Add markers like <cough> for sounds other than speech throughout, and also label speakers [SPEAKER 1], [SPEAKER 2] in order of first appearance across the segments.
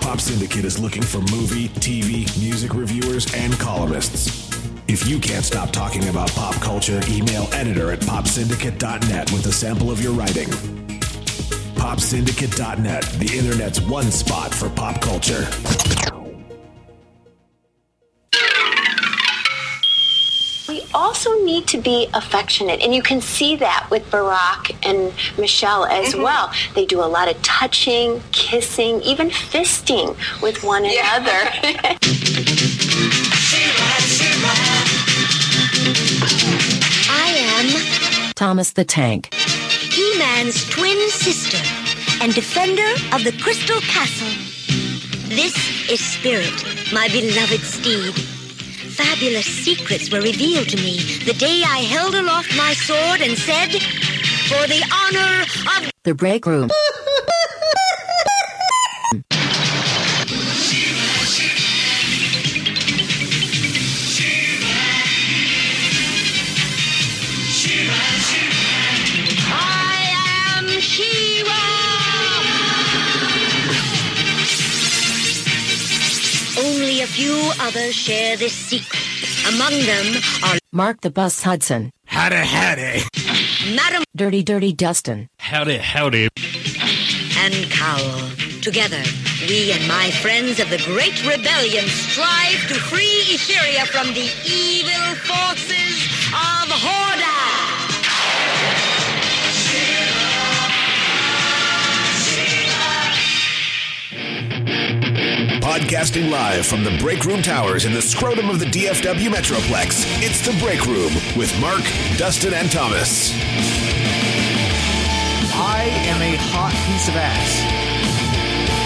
[SPEAKER 1] Pop Syndicate is looking for movie, TV, music reviewers, and columnists. If you can't stop talking about pop culture, email editor at popsyndicate.net with a sample of your writing. Popsyndicate.net, the internet's one spot for pop culture.
[SPEAKER 2] We also need to be affectionate, and you can see that with Barack and Michelle as
[SPEAKER 3] Mm-hmm.
[SPEAKER 2] well. They do a lot of touching, kissing, even fisting with one another.
[SPEAKER 4] I am
[SPEAKER 5] Thomas the Tank.
[SPEAKER 4] He Man's twin sister and defender of the Crystal Castle. This is Spirit, my beloved steed. Fabulous secrets were revealed to me the day I held aloft my sword and said, For the honor of.
[SPEAKER 5] The Break Room.
[SPEAKER 4] I am She-Ra! Only a few others share this secret. Among them are
[SPEAKER 5] Mark the Bus Hudson.
[SPEAKER 6] Howdy, howdy.
[SPEAKER 4] Madam
[SPEAKER 5] Dirty Dirty Dustin.
[SPEAKER 6] Howdy, howdy.
[SPEAKER 4] and Cowl. Together, we and my friends of the Great Rebellion strive to free Etheria from the evil forces of Horda.
[SPEAKER 1] Podcasting live from the Break Room Towers in the scrotum of the DFW Metroplex, it's The Break Room with Mark, Dustin, and Thomas.
[SPEAKER 7] I am a hot piece of ass.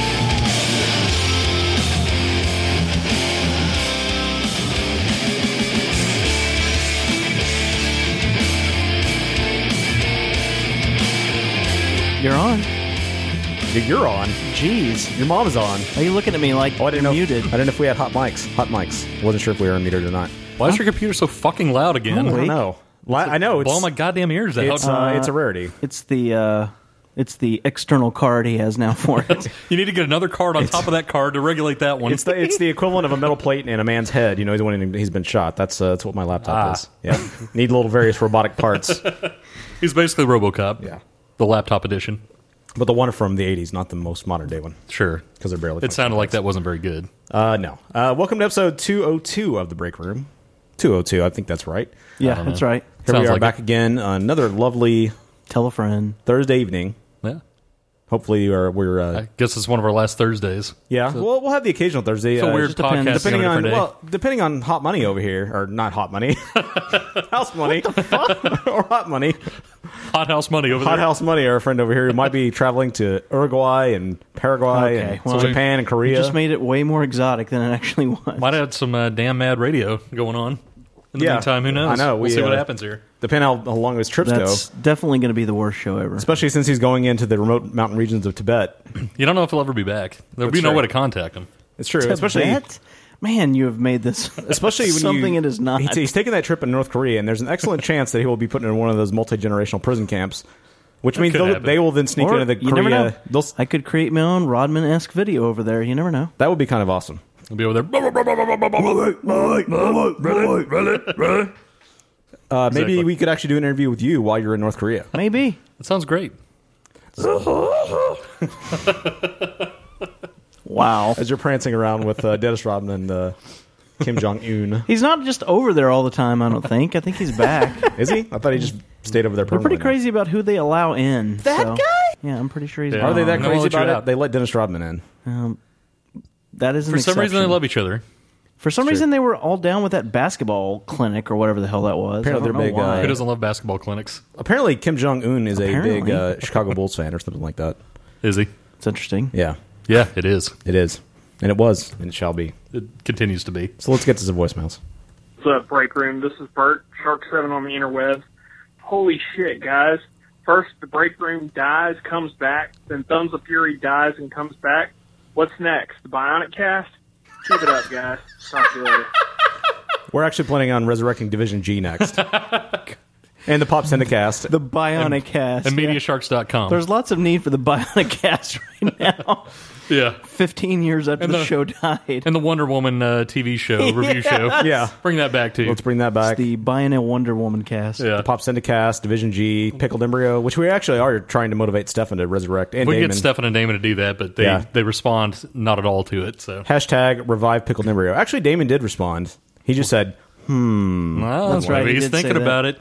[SPEAKER 7] You're on.
[SPEAKER 8] You're on.
[SPEAKER 7] Jeez.
[SPEAKER 8] Your mom's on.
[SPEAKER 7] Are you looking at me like
[SPEAKER 8] Oh, I didn't
[SPEAKER 7] you're
[SPEAKER 8] know.
[SPEAKER 7] muted?
[SPEAKER 8] I didn't know if we had hot mics. Hot mics. Wasn't sure if we were unmuted or not.
[SPEAKER 9] Why is your computer so fucking loud again?
[SPEAKER 8] I don't know. Li- I know. It's,
[SPEAKER 9] Blow my goddamn ears out.
[SPEAKER 8] it's, uh, it's a rarity.
[SPEAKER 7] It's the uh, it's the external card he has now
[SPEAKER 8] <laughs>
[SPEAKER 7] for it.
[SPEAKER 9] you need to get another card on top of that card to regulate that one.
[SPEAKER 8] It's the it's the equivalent of a metal plate in a man's head. You know, he's when he's been shot. That's uh, that's what my laptop
[SPEAKER 9] Ah.
[SPEAKER 8] is. Yeah. Need little various robotic
[SPEAKER 9] <laughs>
[SPEAKER 8] parts,
[SPEAKER 9] He's basically RoboCop.
[SPEAKER 8] Yeah.
[SPEAKER 9] The laptop edition.
[SPEAKER 8] but the one from the '80s, not the most modern day one,
[SPEAKER 9] Sure.
[SPEAKER 8] because they're barely.
[SPEAKER 9] It sounded like that wasn't very good.
[SPEAKER 8] Uh, no. Uh, welcome to episode 202 of the Break Room. 202. I think that's right.
[SPEAKER 7] yeah, that's right.
[SPEAKER 8] Here
[SPEAKER 9] Sounds
[SPEAKER 8] we are
[SPEAKER 9] like
[SPEAKER 8] back again. on Another lovely
[SPEAKER 7] Tell a friend.
[SPEAKER 8] Thursday evening.
[SPEAKER 9] Yeah.
[SPEAKER 8] Hopefully, you are, we're uh,
[SPEAKER 9] I guess it's one of our last Thursdays.
[SPEAKER 8] Yeah, well, we'll have the occasional Thursday.
[SPEAKER 9] It's a
[SPEAKER 8] uh,
[SPEAKER 9] weird
[SPEAKER 8] just
[SPEAKER 9] podcast.
[SPEAKER 7] depends.
[SPEAKER 8] depending
[SPEAKER 9] you know, a
[SPEAKER 8] on
[SPEAKER 9] different day.
[SPEAKER 8] well, depending on hot money over here, or not hot
[SPEAKER 9] <laughs>
[SPEAKER 8] money, <laughs> house money, <laughs> or hot money,
[SPEAKER 9] hot house money over
[SPEAKER 8] hot
[SPEAKER 9] there.
[SPEAKER 8] house money. Our friend over here who might be traveling to Uruguay and Paraguay
[SPEAKER 7] Okay,
[SPEAKER 8] and
[SPEAKER 7] well,
[SPEAKER 8] Oh, Japan and
[SPEAKER 7] You
[SPEAKER 8] Korea.
[SPEAKER 7] just made it way more exotic than it actually was.
[SPEAKER 9] Might have had some uh, damn mad radio going on. In the
[SPEAKER 8] Yeah.
[SPEAKER 9] meantime, who knows?
[SPEAKER 8] I know,
[SPEAKER 9] We'll
[SPEAKER 8] we,
[SPEAKER 9] see what
[SPEAKER 8] uh,
[SPEAKER 9] happens here.
[SPEAKER 8] Depend how, how long his trips
[SPEAKER 7] That's
[SPEAKER 8] go,
[SPEAKER 7] definitely going to be the worst show ever.
[SPEAKER 8] especially since he's going into the remote mountain regions of Tibet.
[SPEAKER 9] You don't know if he'll ever be back. There'll be
[SPEAKER 8] That's
[SPEAKER 9] no
[SPEAKER 8] right.
[SPEAKER 9] way to contact him.
[SPEAKER 8] It's true,
[SPEAKER 7] Tibet?
[SPEAKER 8] especially
[SPEAKER 7] Man, you have made this <laughs>
[SPEAKER 8] especially when you-
[SPEAKER 7] something it is not.
[SPEAKER 8] He's, he's taking that trip in North Korea, and there's an excellent chance that he will be put in one of those multi generational prison camps, which means
[SPEAKER 9] could
[SPEAKER 8] they'll-
[SPEAKER 9] happen.
[SPEAKER 8] they will then
[SPEAKER 7] <laughs>
[SPEAKER 8] sneak
[SPEAKER 7] Or,
[SPEAKER 8] into the
[SPEAKER 7] you never know.
[SPEAKER 8] Korea. They'll, s-
[SPEAKER 7] I could create my own Rodman esque video over there. You never know.
[SPEAKER 8] that would be kind of awesome.
[SPEAKER 9] He'll be over there.
[SPEAKER 8] Uh, maybe
[SPEAKER 9] Exactly.
[SPEAKER 8] we could actually do an interview with you while you're in North Korea.
[SPEAKER 7] Maybe.
[SPEAKER 9] That sounds great.
[SPEAKER 8] <laughs>
[SPEAKER 7] Wow.
[SPEAKER 8] As you're prancing around with uh, Dennis Rodman and uh, Kim Jong Un.
[SPEAKER 7] He's not just over there all the time, I don't think. I think he's
[SPEAKER 8] <laughs>
[SPEAKER 7] back.
[SPEAKER 8] Is he? I thought he just stayed over there
[SPEAKER 7] They're pretty
[SPEAKER 8] permanently.
[SPEAKER 7] crazy about who they allow in. That guy? Yeah, I'm pretty sure he's
[SPEAKER 9] Yeah.
[SPEAKER 8] Are they
[SPEAKER 7] gone.
[SPEAKER 8] that
[SPEAKER 9] No, I'll
[SPEAKER 8] crazy
[SPEAKER 9] let you
[SPEAKER 8] about
[SPEAKER 9] out.
[SPEAKER 8] it? They let Dennis Rodman in.
[SPEAKER 7] That is an
[SPEAKER 9] For some reason, they
[SPEAKER 7] exception.
[SPEAKER 9] love each other.
[SPEAKER 7] For some reason, they were all down with that basketball clinic or whatever the hell that was.
[SPEAKER 8] Apparently
[SPEAKER 7] I don't
[SPEAKER 8] they're
[SPEAKER 7] know
[SPEAKER 8] big, uh,
[SPEAKER 7] why.
[SPEAKER 9] Who doesn't love basketball clinics?
[SPEAKER 8] Apparently, Kim Jong Un is a big
[SPEAKER 7] Apparently.
[SPEAKER 8] uh, Chicago Bulls fan or something like that.
[SPEAKER 9] Is he?
[SPEAKER 7] It's interesting.
[SPEAKER 8] Yeah,
[SPEAKER 9] Yeah, it is.
[SPEAKER 8] it is. And it was, and it shall be.
[SPEAKER 9] It continues to be.
[SPEAKER 8] So let's get to some voicemails.
[SPEAKER 10] What's up, Break Room? This is Bert, Shark7 on the interwebs. Holy shit, guys. First, the Break Room dies, comes back. Then Thumbs of Fury dies and comes back. What's next? The Bionic Cast? Keep it up, guys. Talk to you later.
[SPEAKER 8] <laughs> We're actually planning on resurrecting Division G next. and the Pop Syndicast.
[SPEAKER 7] The Bionic Cast.
[SPEAKER 9] And
[SPEAKER 7] yeah.
[SPEAKER 9] MediaSharks.com.
[SPEAKER 7] There's lots of need for the <laughs> Bionic Cast right now. <laughs>
[SPEAKER 9] yeah.
[SPEAKER 7] 15 years after
[SPEAKER 9] And
[SPEAKER 7] the,
[SPEAKER 9] the-
[SPEAKER 7] show died.
[SPEAKER 9] And the Wonder Woman uh, TV
[SPEAKER 7] <laughs>
[SPEAKER 9] show, review show.
[SPEAKER 8] yeah,
[SPEAKER 9] Bring that back to you.
[SPEAKER 8] let's bring that back.
[SPEAKER 7] the Bionic Wonder Woman cast.
[SPEAKER 9] yeah.
[SPEAKER 8] The Pop Syndicast, Division G, Pickled Embryo, which we actually are trying to motivate Stefan to resurrect. And
[SPEAKER 9] we
[SPEAKER 8] Damon.
[SPEAKER 9] get Stefan and Damon to do that, but they,
[SPEAKER 8] Yeah.
[SPEAKER 9] they respond not at all to it. So
[SPEAKER 8] Hashtag revive Pickled Embryo. Actually, Damon did respond. He just said,
[SPEAKER 9] Well,
[SPEAKER 7] That's right, he
[SPEAKER 9] He's
[SPEAKER 7] did say
[SPEAKER 9] thinking
[SPEAKER 7] that.
[SPEAKER 9] about it.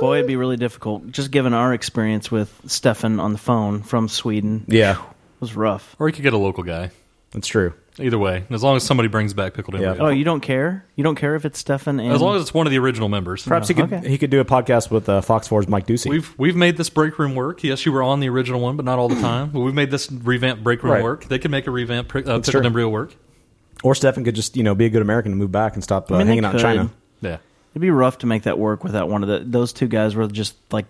[SPEAKER 7] Boy, it'd be really difficult. Just given our experience with Stefan on the phone from Sweden, it
[SPEAKER 8] "Yeah,
[SPEAKER 7] was rough.
[SPEAKER 9] Or you could get a local guy.
[SPEAKER 8] that's true."
[SPEAKER 9] Either way, as long as somebody brings back pickled
[SPEAKER 8] Yeah.
[SPEAKER 9] embryo.
[SPEAKER 7] Oh, you don't care? You don't care if it's Stefan and
[SPEAKER 9] As long as it's one of the original members.
[SPEAKER 8] Perhaps he could
[SPEAKER 7] okay.
[SPEAKER 8] he could do a podcast with uh, Fox 4's Mike Ducey.
[SPEAKER 9] We've we've made this break room work. Yes, you were on the original one, but not all the time. But we've made this revamp break room
[SPEAKER 8] Right.
[SPEAKER 9] work. They can make a revamp pri- uh, pickled
[SPEAKER 8] true.
[SPEAKER 9] embryo work.
[SPEAKER 8] or Stefan could just you know be a good American and move back and stop uh,
[SPEAKER 7] mean, they
[SPEAKER 8] hanging out in
[SPEAKER 7] could.
[SPEAKER 8] China.
[SPEAKER 9] Yeah.
[SPEAKER 7] It'd be rough to make that work without one of the those two guys were just like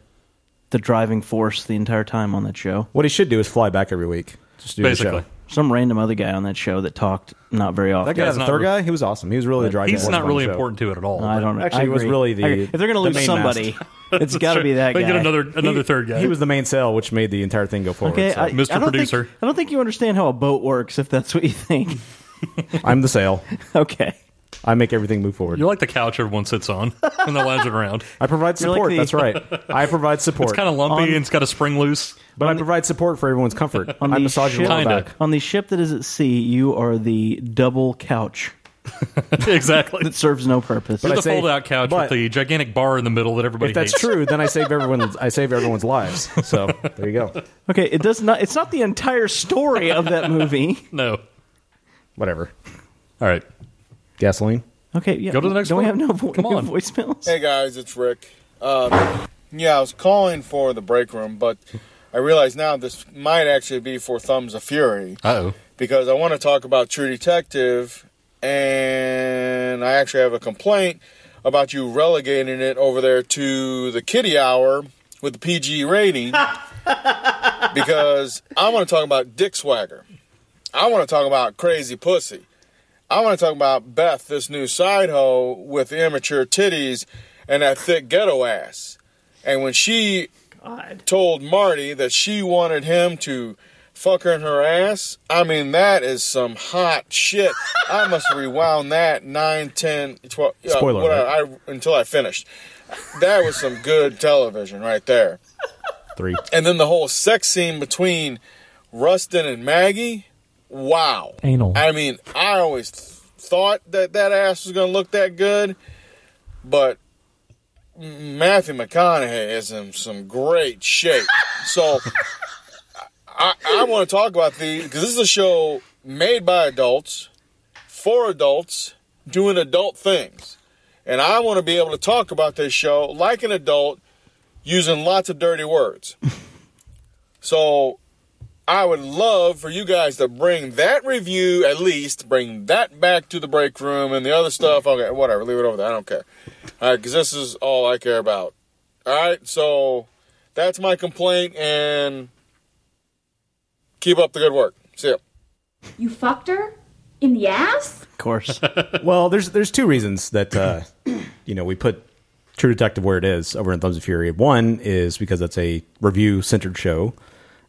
[SPEAKER 7] the driving force the entire time on that show.
[SPEAKER 8] What he should do is fly back every week. Just do the
[SPEAKER 9] Basically.
[SPEAKER 8] show.
[SPEAKER 7] Some random other guy on that show that talked not very often.
[SPEAKER 8] That guy,
[SPEAKER 9] Yeah, it's
[SPEAKER 8] the
[SPEAKER 9] not
[SPEAKER 8] third
[SPEAKER 9] real-
[SPEAKER 8] guy, he was awesome. He was really the driving.
[SPEAKER 9] He's
[SPEAKER 8] force
[SPEAKER 9] not
[SPEAKER 8] behind
[SPEAKER 9] really
[SPEAKER 8] the show.
[SPEAKER 9] important to it at all.
[SPEAKER 7] I
[SPEAKER 9] but
[SPEAKER 7] don't know.
[SPEAKER 8] Actually,
[SPEAKER 7] I
[SPEAKER 8] it was
[SPEAKER 7] agree.
[SPEAKER 8] really the-
[SPEAKER 7] I agree. if they're gonna
[SPEAKER 8] the
[SPEAKER 7] lose
[SPEAKER 8] main
[SPEAKER 7] somebody,
[SPEAKER 8] mast.
[SPEAKER 7] <laughs> it's got to be
[SPEAKER 9] <laughs>
[SPEAKER 7] that
[SPEAKER 9] They
[SPEAKER 7] guy.
[SPEAKER 9] get another another
[SPEAKER 8] He-
[SPEAKER 9] third guy.
[SPEAKER 8] He was the main sail, which made the entire thing go forward.
[SPEAKER 7] Okay,
[SPEAKER 8] so.
[SPEAKER 7] I,
[SPEAKER 9] Mr.
[SPEAKER 7] I don't
[SPEAKER 9] Producer.
[SPEAKER 7] Think, I don't think you understand how a boat works. If that's what you think. <laughs>
[SPEAKER 8] I'm the sail.
[SPEAKER 7] okay.
[SPEAKER 8] I make everything move forward.
[SPEAKER 9] You're like the couch everyone sits on <laughs> and they're lounging around.
[SPEAKER 8] I provide
[SPEAKER 7] You're like
[SPEAKER 8] support.
[SPEAKER 7] the-
[SPEAKER 8] that's right. I provide
[SPEAKER 9] <laughs>
[SPEAKER 8] support.
[SPEAKER 9] It's kind of lumpy and it's got a spring loose. <laughs>
[SPEAKER 8] but I provide support for everyone's <laughs> comfort.
[SPEAKER 7] On
[SPEAKER 8] I
[SPEAKER 7] the
[SPEAKER 8] massage your
[SPEAKER 7] ship-
[SPEAKER 8] lower
[SPEAKER 9] Kinda.
[SPEAKER 8] back.
[SPEAKER 7] On the ship that is at sea, you are the double couch
[SPEAKER 9] exactly.
[SPEAKER 7] that serves no purpose.
[SPEAKER 9] You're
[SPEAKER 8] I
[SPEAKER 9] the
[SPEAKER 8] say-
[SPEAKER 9] fold out couch with
[SPEAKER 8] but-
[SPEAKER 9] the gigantic bar in the middle that everybody
[SPEAKER 8] If that's
[SPEAKER 9] hates.
[SPEAKER 8] true, then I save everyone. I save everyone's lives. So there you go.
[SPEAKER 7] Okay, it does not. It's not the entire story of
[SPEAKER 8] <laughs>
[SPEAKER 7] that movie.
[SPEAKER 9] No.
[SPEAKER 8] Whatever.
[SPEAKER 9] All right.
[SPEAKER 8] Gasoline.
[SPEAKER 7] Okay, yeah.
[SPEAKER 9] Go to the next
[SPEAKER 7] Don't
[SPEAKER 9] one.
[SPEAKER 7] we have no, vo-
[SPEAKER 9] Come
[SPEAKER 7] no
[SPEAKER 9] on.
[SPEAKER 7] voicemails?
[SPEAKER 11] <laughs> Hey guys, it's Rick. Um, yeah, I was calling for the break room, but I realize now this might actually be for Thumbs of Fury
[SPEAKER 9] Uh oh.
[SPEAKER 11] because I want to talk about True Detective, and I actually have a complaint about you relegating it over there to the kitty hour with the PG rating because I want to talk about Dick Swagger. I want to talk about Crazy Pussy. I want to talk about Beth, this new side hoe with the immature titties and that thick ghetto ass. And when she told Marty that she wanted him to fuck her in her ass, I mean, that is some hot shit. I must have rewound that 9, 10, 12, uh,
[SPEAKER 8] Spoiler,
[SPEAKER 11] whatever,
[SPEAKER 8] right?
[SPEAKER 11] I, until I finished. That was some good television right there.
[SPEAKER 8] Three.
[SPEAKER 11] And then the whole sex scene between Rustin and Maggie. Wow.
[SPEAKER 9] Anal.
[SPEAKER 11] I mean, I always th- thought that that ass was going to look that good, but M- Matthew McConaughey is in some great shape. So I, I want to talk about these because this is a show made by adults for adults doing adult things. And I want to be able to talk about this show like an adult using lots of dirty words. so I would love for you guys to bring that review, at least bring that back to the break room and the other stuff. Okay, whatever, leave it over there. I don't care. All right, because this is all I care about. All right, so that's my complaint, and keep up the good work. See ya.
[SPEAKER 12] You fucked her? In the ass?
[SPEAKER 9] <laughs>
[SPEAKER 7] Of course.
[SPEAKER 8] Well, there's there's two reasons that uh, you know we put True Detective where it is over in Thumbs of Fury. One is because that's a review centered show,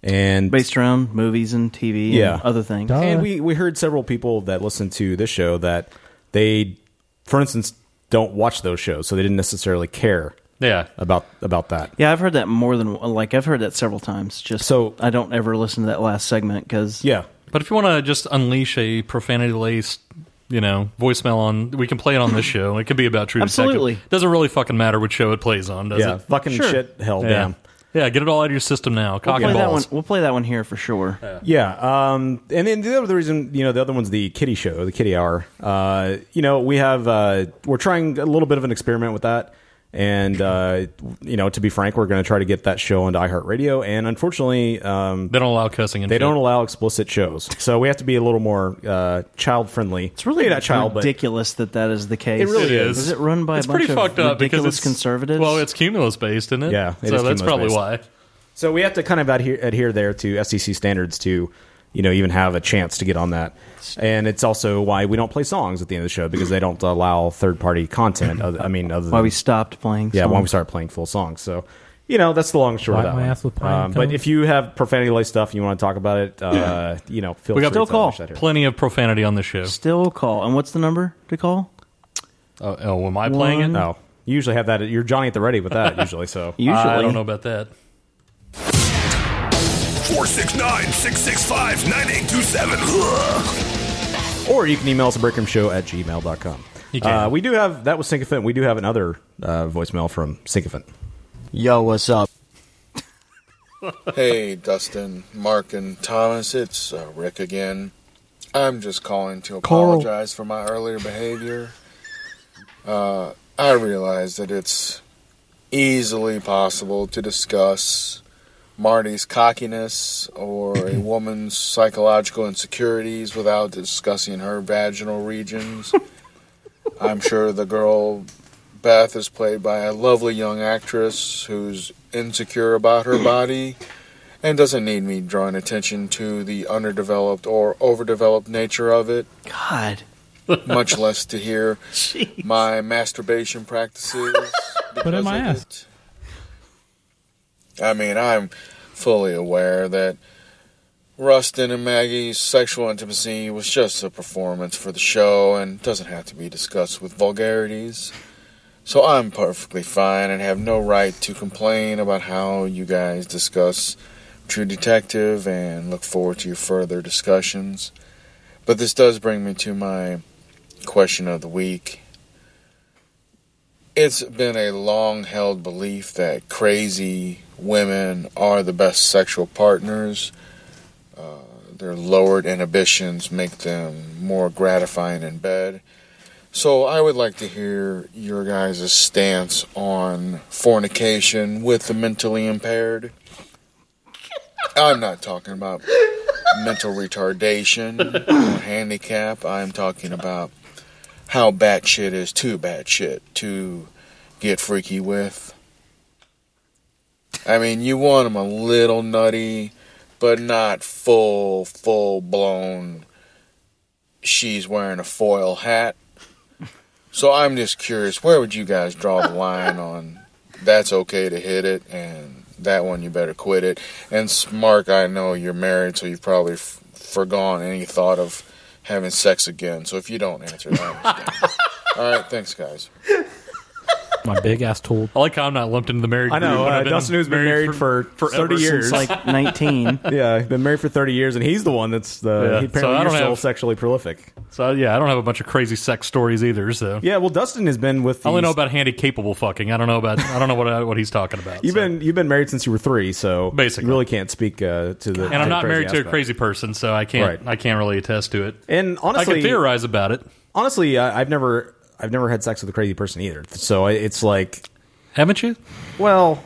[SPEAKER 8] and
[SPEAKER 7] Based around movies and TV
[SPEAKER 8] Yeah.
[SPEAKER 7] and other things.
[SPEAKER 8] and we we heard several people that listen to this show that they, for instance, don't watch those shows, so they didn't necessarily care
[SPEAKER 9] Yeah.
[SPEAKER 8] about about that.
[SPEAKER 7] Yeah, I've heard that more than like I've heard that several times. Just
[SPEAKER 8] So-
[SPEAKER 7] I don't ever listen to that last segment because
[SPEAKER 8] Yeah,
[SPEAKER 9] But if you want to just unleash a profanity laced, you know, voicemail on, we can play it on this show. It could be about True
[SPEAKER 7] Absolutely.
[SPEAKER 9] Detective. Doesn't really fucking matter which show it plays on, does
[SPEAKER 8] yeah,
[SPEAKER 9] it?
[SPEAKER 8] fucking
[SPEAKER 7] Sure.
[SPEAKER 8] shit, hell,
[SPEAKER 9] Yeah.
[SPEAKER 8] damn.
[SPEAKER 9] Yeah, get it all out of your system now. Cock
[SPEAKER 7] we'll
[SPEAKER 9] and
[SPEAKER 7] play that one.
[SPEAKER 9] balls.
[SPEAKER 7] We'll play that one here for sure.
[SPEAKER 8] Yeah, um, and then the other reason, you know, the other one's the kitty show, the kitty hour. Uh, you know, we have uh, we're trying a little bit of an experiment with that, and uh, you know, to be frank, we're going to try to get that show onto iHeartRadio, and unfortunately, um,
[SPEAKER 9] They don't allow cussing and
[SPEAKER 8] they don't allow explicit shows, so we have to be a little more uh, child friendly. It's
[SPEAKER 7] Really
[SPEAKER 8] not child, but
[SPEAKER 7] ridiculous that that is the case.
[SPEAKER 8] It really
[SPEAKER 9] is.
[SPEAKER 7] Is it run by
[SPEAKER 9] it's
[SPEAKER 7] a bunch
[SPEAKER 9] pretty
[SPEAKER 7] of
[SPEAKER 9] fucked up because
[SPEAKER 7] ridiculous
[SPEAKER 9] it's
[SPEAKER 7] conservatives?
[SPEAKER 9] Well, it's cumulus based, isn't it?
[SPEAKER 8] Yeah, it
[SPEAKER 9] so
[SPEAKER 8] is
[SPEAKER 9] that's probably
[SPEAKER 8] cumulus-based.
[SPEAKER 9] why.
[SPEAKER 8] so we have to kind of adhere, adhere there to SEC E standards to you know even have a chance to get on that. And it's also why we don't play songs at the end of the show because they don't allow third party content. Other, I mean, other than,
[SPEAKER 7] Why we stopped playing
[SPEAKER 8] Yeah, why we
[SPEAKER 7] songs.
[SPEAKER 8] started playing full songs. So you know that's the long and short
[SPEAKER 13] Wipe
[SPEAKER 8] of that.
[SPEAKER 13] my
[SPEAKER 8] one. Um,
[SPEAKER 13] ass with pine
[SPEAKER 8] but
[SPEAKER 13] cones.
[SPEAKER 8] if you have profanity lay stuff and you want to talk about it, uh, you know feel
[SPEAKER 9] we
[SPEAKER 8] free
[SPEAKER 9] got
[SPEAKER 8] to launch that here.
[SPEAKER 9] plenty of profanity on this show.
[SPEAKER 7] Still call. And what's the number to call?
[SPEAKER 9] Oh, oh am I playing it?
[SPEAKER 8] No. You usually have that. You're Johnny at the ready
[SPEAKER 9] <laughs>
[SPEAKER 8] with that usually. So uh,
[SPEAKER 9] Usually. I don't know about that.
[SPEAKER 1] 469 665 9827.
[SPEAKER 8] Or you can email us at breakroomshow at gmail.com.
[SPEAKER 1] You can.
[SPEAKER 8] Uh, we do have, that was Sycophant. We do have another uh, voicemail from Sycophant.
[SPEAKER 14] Yo, what's up?
[SPEAKER 15] hey, Dustin, Mark, and Thomas, it's uh, Rick again. I'm just calling to
[SPEAKER 14] Carl.
[SPEAKER 15] apologize for my earlier behavior. Uh, I realize that it's easily possible to discuss Marty's cockiness or a woman's psychological insecurities without discussing her vaginal regions. I'm sure the girl Beth is played by a lovely young actress who's insecure about her body and doesn't need me drawing attention to the underdeveloped or overdeveloped nature of it.
[SPEAKER 7] God.
[SPEAKER 15] Much less to
[SPEAKER 13] <laughs>
[SPEAKER 15] hear my masturbation practices.
[SPEAKER 13] Put it in
[SPEAKER 15] because
[SPEAKER 13] my
[SPEAKER 15] of
[SPEAKER 13] ass.
[SPEAKER 15] it. I mean, I'm fully aware that Rustin and Maggie's sexual intimacy was just a performance for the show and doesn't have to be discussed with vulgarities. So I'm perfectly fine and have no right to complain about how you guys discuss True Detective and look forward to your further discussions. But this does bring me to my question of the week. It's been a long held belief that crazy women are the best sexual partners. Uh, their lowered inhibitions make them more gratifying in bed. So I would like to hear your guys' stance on fornication with the mentally impaired. I'm not talking about mental retardation or handicap. I'm talking about how batshit is too batshit to get freaky with. I mean, you want them a little nutty, but not full, full blown. She's wearing a foil hat. So I'm just curious, where would you guys draw the line on that's okay to hit it and that one you better quit it? And s- Mark, I know you're married, so you've probably f- forgone any thought of having sex again. So if you don't answer that, I understand. all right, thanks guys.
[SPEAKER 13] My big ass tool.
[SPEAKER 9] I like how I'm not lumped into the married
[SPEAKER 8] I know.
[SPEAKER 9] group, but
[SPEAKER 8] Uh,
[SPEAKER 9] I've been
[SPEAKER 8] Dustin, who's been married for,
[SPEAKER 9] forever
[SPEAKER 8] 30 years.
[SPEAKER 9] since, like,
[SPEAKER 7] 19.
[SPEAKER 8] <laughs> yeah, he's been married for 30 years, and he's the one that's the.
[SPEAKER 9] Yeah,
[SPEAKER 8] he
[SPEAKER 9] so I
[SPEAKER 8] apparently
[SPEAKER 9] don't
[SPEAKER 8] you're still
[SPEAKER 9] have-
[SPEAKER 8] sexually prolific.
[SPEAKER 9] So yeah, I don't have a bunch of crazy sex stories either. So
[SPEAKER 8] Yeah, well, Dustin has been with.
[SPEAKER 9] I only
[SPEAKER 8] these-
[SPEAKER 9] know about handy capable fucking. I don't know about. I don't know what what he's talking about.
[SPEAKER 8] You've been you've been married since you were three, so basically, you really can't speak uh, to the.
[SPEAKER 9] And I'm not married to a
[SPEAKER 8] aspect.
[SPEAKER 9] crazy person, so I can't.
[SPEAKER 8] Right.
[SPEAKER 9] I can't really attest to it.
[SPEAKER 8] And
[SPEAKER 9] I
[SPEAKER 8] honestly-
[SPEAKER 9] can theorize about it.
[SPEAKER 8] Honestly, I, I've never I've never had sex with a crazy person either. So I- it's like,
[SPEAKER 9] haven't you?
[SPEAKER 8] Well,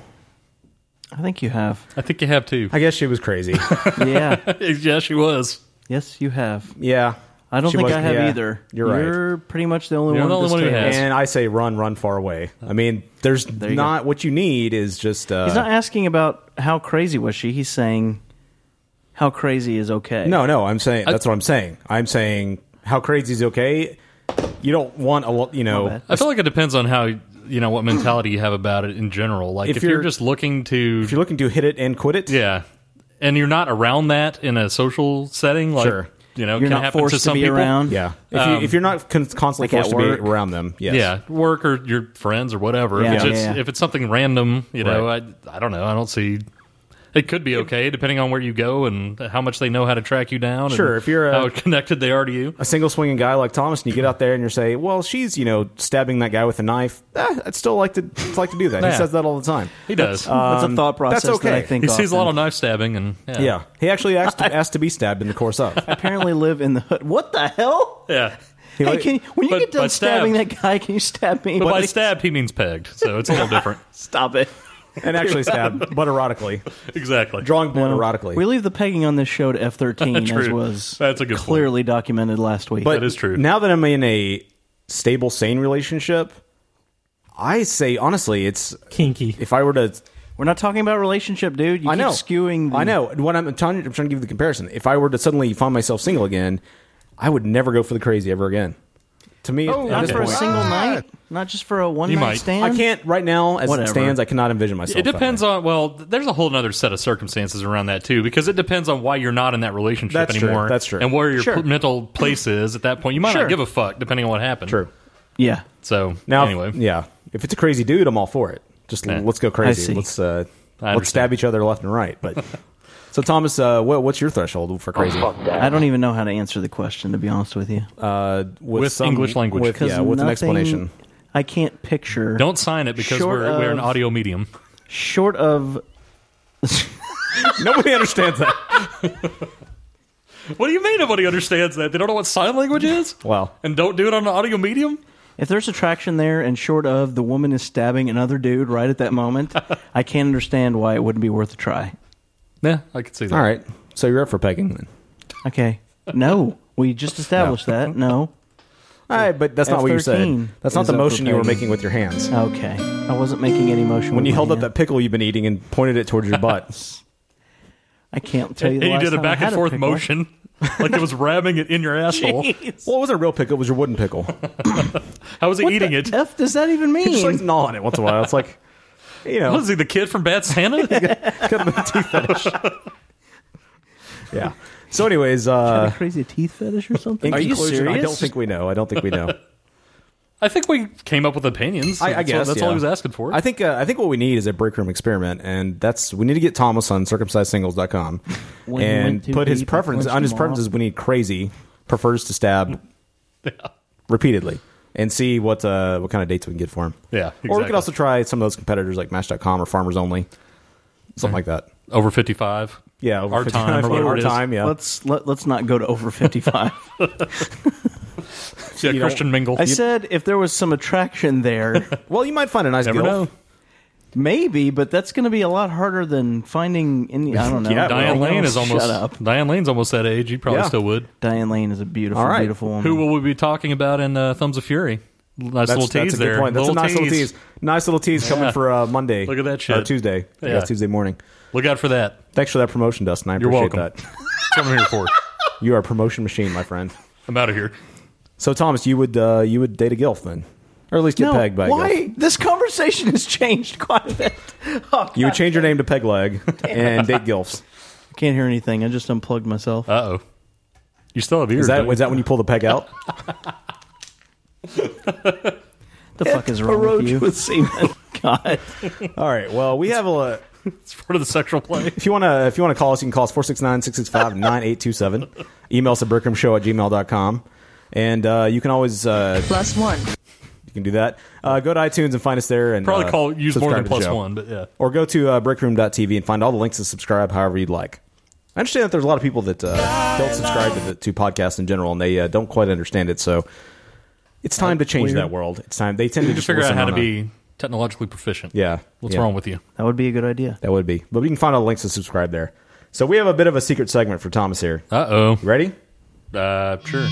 [SPEAKER 7] I think you have.
[SPEAKER 9] I think you have too.
[SPEAKER 8] I guess she was crazy.
[SPEAKER 9] <laughs>
[SPEAKER 7] yeah.
[SPEAKER 9] yeah, she was.
[SPEAKER 7] Yes, you have.
[SPEAKER 8] Yeah.
[SPEAKER 7] I don't
[SPEAKER 8] She
[SPEAKER 7] think
[SPEAKER 8] was-
[SPEAKER 7] I have
[SPEAKER 8] yeah,
[SPEAKER 7] either.
[SPEAKER 8] you're right.
[SPEAKER 7] You're pretty much the only one. at this table.
[SPEAKER 8] And I say run, run far away. I mean, there's
[SPEAKER 7] you go.
[SPEAKER 8] not what you need is just. Uh,
[SPEAKER 7] He's not asking about how crazy was she. He's saying how crazy is okay.
[SPEAKER 8] no, no. I'm saying that's what I'm saying. I'm saying how crazy is okay. You don't want a lot. You know,
[SPEAKER 9] I feel like it depends on how you know what mentality you have about it in general. Like if,
[SPEAKER 8] If
[SPEAKER 9] you're,
[SPEAKER 8] you're-
[SPEAKER 9] just looking to if
[SPEAKER 8] you're looking to hit it and quit it,
[SPEAKER 9] yeah, and you're not around that in a social setting, like
[SPEAKER 8] Sure.
[SPEAKER 9] you know, can
[SPEAKER 8] You're not
[SPEAKER 9] happen
[SPEAKER 8] forced
[SPEAKER 9] to
[SPEAKER 8] to
[SPEAKER 9] some
[SPEAKER 8] be
[SPEAKER 9] people.
[SPEAKER 8] around. Yeah. If you- if you're not con- constantly
[SPEAKER 9] like at
[SPEAKER 8] forced to be
[SPEAKER 9] Um, work.
[SPEAKER 8] around them, yes.
[SPEAKER 9] yeah, work or your friends or whatever.
[SPEAKER 8] Yeah.
[SPEAKER 9] if, it's,
[SPEAKER 8] Yeah,
[SPEAKER 9] just-
[SPEAKER 8] yeah.
[SPEAKER 9] if it's something random, you know, I I don't know. I don't see. It could be okay depending on where you go and how much they know how to track you down. and
[SPEAKER 8] Sure, if you're a-
[SPEAKER 9] how connected they are to you,
[SPEAKER 8] a single swinging guy like Thomas, and you get out there and you say, "Well, she's you know stabbing that guy with a knife." eh, I'd still like to like to do that. He
[SPEAKER 9] Yeah.
[SPEAKER 8] says that all the time.
[SPEAKER 9] he does.
[SPEAKER 8] Um, That's okay.
[SPEAKER 9] He sees a lot of knife stabbing and
[SPEAKER 8] Yeah. he actually asked
[SPEAKER 9] <laughs>
[SPEAKER 8] asked to be stabbed in the course of.
[SPEAKER 7] <laughs> Apparently live in the hood. What the hell?
[SPEAKER 8] <laughs>
[SPEAKER 9] Yeah.
[SPEAKER 7] Hey, can you, when you
[SPEAKER 9] But-
[SPEAKER 7] get done
[SPEAKER 9] but stabbed.
[SPEAKER 7] stabbing that guy, can you stab me?
[SPEAKER 9] But by stabbed, he means pegged, so it's a
[SPEAKER 8] <laughs>
[SPEAKER 9] little different.
[SPEAKER 7] Stop it.
[SPEAKER 8] and
[SPEAKER 9] <laughs>
[SPEAKER 8] actually stabbed, but erotically.
[SPEAKER 9] Exactly.
[SPEAKER 8] Drawing blood
[SPEAKER 7] No.
[SPEAKER 8] <laughs> erotically.
[SPEAKER 7] We leave the pegging on this show to F thirteen, as
[SPEAKER 8] True.
[SPEAKER 7] was
[SPEAKER 8] That's a good point.
[SPEAKER 7] clearly documented last week.
[SPEAKER 8] But Now that I'm in a stable, sane relationship, I say honestly, it's
[SPEAKER 13] kinky.
[SPEAKER 8] If I were to
[SPEAKER 7] We're not talking about relationship, dude. You
[SPEAKER 8] I
[SPEAKER 7] keep
[SPEAKER 8] know.
[SPEAKER 7] skewing. The,
[SPEAKER 8] I know. What I'm trying, I'm trying to give you the comparison. If I were to suddenly find myself single again, I would never go for the crazy ever again. To me,
[SPEAKER 7] Oh,
[SPEAKER 8] at
[SPEAKER 7] not
[SPEAKER 8] this
[SPEAKER 7] for a
[SPEAKER 8] point-
[SPEAKER 7] single night, not just for a one night stand.
[SPEAKER 8] I can't right now as
[SPEAKER 7] Whatever.
[SPEAKER 8] it stands. I cannot envision myself.
[SPEAKER 9] It depends on well. th- There's a whole other set of circumstances around that too, because it depends on why you're not in that relationship
[SPEAKER 8] That's true.
[SPEAKER 9] anymore.
[SPEAKER 8] That's true.
[SPEAKER 9] And where your
[SPEAKER 8] Sure.
[SPEAKER 9] pl- mental place is at that point, you might
[SPEAKER 8] Sure.
[SPEAKER 9] not give a fuck depending on what happened.
[SPEAKER 8] True.
[SPEAKER 7] Yeah.
[SPEAKER 9] So
[SPEAKER 8] Now,
[SPEAKER 9] anyway,
[SPEAKER 8] yeah, if it's a crazy dude, I'm all for it. Just
[SPEAKER 9] Yeah.
[SPEAKER 8] let's go crazy.
[SPEAKER 9] I see.
[SPEAKER 8] Let's uh,
[SPEAKER 9] I
[SPEAKER 8] let's stab each other left and right.
[SPEAKER 9] <laughs>
[SPEAKER 8] But so, Thomas, uh, what, what's your threshold
[SPEAKER 9] Oh,
[SPEAKER 8] for crazy?
[SPEAKER 7] I don't even know how to answer the question, to be honest with you.
[SPEAKER 8] Uh, with some- with, yeah,
[SPEAKER 7] 'Cause
[SPEAKER 8] with an
[SPEAKER 7] nothing-
[SPEAKER 8] explanation.
[SPEAKER 7] I can't picture.
[SPEAKER 9] don't sign it because
[SPEAKER 7] Short
[SPEAKER 9] we're we're an
[SPEAKER 7] of-
[SPEAKER 9] audio medium. <laughs>
[SPEAKER 7] Short of. <laughs>
[SPEAKER 8] <laughs> Nobody understands that.
[SPEAKER 9] What do you mean nobody understands that? They don't know what sign language
[SPEAKER 8] <laughs>
[SPEAKER 9] is.
[SPEAKER 8] Well,
[SPEAKER 9] <laughs> and don't do it on an audio medium.
[SPEAKER 7] If there's attraction there and short of the woman is stabbing another dude right at that
[SPEAKER 8] <laughs>
[SPEAKER 7] moment, I can't understand why it wouldn't be worth a try.
[SPEAKER 9] Yeah, I could see that.
[SPEAKER 8] All right, so you're up for pegging then.
[SPEAKER 7] Okay. No, we
[SPEAKER 8] <laughs>
[SPEAKER 7] just established that. No.
[SPEAKER 8] All right, but that's not what you said. That's not the motion you were making with
[SPEAKER 7] <laughs>
[SPEAKER 8] your hands.
[SPEAKER 7] Okay. I wasn't making any motion
[SPEAKER 8] When
[SPEAKER 7] with
[SPEAKER 8] you
[SPEAKER 7] my
[SPEAKER 8] held up
[SPEAKER 7] hand.
[SPEAKER 8] that pickle you've been eating and pointed
[SPEAKER 7] <laughs>
[SPEAKER 8] it towards your butt.
[SPEAKER 7] I can't
[SPEAKER 8] <laughs>
[SPEAKER 7] tell you.
[SPEAKER 9] And
[SPEAKER 7] The
[SPEAKER 9] you
[SPEAKER 7] last
[SPEAKER 9] did a
[SPEAKER 7] time I
[SPEAKER 9] back and
[SPEAKER 7] had
[SPEAKER 9] forth
[SPEAKER 7] pickle.
[SPEAKER 9] motion, <laughs> like it was ramming it in your asshole.
[SPEAKER 8] <laughs> Well, it wasn't a real pickle; it was your
[SPEAKER 7] <laughs>
[SPEAKER 8] wooden pickle. <laughs>
[SPEAKER 9] How was he
[SPEAKER 7] What
[SPEAKER 9] eating
[SPEAKER 7] the
[SPEAKER 9] it?
[SPEAKER 7] F does that even mean?
[SPEAKER 8] Just like gnawing it once in a while. It's like,
[SPEAKER 7] <laughs>
[SPEAKER 8] you
[SPEAKER 9] <laughs>
[SPEAKER 8] know,
[SPEAKER 9] Was he the kid from Bad
[SPEAKER 8] <laughs>
[SPEAKER 9] Santa?
[SPEAKER 8] yeah. So, anyways, uh, <laughs>
[SPEAKER 7] Got a crazy teeth fetish or something?
[SPEAKER 8] in
[SPEAKER 7] Are you
[SPEAKER 8] conclusion,
[SPEAKER 7] serious?
[SPEAKER 8] I don't think we know. I don't think we know.
[SPEAKER 9] I think we came up with opinions.
[SPEAKER 8] I, I
[SPEAKER 9] That's all-
[SPEAKER 8] guess
[SPEAKER 9] that's all
[SPEAKER 8] yeah.
[SPEAKER 9] I was asking for.
[SPEAKER 8] I think uh, I think what we need is a break room experiment, and that's we need to get Thomas on circumcisedsingles.com
[SPEAKER 7] When you
[SPEAKER 8] and
[SPEAKER 7] went too
[SPEAKER 8] put his
[SPEAKER 7] deep, I
[SPEAKER 8] preference
[SPEAKER 7] punched
[SPEAKER 8] on his
[SPEAKER 7] him off.
[SPEAKER 8] preferences. We need crazy prefers
[SPEAKER 9] <laughs>
[SPEAKER 8] to stab repeatedly, and see what uh, what kind of dates we can get for him.
[SPEAKER 9] Yeah,
[SPEAKER 8] or we
[SPEAKER 9] exactly.
[SPEAKER 8] could also try some of those competitors like Match.com or Farmers Only, something like that.
[SPEAKER 9] over 55.
[SPEAKER 8] Yeah, over
[SPEAKER 9] our
[SPEAKER 8] 55,
[SPEAKER 9] time
[SPEAKER 8] yeah,
[SPEAKER 9] or whatever
[SPEAKER 8] our
[SPEAKER 9] it is.
[SPEAKER 8] time, yeah.
[SPEAKER 7] Let's let, let's not go to over fifty five.
[SPEAKER 9] Yeah,
[SPEAKER 8] <laughs> You don't-
[SPEAKER 9] Christian Mingle.
[SPEAKER 7] <laughs> I said if there was some attraction there, <laughs>
[SPEAKER 8] Well, you might find a nice
[SPEAKER 9] Never
[SPEAKER 8] girl.
[SPEAKER 9] know.
[SPEAKER 7] maybe, but that's going to be a lot harder than finding any. I don't <laughs> know.
[SPEAKER 8] Yeah,
[SPEAKER 9] Diane
[SPEAKER 7] Well,
[SPEAKER 9] Lane is almost
[SPEAKER 7] shut up.
[SPEAKER 9] Diane Lane's almost that age. You probably
[SPEAKER 8] Yeah.
[SPEAKER 9] still would.
[SPEAKER 7] Diane Lane is a beautiful,
[SPEAKER 8] All right.
[SPEAKER 7] beautiful woman.
[SPEAKER 9] Who will we be talking about in uh, Thumbs of Fury? Nice little
[SPEAKER 8] That's,
[SPEAKER 9] tease
[SPEAKER 8] that's a
[SPEAKER 9] there.
[SPEAKER 8] good point. That's a nice little tease. Nice little tease coming
[SPEAKER 9] Yeah.
[SPEAKER 8] for uh, Monday.
[SPEAKER 9] Look at that
[SPEAKER 8] Or
[SPEAKER 9] shit.
[SPEAKER 8] Tuesday. Yeah.
[SPEAKER 9] Yeah.
[SPEAKER 8] Tuesday morning.
[SPEAKER 9] Look out for that.
[SPEAKER 8] Thanks for that promotion, Dustin. I
[SPEAKER 9] You're
[SPEAKER 8] appreciate
[SPEAKER 9] welcome.
[SPEAKER 8] that.
[SPEAKER 9] That's what I'm here
[SPEAKER 8] <laughs>
[SPEAKER 9] for.
[SPEAKER 8] You are a promotion machine, my friend.
[SPEAKER 9] I'm out of here.
[SPEAKER 8] So Thomas, you would uh, you would date a gilf then, or at least get
[SPEAKER 7] No,
[SPEAKER 8] pegged by a
[SPEAKER 7] why?
[SPEAKER 8] gilf.
[SPEAKER 7] This conversation has changed quite a bit. <laughs> Oh,
[SPEAKER 8] <laughs> You would change your name to Peg Leg <laughs> and date gilfs.
[SPEAKER 7] I can't hear anything. I just unplugged myself.
[SPEAKER 9] Uh oh. You still have ears.
[SPEAKER 8] Is that
[SPEAKER 9] don't you?
[SPEAKER 8] is that when you pull the peg out?
[SPEAKER 7] the fuck is wrong with you? God.
[SPEAKER 8] All right. Well, we have a.
[SPEAKER 9] It's part of the sexual
[SPEAKER 8] <laughs>
[SPEAKER 9] play. <laughs>
[SPEAKER 8] If you wanna if you wanna call us, you can call us <laughs> 469-665-9827. Email us at brickhamshow at gmail.com. and uh, you can always uh,
[SPEAKER 14] Plus one.
[SPEAKER 8] you can do that. Uh, go to iTunes and find us there, and
[SPEAKER 9] Probably
[SPEAKER 8] uh,
[SPEAKER 9] call use more
[SPEAKER 8] subscribe
[SPEAKER 9] than
[SPEAKER 8] to the
[SPEAKER 9] plus
[SPEAKER 8] show.
[SPEAKER 9] one, but yeah.
[SPEAKER 8] or go to uh, brickroom.tv and find all the links to subscribe however you'd like. I understand that there's a lot of people that uh, don't subscribe to, the, to podcasts in general, and they uh, don't quite understand it. So it's time to change
[SPEAKER 7] Weird.
[SPEAKER 8] that world. It's time they tend
[SPEAKER 9] You need
[SPEAKER 8] to
[SPEAKER 9] to
[SPEAKER 8] just
[SPEAKER 9] figure out
[SPEAKER 8] listen
[SPEAKER 9] how
[SPEAKER 8] on
[SPEAKER 9] to
[SPEAKER 8] a-
[SPEAKER 9] be technologically proficient.
[SPEAKER 8] Yeah,
[SPEAKER 9] What's
[SPEAKER 8] yeah.
[SPEAKER 9] wrong with you?
[SPEAKER 7] <laughs> That would be a good idea.
[SPEAKER 8] That would be, but we can find all the links to subscribe there. So we have a bit of a secret segment for Thomas here.
[SPEAKER 9] Uh
[SPEAKER 8] You ready?
[SPEAKER 9] oh. Uh, sure.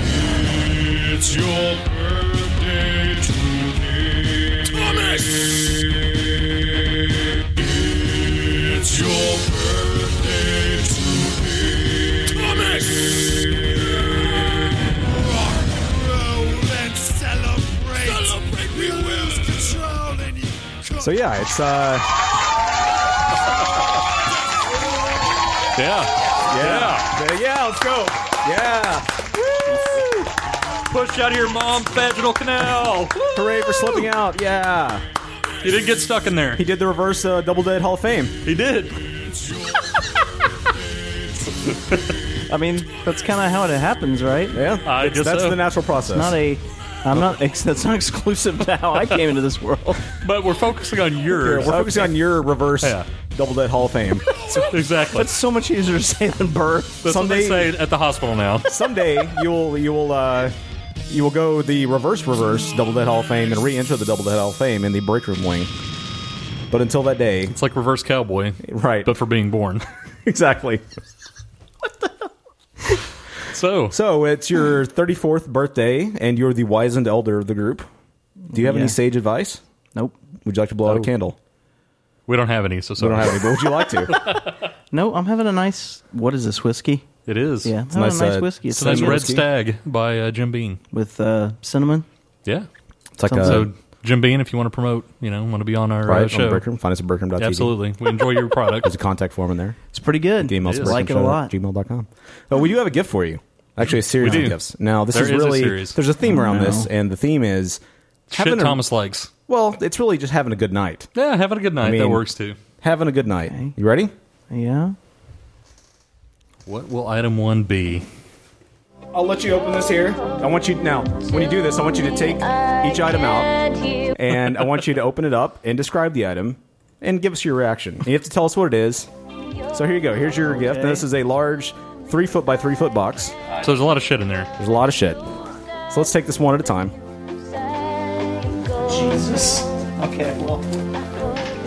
[SPEAKER 1] It's your birthday today. Thomas! It's your birthday today. Thomas! Rock, roll, and celebrate. Celebrate. We will control any.
[SPEAKER 8] So yeah, it's uh,
[SPEAKER 9] Yeah.
[SPEAKER 8] yeah, yeah, let's go, yeah,
[SPEAKER 9] Push out of your mom's vaginal canal.
[SPEAKER 8] hooray for slipping out, yeah.
[SPEAKER 9] You didn't get stuck in there.
[SPEAKER 8] He did the reverse uh, double dead Hall of Fame.
[SPEAKER 9] He did.
[SPEAKER 7] I mean, that's kind of how it happens, right?
[SPEAKER 8] Yeah,
[SPEAKER 9] I
[SPEAKER 8] It's-
[SPEAKER 9] guess
[SPEAKER 8] that's
[SPEAKER 9] so.
[SPEAKER 8] the natural process.
[SPEAKER 7] Not a. I'm not. ex- That's not <laughs> exclusive to how I came into this world.
[SPEAKER 9] But we're focusing on
[SPEAKER 8] Here,
[SPEAKER 9] yours.
[SPEAKER 8] We're focusing on your reverse
[SPEAKER 9] Yeah.
[SPEAKER 8] double dead Hall of Fame.
[SPEAKER 9] <laughs> exactly.
[SPEAKER 7] That's so much easier to say than birth.
[SPEAKER 9] That's
[SPEAKER 8] someday-
[SPEAKER 9] what they say at the hospital now.
[SPEAKER 8] Someday you will you will uh, you will go the reverse reverse double dead Hall of Fame and re-enter the double dead Hall of Fame in the break room wing. But until that day,
[SPEAKER 9] It's like reverse cowboy,
[SPEAKER 8] right?
[SPEAKER 9] but for being born.
[SPEAKER 8] <laughs> exactly.
[SPEAKER 9] So,
[SPEAKER 8] So it's your thirty fourth birthday, and you're the wizened elder of the group. Do you have
[SPEAKER 7] Yeah.
[SPEAKER 8] any sage advice? Nope. Would you like to blow out a candle?
[SPEAKER 9] We don't have any, so
[SPEAKER 8] We
[SPEAKER 9] sorry.
[SPEAKER 8] don't have any, but would you like to?
[SPEAKER 7] No, I'm having a nice. What is this whiskey?
[SPEAKER 9] It is.
[SPEAKER 7] Yeah, it's having a nice uh, whiskey.
[SPEAKER 9] It's a nice
[SPEAKER 7] good.
[SPEAKER 9] Red Stag by uh, Jim Bean.
[SPEAKER 7] with uh, cinnamon.
[SPEAKER 9] Yeah.
[SPEAKER 7] It's like a-
[SPEAKER 9] so, Jim Bean, if you want to promote, you know, want to be on our
[SPEAKER 8] Right,
[SPEAKER 9] uh,
[SPEAKER 8] on
[SPEAKER 9] show.
[SPEAKER 8] Berkram. Find us at Berkram.tv.
[SPEAKER 9] Absolutely. We enjoy your
[SPEAKER 8] <laughs>
[SPEAKER 9] product.
[SPEAKER 8] There's a contact form in there.
[SPEAKER 7] It's pretty good.
[SPEAKER 8] The email's
[SPEAKER 7] It is. Like it a lot.
[SPEAKER 8] Gmail.com. Oh, we do have a gift for you. Actually, a series
[SPEAKER 9] We
[SPEAKER 8] of
[SPEAKER 9] do.
[SPEAKER 8] gifts. Now, this
[SPEAKER 9] There
[SPEAKER 8] is
[SPEAKER 9] is a
[SPEAKER 8] really
[SPEAKER 9] series.
[SPEAKER 8] there's a theme
[SPEAKER 9] Oh,
[SPEAKER 8] around
[SPEAKER 9] no.
[SPEAKER 8] this, and the theme is
[SPEAKER 9] Shit
[SPEAKER 8] a-
[SPEAKER 9] Thomas likes.
[SPEAKER 8] Well, it's really just having a good night.
[SPEAKER 9] Yeah, having a good night.
[SPEAKER 8] I
[SPEAKER 9] that
[SPEAKER 8] mean-
[SPEAKER 9] works too.
[SPEAKER 8] Having a good night. You ready?
[SPEAKER 7] Yeah.
[SPEAKER 9] What will item one be?
[SPEAKER 8] I'll let you open this here. I want you now. When you do this, I want you to take each item out, and I want you to open it up and describe the item, and give us your reaction. You have to tell us what it is. So here you go. Here's your gift. Now, this is a large three foot by three foot box. So
[SPEAKER 9] there's a lot of shit in there.
[SPEAKER 8] There's a lot of shit. So let's take this one at a time.
[SPEAKER 7] Jesus. Okay. Well,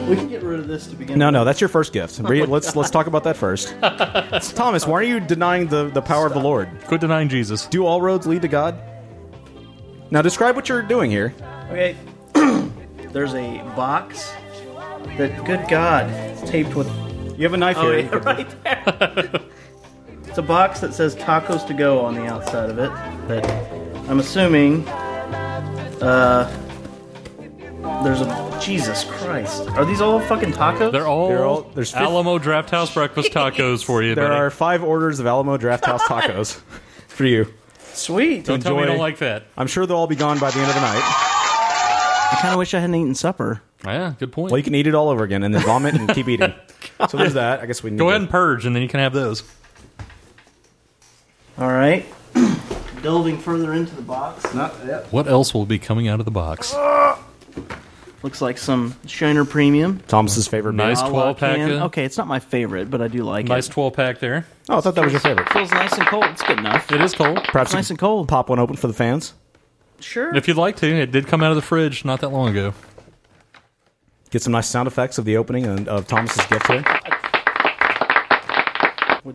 [SPEAKER 7] we can get rid of this to begin.
[SPEAKER 8] No, no, that's your first gift.
[SPEAKER 7] Oh
[SPEAKER 8] Re-
[SPEAKER 7] my
[SPEAKER 8] let's let's talk about that first. Thomas, why are you denying the, the power of the Lord?
[SPEAKER 9] Quit denying Jesus.
[SPEAKER 8] Do all roads lead to God? Now describe what you're doing here.
[SPEAKER 7] Okay. <clears throat> There's a box that, good God, it's taped with.
[SPEAKER 8] You have a knife
[SPEAKER 7] oh,
[SPEAKER 8] here.
[SPEAKER 7] yeah, <laughs> right there. <laughs> it's a box that says tacos to go on the outside of it. That I'm assuming. Uh, there's a Jesus Christ. Are these all fucking tacos?
[SPEAKER 9] They're all,
[SPEAKER 7] They're all-
[SPEAKER 9] there's
[SPEAKER 7] there's fif-
[SPEAKER 9] Alamo Draft House breakfast tacos for you.
[SPEAKER 8] There
[SPEAKER 9] buddy.
[SPEAKER 8] are five orders of Alamo Draft House tacos for you.
[SPEAKER 7] Sweet.
[SPEAKER 9] Don't tell me you don't like that.
[SPEAKER 8] I'm sure they'll all be gone by the end of the night.
[SPEAKER 7] I kind of wish I hadn't eaten supper.
[SPEAKER 9] Yeah, good point.
[SPEAKER 8] Well, you can eat it all over again and then vomit and keep eating. So there's that. I guess we need
[SPEAKER 9] Go
[SPEAKER 8] to-
[SPEAKER 9] ahead and purge, and then you can have those.
[SPEAKER 7] All right. <clears throat> Delving further into the box. Not yep.
[SPEAKER 9] What else will be coming out of the box?
[SPEAKER 7] Looks like some Shiner Premium.
[SPEAKER 8] Thomas's favorite
[SPEAKER 9] Nice
[SPEAKER 7] Ala
[SPEAKER 9] 12 pack,
[SPEAKER 7] can.
[SPEAKER 9] uh,
[SPEAKER 7] Okay, it's not my favorite, but I do like
[SPEAKER 9] Nice
[SPEAKER 7] it.
[SPEAKER 9] 12 pack there.
[SPEAKER 8] Oh, I thought that was your favorite.
[SPEAKER 7] Feels nice and cold. It's good enough.
[SPEAKER 9] It is cold.
[SPEAKER 8] Perhaps
[SPEAKER 7] nice
[SPEAKER 8] and cold. Pop one open for the fans.
[SPEAKER 7] Sure.
[SPEAKER 9] If you'd like to, it did come out of the fridge not that long ago.
[SPEAKER 8] Get some nice sound effects of the opening and of Thomas's gift here.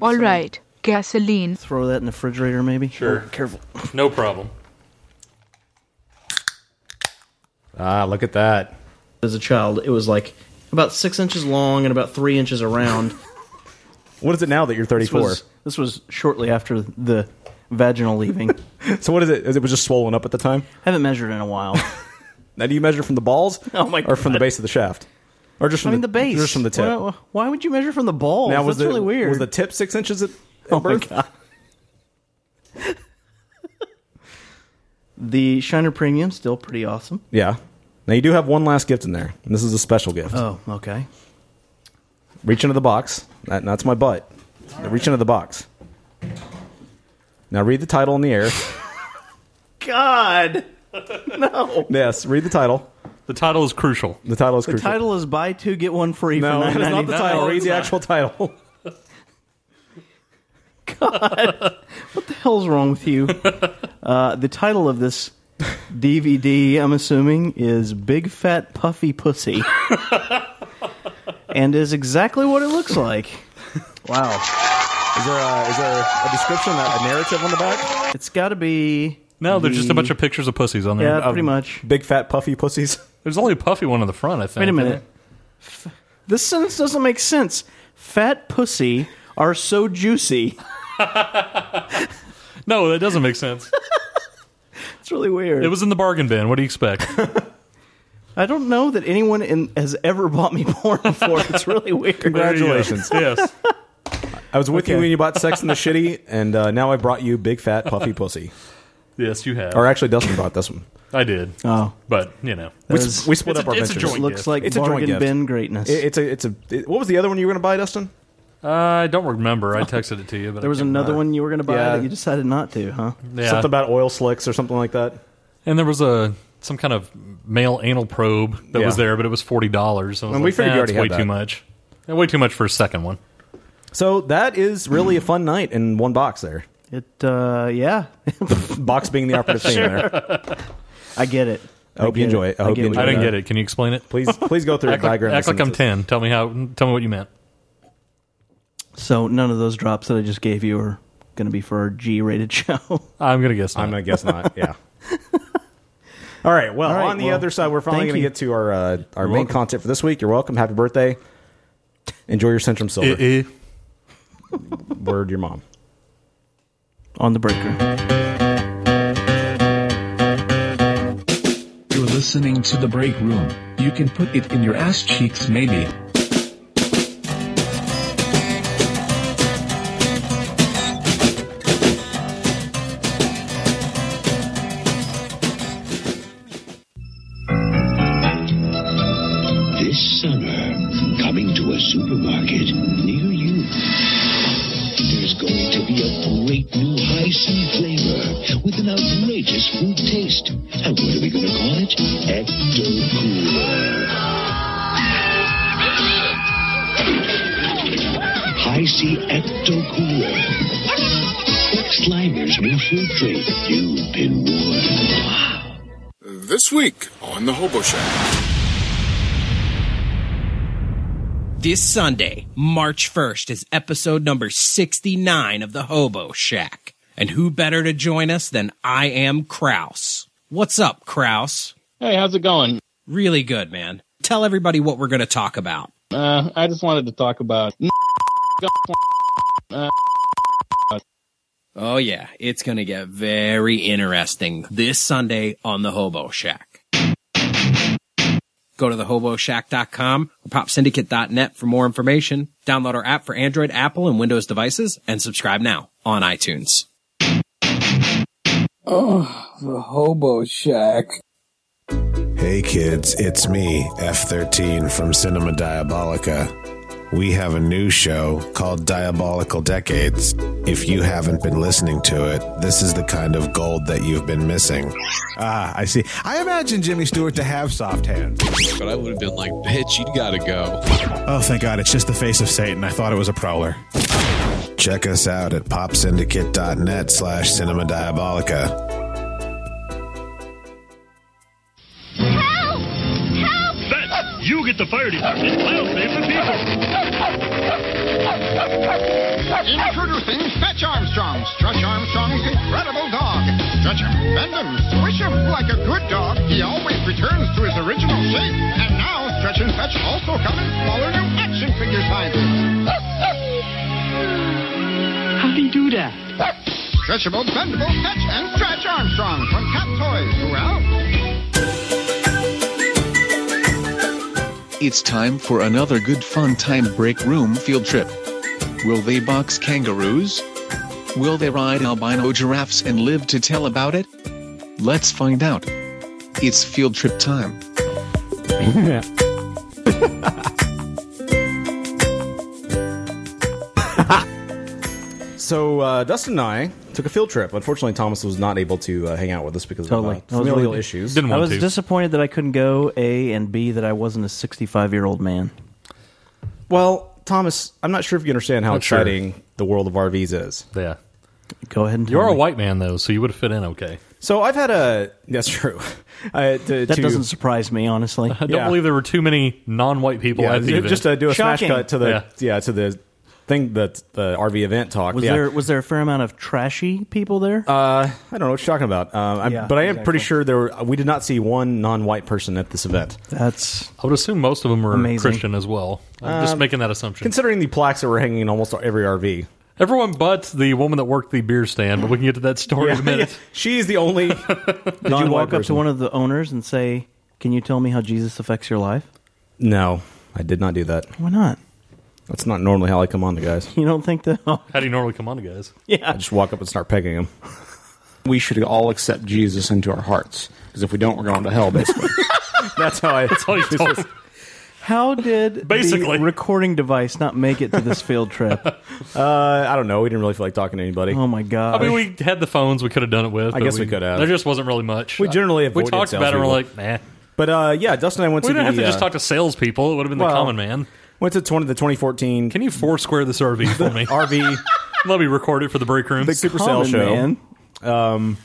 [SPEAKER 14] All right, gasoline.
[SPEAKER 7] Throw that in the refrigerator, maybe.
[SPEAKER 9] Sure.
[SPEAKER 7] Oh, careful.
[SPEAKER 9] No problem.
[SPEAKER 8] Ah, look at that.
[SPEAKER 7] As a child, it was like about six inches long and about three inches around.
[SPEAKER 8] what is it now that you're 34?
[SPEAKER 7] This was, this was shortly after the vaginal <laughs> leaving.
[SPEAKER 8] <laughs> so what is it? Is it was just swollen up at the time?
[SPEAKER 7] Haven't measured in a while.
[SPEAKER 8] now do you measure from the balls?
[SPEAKER 7] <laughs> Oh my
[SPEAKER 8] Or from the
[SPEAKER 7] God.
[SPEAKER 8] base of the shaft? Or just from
[SPEAKER 7] I mean,
[SPEAKER 8] the,
[SPEAKER 7] the base.
[SPEAKER 8] Just from the tip.
[SPEAKER 7] Why, why would you measure from the balls?
[SPEAKER 8] now was
[SPEAKER 7] That's
[SPEAKER 8] the,
[SPEAKER 7] really weird.
[SPEAKER 8] Was the tip six inches at, at
[SPEAKER 7] Oh my
[SPEAKER 8] birth?
[SPEAKER 7] God. <laughs> The Shiner Premium still pretty awesome.
[SPEAKER 8] Yeah. Now you do have one last gift in there, and this is a special gift.
[SPEAKER 7] Oh, okay.
[SPEAKER 8] Reach into the box. That, that's my butt. Now reach into the box. Now read the title in the
[SPEAKER 7] <laughs>
[SPEAKER 8] air.
[SPEAKER 7] God, no.
[SPEAKER 8] yes, read the title.
[SPEAKER 9] The title is crucial.
[SPEAKER 8] The title is
[SPEAKER 7] The
[SPEAKER 8] crucial.
[SPEAKER 7] title is "Buy Two Get One Free."
[SPEAKER 8] no,
[SPEAKER 7] for
[SPEAKER 8] that's not the
[SPEAKER 7] $9.99.
[SPEAKER 8] title.
[SPEAKER 7] No,
[SPEAKER 8] read
[SPEAKER 7] it's <laughs>
[SPEAKER 8] the
[SPEAKER 7] not.
[SPEAKER 8] actual title. <laughs>
[SPEAKER 7] What the hell's wrong with
[SPEAKER 8] <laughs>
[SPEAKER 7] you? uh, the title of this DVD, I'm assuming, is "Big Fat Puffy
[SPEAKER 8] <laughs>
[SPEAKER 7] Pussy," and is exactly what it looks like. Wow.
[SPEAKER 8] Is there a, is there a description, a, a narrative on the back?
[SPEAKER 7] It's got to be.
[SPEAKER 9] No, there's just a
[SPEAKER 7] the-
[SPEAKER 9] bunch of pictures of pussies on there.
[SPEAKER 7] Mm.
[SPEAKER 9] Um,
[SPEAKER 7] Yeah,
[SPEAKER 8] um,
[SPEAKER 7] pretty much.
[SPEAKER 8] Big fat puffy pussies.
[SPEAKER 9] There's only a puffy one on the front, I think.
[SPEAKER 7] Wait a minute. F- This sentence doesn't make sense. Fat pussy are so juicy.
[SPEAKER 9] No, that doesn't make sense.
[SPEAKER 7] It's really weird.
[SPEAKER 9] it was in the bargain bin. What do you
[SPEAKER 7] <laughs>
[SPEAKER 9] expect?
[SPEAKER 7] I don't know that anyone in, has ever bought me porn before. It's
[SPEAKER 8] <laughs>
[SPEAKER 7] really weird.
[SPEAKER 8] Congratulations.
[SPEAKER 9] yes.
[SPEAKER 8] I was with you
[SPEAKER 7] Okay.
[SPEAKER 8] when you bought
[SPEAKER 9] <laughs>
[SPEAKER 8] Sex and the Shitty, and uh, now I brought you Big Fat Puffy Pussy.
[SPEAKER 9] Yes, you have.
[SPEAKER 8] Or actually, Dustin brought this one.
[SPEAKER 9] I did.
[SPEAKER 7] Oh.
[SPEAKER 9] But, you know.
[SPEAKER 8] We, s- we split
[SPEAKER 9] It's
[SPEAKER 8] up
[SPEAKER 9] a-
[SPEAKER 8] our
[SPEAKER 9] it's a
[SPEAKER 8] ventures.
[SPEAKER 9] joint Looks gift. like
[SPEAKER 8] it's a joint
[SPEAKER 7] bargain
[SPEAKER 8] gift.
[SPEAKER 7] bin greatness.
[SPEAKER 8] It- it's a it's a. it- what was the other one you were going to buy, Dustin?
[SPEAKER 9] I don't remember. I texted it to you. But
[SPEAKER 7] There was
[SPEAKER 9] I can't
[SPEAKER 7] another
[SPEAKER 9] remember.
[SPEAKER 7] one you were going to buy
[SPEAKER 8] uh, Yeah.
[SPEAKER 7] that you decided not to, huh?
[SPEAKER 9] Yeah.
[SPEAKER 8] Something about oil slicks or something like that.
[SPEAKER 9] And there was a some kind of male anal probe that
[SPEAKER 8] Yeah.
[SPEAKER 9] was there, but it was forty dollars.
[SPEAKER 8] And we figured you already
[SPEAKER 9] way
[SPEAKER 8] had
[SPEAKER 9] too
[SPEAKER 8] that."
[SPEAKER 9] much. Yeah, way too much for a second one.
[SPEAKER 8] So that is really a fun night in one box there.
[SPEAKER 7] It, uh, yeah. <laughs>
[SPEAKER 8] Box being the
[SPEAKER 9] <laughs>
[SPEAKER 8] operative thing in there.
[SPEAKER 7] I get it.
[SPEAKER 8] I hope you
[SPEAKER 7] get
[SPEAKER 8] enjoy it. I hope
[SPEAKER 7] get
[SPEAKER 8] you
[SPEAKER 7] what
[SPEAKER 8] enjoy
[SPEAKER 9] I didn't
[SPEAKER 8] Yeah.
[SPEAKER 9] get it. Can you explain it?
[SPEAKER 8] Please please go through a
[SPEAKER 9] act like,
[SPEAKER 8] diagram.
[SPEAKER 9] act like I'm
[SPEAKER 8] sentences.
[SPEAKER 9] ten. Tell me how. Tell me what you meant.
[SPEAKER 7] So none of those drops that I just gave you are going to be for our G-rated <laughs> show.
[SPEAKER 9] <laughs> I'm gonna guess. Not.
[SPEAKER 8] I'm gonna guess not. Yeah. All right. Well,
[SPEAKER 7] All right,
[SPEAKER 8] on the
[SPEAKER 7] well,
[SPEAKER 8] other side, we're finally
[SPEAKER 7] thank
[SPEAKER 8] going to
[SPEAKER 7] you.
[SPEAKER 8] get to our uh, our main
[SPEAKER 7] welcome.
[SPEAKER 8] content for this week. You're welcome. Happy birthday. Enjoy your Centrum
[SPEAKER 9] Eh,
[SPEAKER 8] Silver. Word your mom.
[SPEAKER 7] On the breaker.
[SPEAKER 16] You're listening to the break room. You can put it in your ass cheeks, maybe.
[SPEAKER 17] This summer, coming to a supermarket near you, there's going to be a great new high sea flavor with an outrageous fruit taste. And what are we going to call it? Ecto Cooler. High Sea Ecto Cooler. Slimer's new fruit drink. You've been warned.
[SPEAKER 15] This week on the Hobo Shack.
[SPEAKER 18] This Sunday, March 1st, is episode number 69 of The Hobo Shack. And who better to join us than I am Kraus? What's up, Kraus? Hey, how's it going? Really good, man. Tell everybody what we're going to talk about.
[SPEAKER 19] Uh, I just wanted to talk about.
[SPEAKER 18] Oh, yeah, it's going to get very interesting this Sunday on The Hobo Shack. Go to thehoboshack.com or popsyndicate.net for more information. Download our app for Android, Apple, and Windows devices and subscribe now on iTunes.
[SPEAKER 20] Oh, the hobo shack.
[SPEAKER 1] Hey kids, it's me, F13 from Cinema Diabolica. We have a new show called Diabolical Decades. If you haven't been listening to it, this is the kind of gold that you've been missing. Ah, I see. I imagine Jimmy Stewart to have soft hands.
[SPEAKER 21] But I would have been like, bitch, you gotta go.
[SPEAKER 1] Oh, thank God, it's just the face of Satan. I thought it was a prowler. Check us out at popsyndicate.net slash cinema diabolica.
[SPEAKER 22] Help! That you get the fire department. I'll save the people.
[SPEAKER 23] Introducing Fetch Armstrong, Stretch Armstrong's incredible dog. Stretch him, bend him, swish him. Like a good dog, he always returns to his original shape. And now, Stretch and Fetch also come in smaller new action figure sizes. <laughs> How do you do that? <laughs> Stretchable, bendable, Fetch and Stretch Armstrong from Cat Toys. Well,
[SPEAKER 21] It's time for another good fun time break room field trip. Will they box kangaroos? Will they ride albino giraffes and live to tell about it? Let's find out. It's field trip time.
[SPEAKER 8] So uh, Dustin and I took a field trip. Unfortunately, Thomas was not able to uh, hang out with us because
[SPEAKER 7] Totally.
[SPEAKER 8] of
[SPEAKER 7] I
[SPEAKER 8] uh,
[SPEAKER 7] Oh, was
[SPEAKER 8] familial
[SPEAKER 7] really-
[SPEAKER 8] issues.
[SPEAKER 7] I was disappointed that I couldn't go, A, and B, that I wasn't a 65 year old man.
[SPEAKER 8] Well, Thomas, I'm not sure if you understand how
[SPEAKER 7] Not sure.
[SPEAKER 8] exciting the world of RVs is.
[SPEAKER 9] Yeah.
[SPEAKER 7] Go ahead and
[SPEAKER 9] You're a white man though, so you would have fit in okay.
[SPEAKER 8] So I've had a. <laughs> That's true. I, to,
[SPEAKER 7] That
[SPEAKER 8] to-
[SPEAKER 7] doesn't surprise me, honestly.
[SPEAKER 9] <laughs> I don't believe there were too many non-white people
[SPEAKER 8] Yeah,
[SPEAKER 9] at the event.
[SPEAKER 8] just to do a
[SPEAKER 7] Shocking.
[SPEAKER 8] smash cut to the
[SPEAKER 7] Yeah.
[SPEAKER 8] yeah. to the thing that the RV event talk.
[SPEAKER 7] Was
[SPEAKER 8] yeah.
[SPEAKER 7] there was there a fair amount of trashy people there?
[SPEAKER 8] Uh, I don't know what you're talking about. Um, I'm,
[SPEAKER 7] Yeah,
[SPEAKER 8] but I am
[SPEAKER 7] exactly.
[SPEAKER 8] pretty sure there were, we did not see one non-white person at this event.
[SPEAKER 7] That's
[SPEAKER 9] I would assume most of them were
[SPEAKER 8] Amazing.
[SPEAKER 9] Christian as well. I'm just
[SPEAKER 8] Um,
[SPEAKER 9] making that assumption.
[SPEAKER 8] considering the plaques that were hanging in almost every RV.
[SPEAKER 9] Everyone but the woman that worked the beer stand, but we can get to that story in a minute.
[SPEAKER 8] <laughs> She's the only. Did
[SPEAKER 7] Did you walk up to one of the owners and say, "Can you tell me how Jesus affects your life?"
[SPEAKER 8] No, I did not do that.
[SPEAKER 7] Why not?
[SPEAKER 8] That's not normally how I come on to guys.
[SPEAKER 7] You don't think that? <laughs> oh,
[SPEAKER 9] How do you normally come on to guys?
[SPEAKER 7] Yeah.
[SPEAKER 8] I just walk up and start pegging them.
[SPEAKER 24] We should all accept Jesus into our hearts because if we don't, we're going to hell. Basically,
[SPEAKER 8] <laughs> that's how I. That's
[SPEAKER 9] all you
[SPEAKER 8] <laughs>
[SPEAKER 9] told.
[SPEAKER 7] How did
[SPEAKER 8] Basically.
[SPEAKER 7] the recording device not make it to this
[SPEAKER 9] <laughs>
[SPEAKER 7] field trip? uh,
[SPEAKER 8] I don't know. We didn't really feel like talking to anybody.
[SPEAKER 9] Um,
[SPEAKER 7] Oh my god!
[SPEAKER 9] I mean, we had the phones we could have done it with.
[SPEAKER 8] I
[SPEAKER 9] but
[SPEAKER 8] guess we could have.
[SPEAKER 9] There just wasn't really much.
[SPEAKER 8] We generally
[SPEAKER 9] uh, We
[SPEAKER 8] avoided
[SPEAKER 9] talked about it. and We're like,
[SPEAKER 8] salespeople.
[SPEAKER 9] nah.
[SPEAKER 8] But uh, yeah, Dustin and I went
[SPEAKER 9] We
[SPEAKER 8] to
[SPEAKER 9] didn't have
[SPEAKER 8] the,
[SPEAKER 9] to just
[SPEAKER 8] uh,
[SPEAKER 9] talk to salespeople. It would have been
[SPEAKER 8] well,
[SPEAKER 9] the common man.
[SPEAKER 8] Went to 20, the 2014.
[SPEAKER 9] Can you foursquare this RV
[SPEAKER 8] <laughs>
[SPEAKER 9] for me? <laughs>
[SPEAKER 8] RV.
[SPEAKER 9] Let me record it for the break room.
[SPEAKER 8] the Super Sale Show um,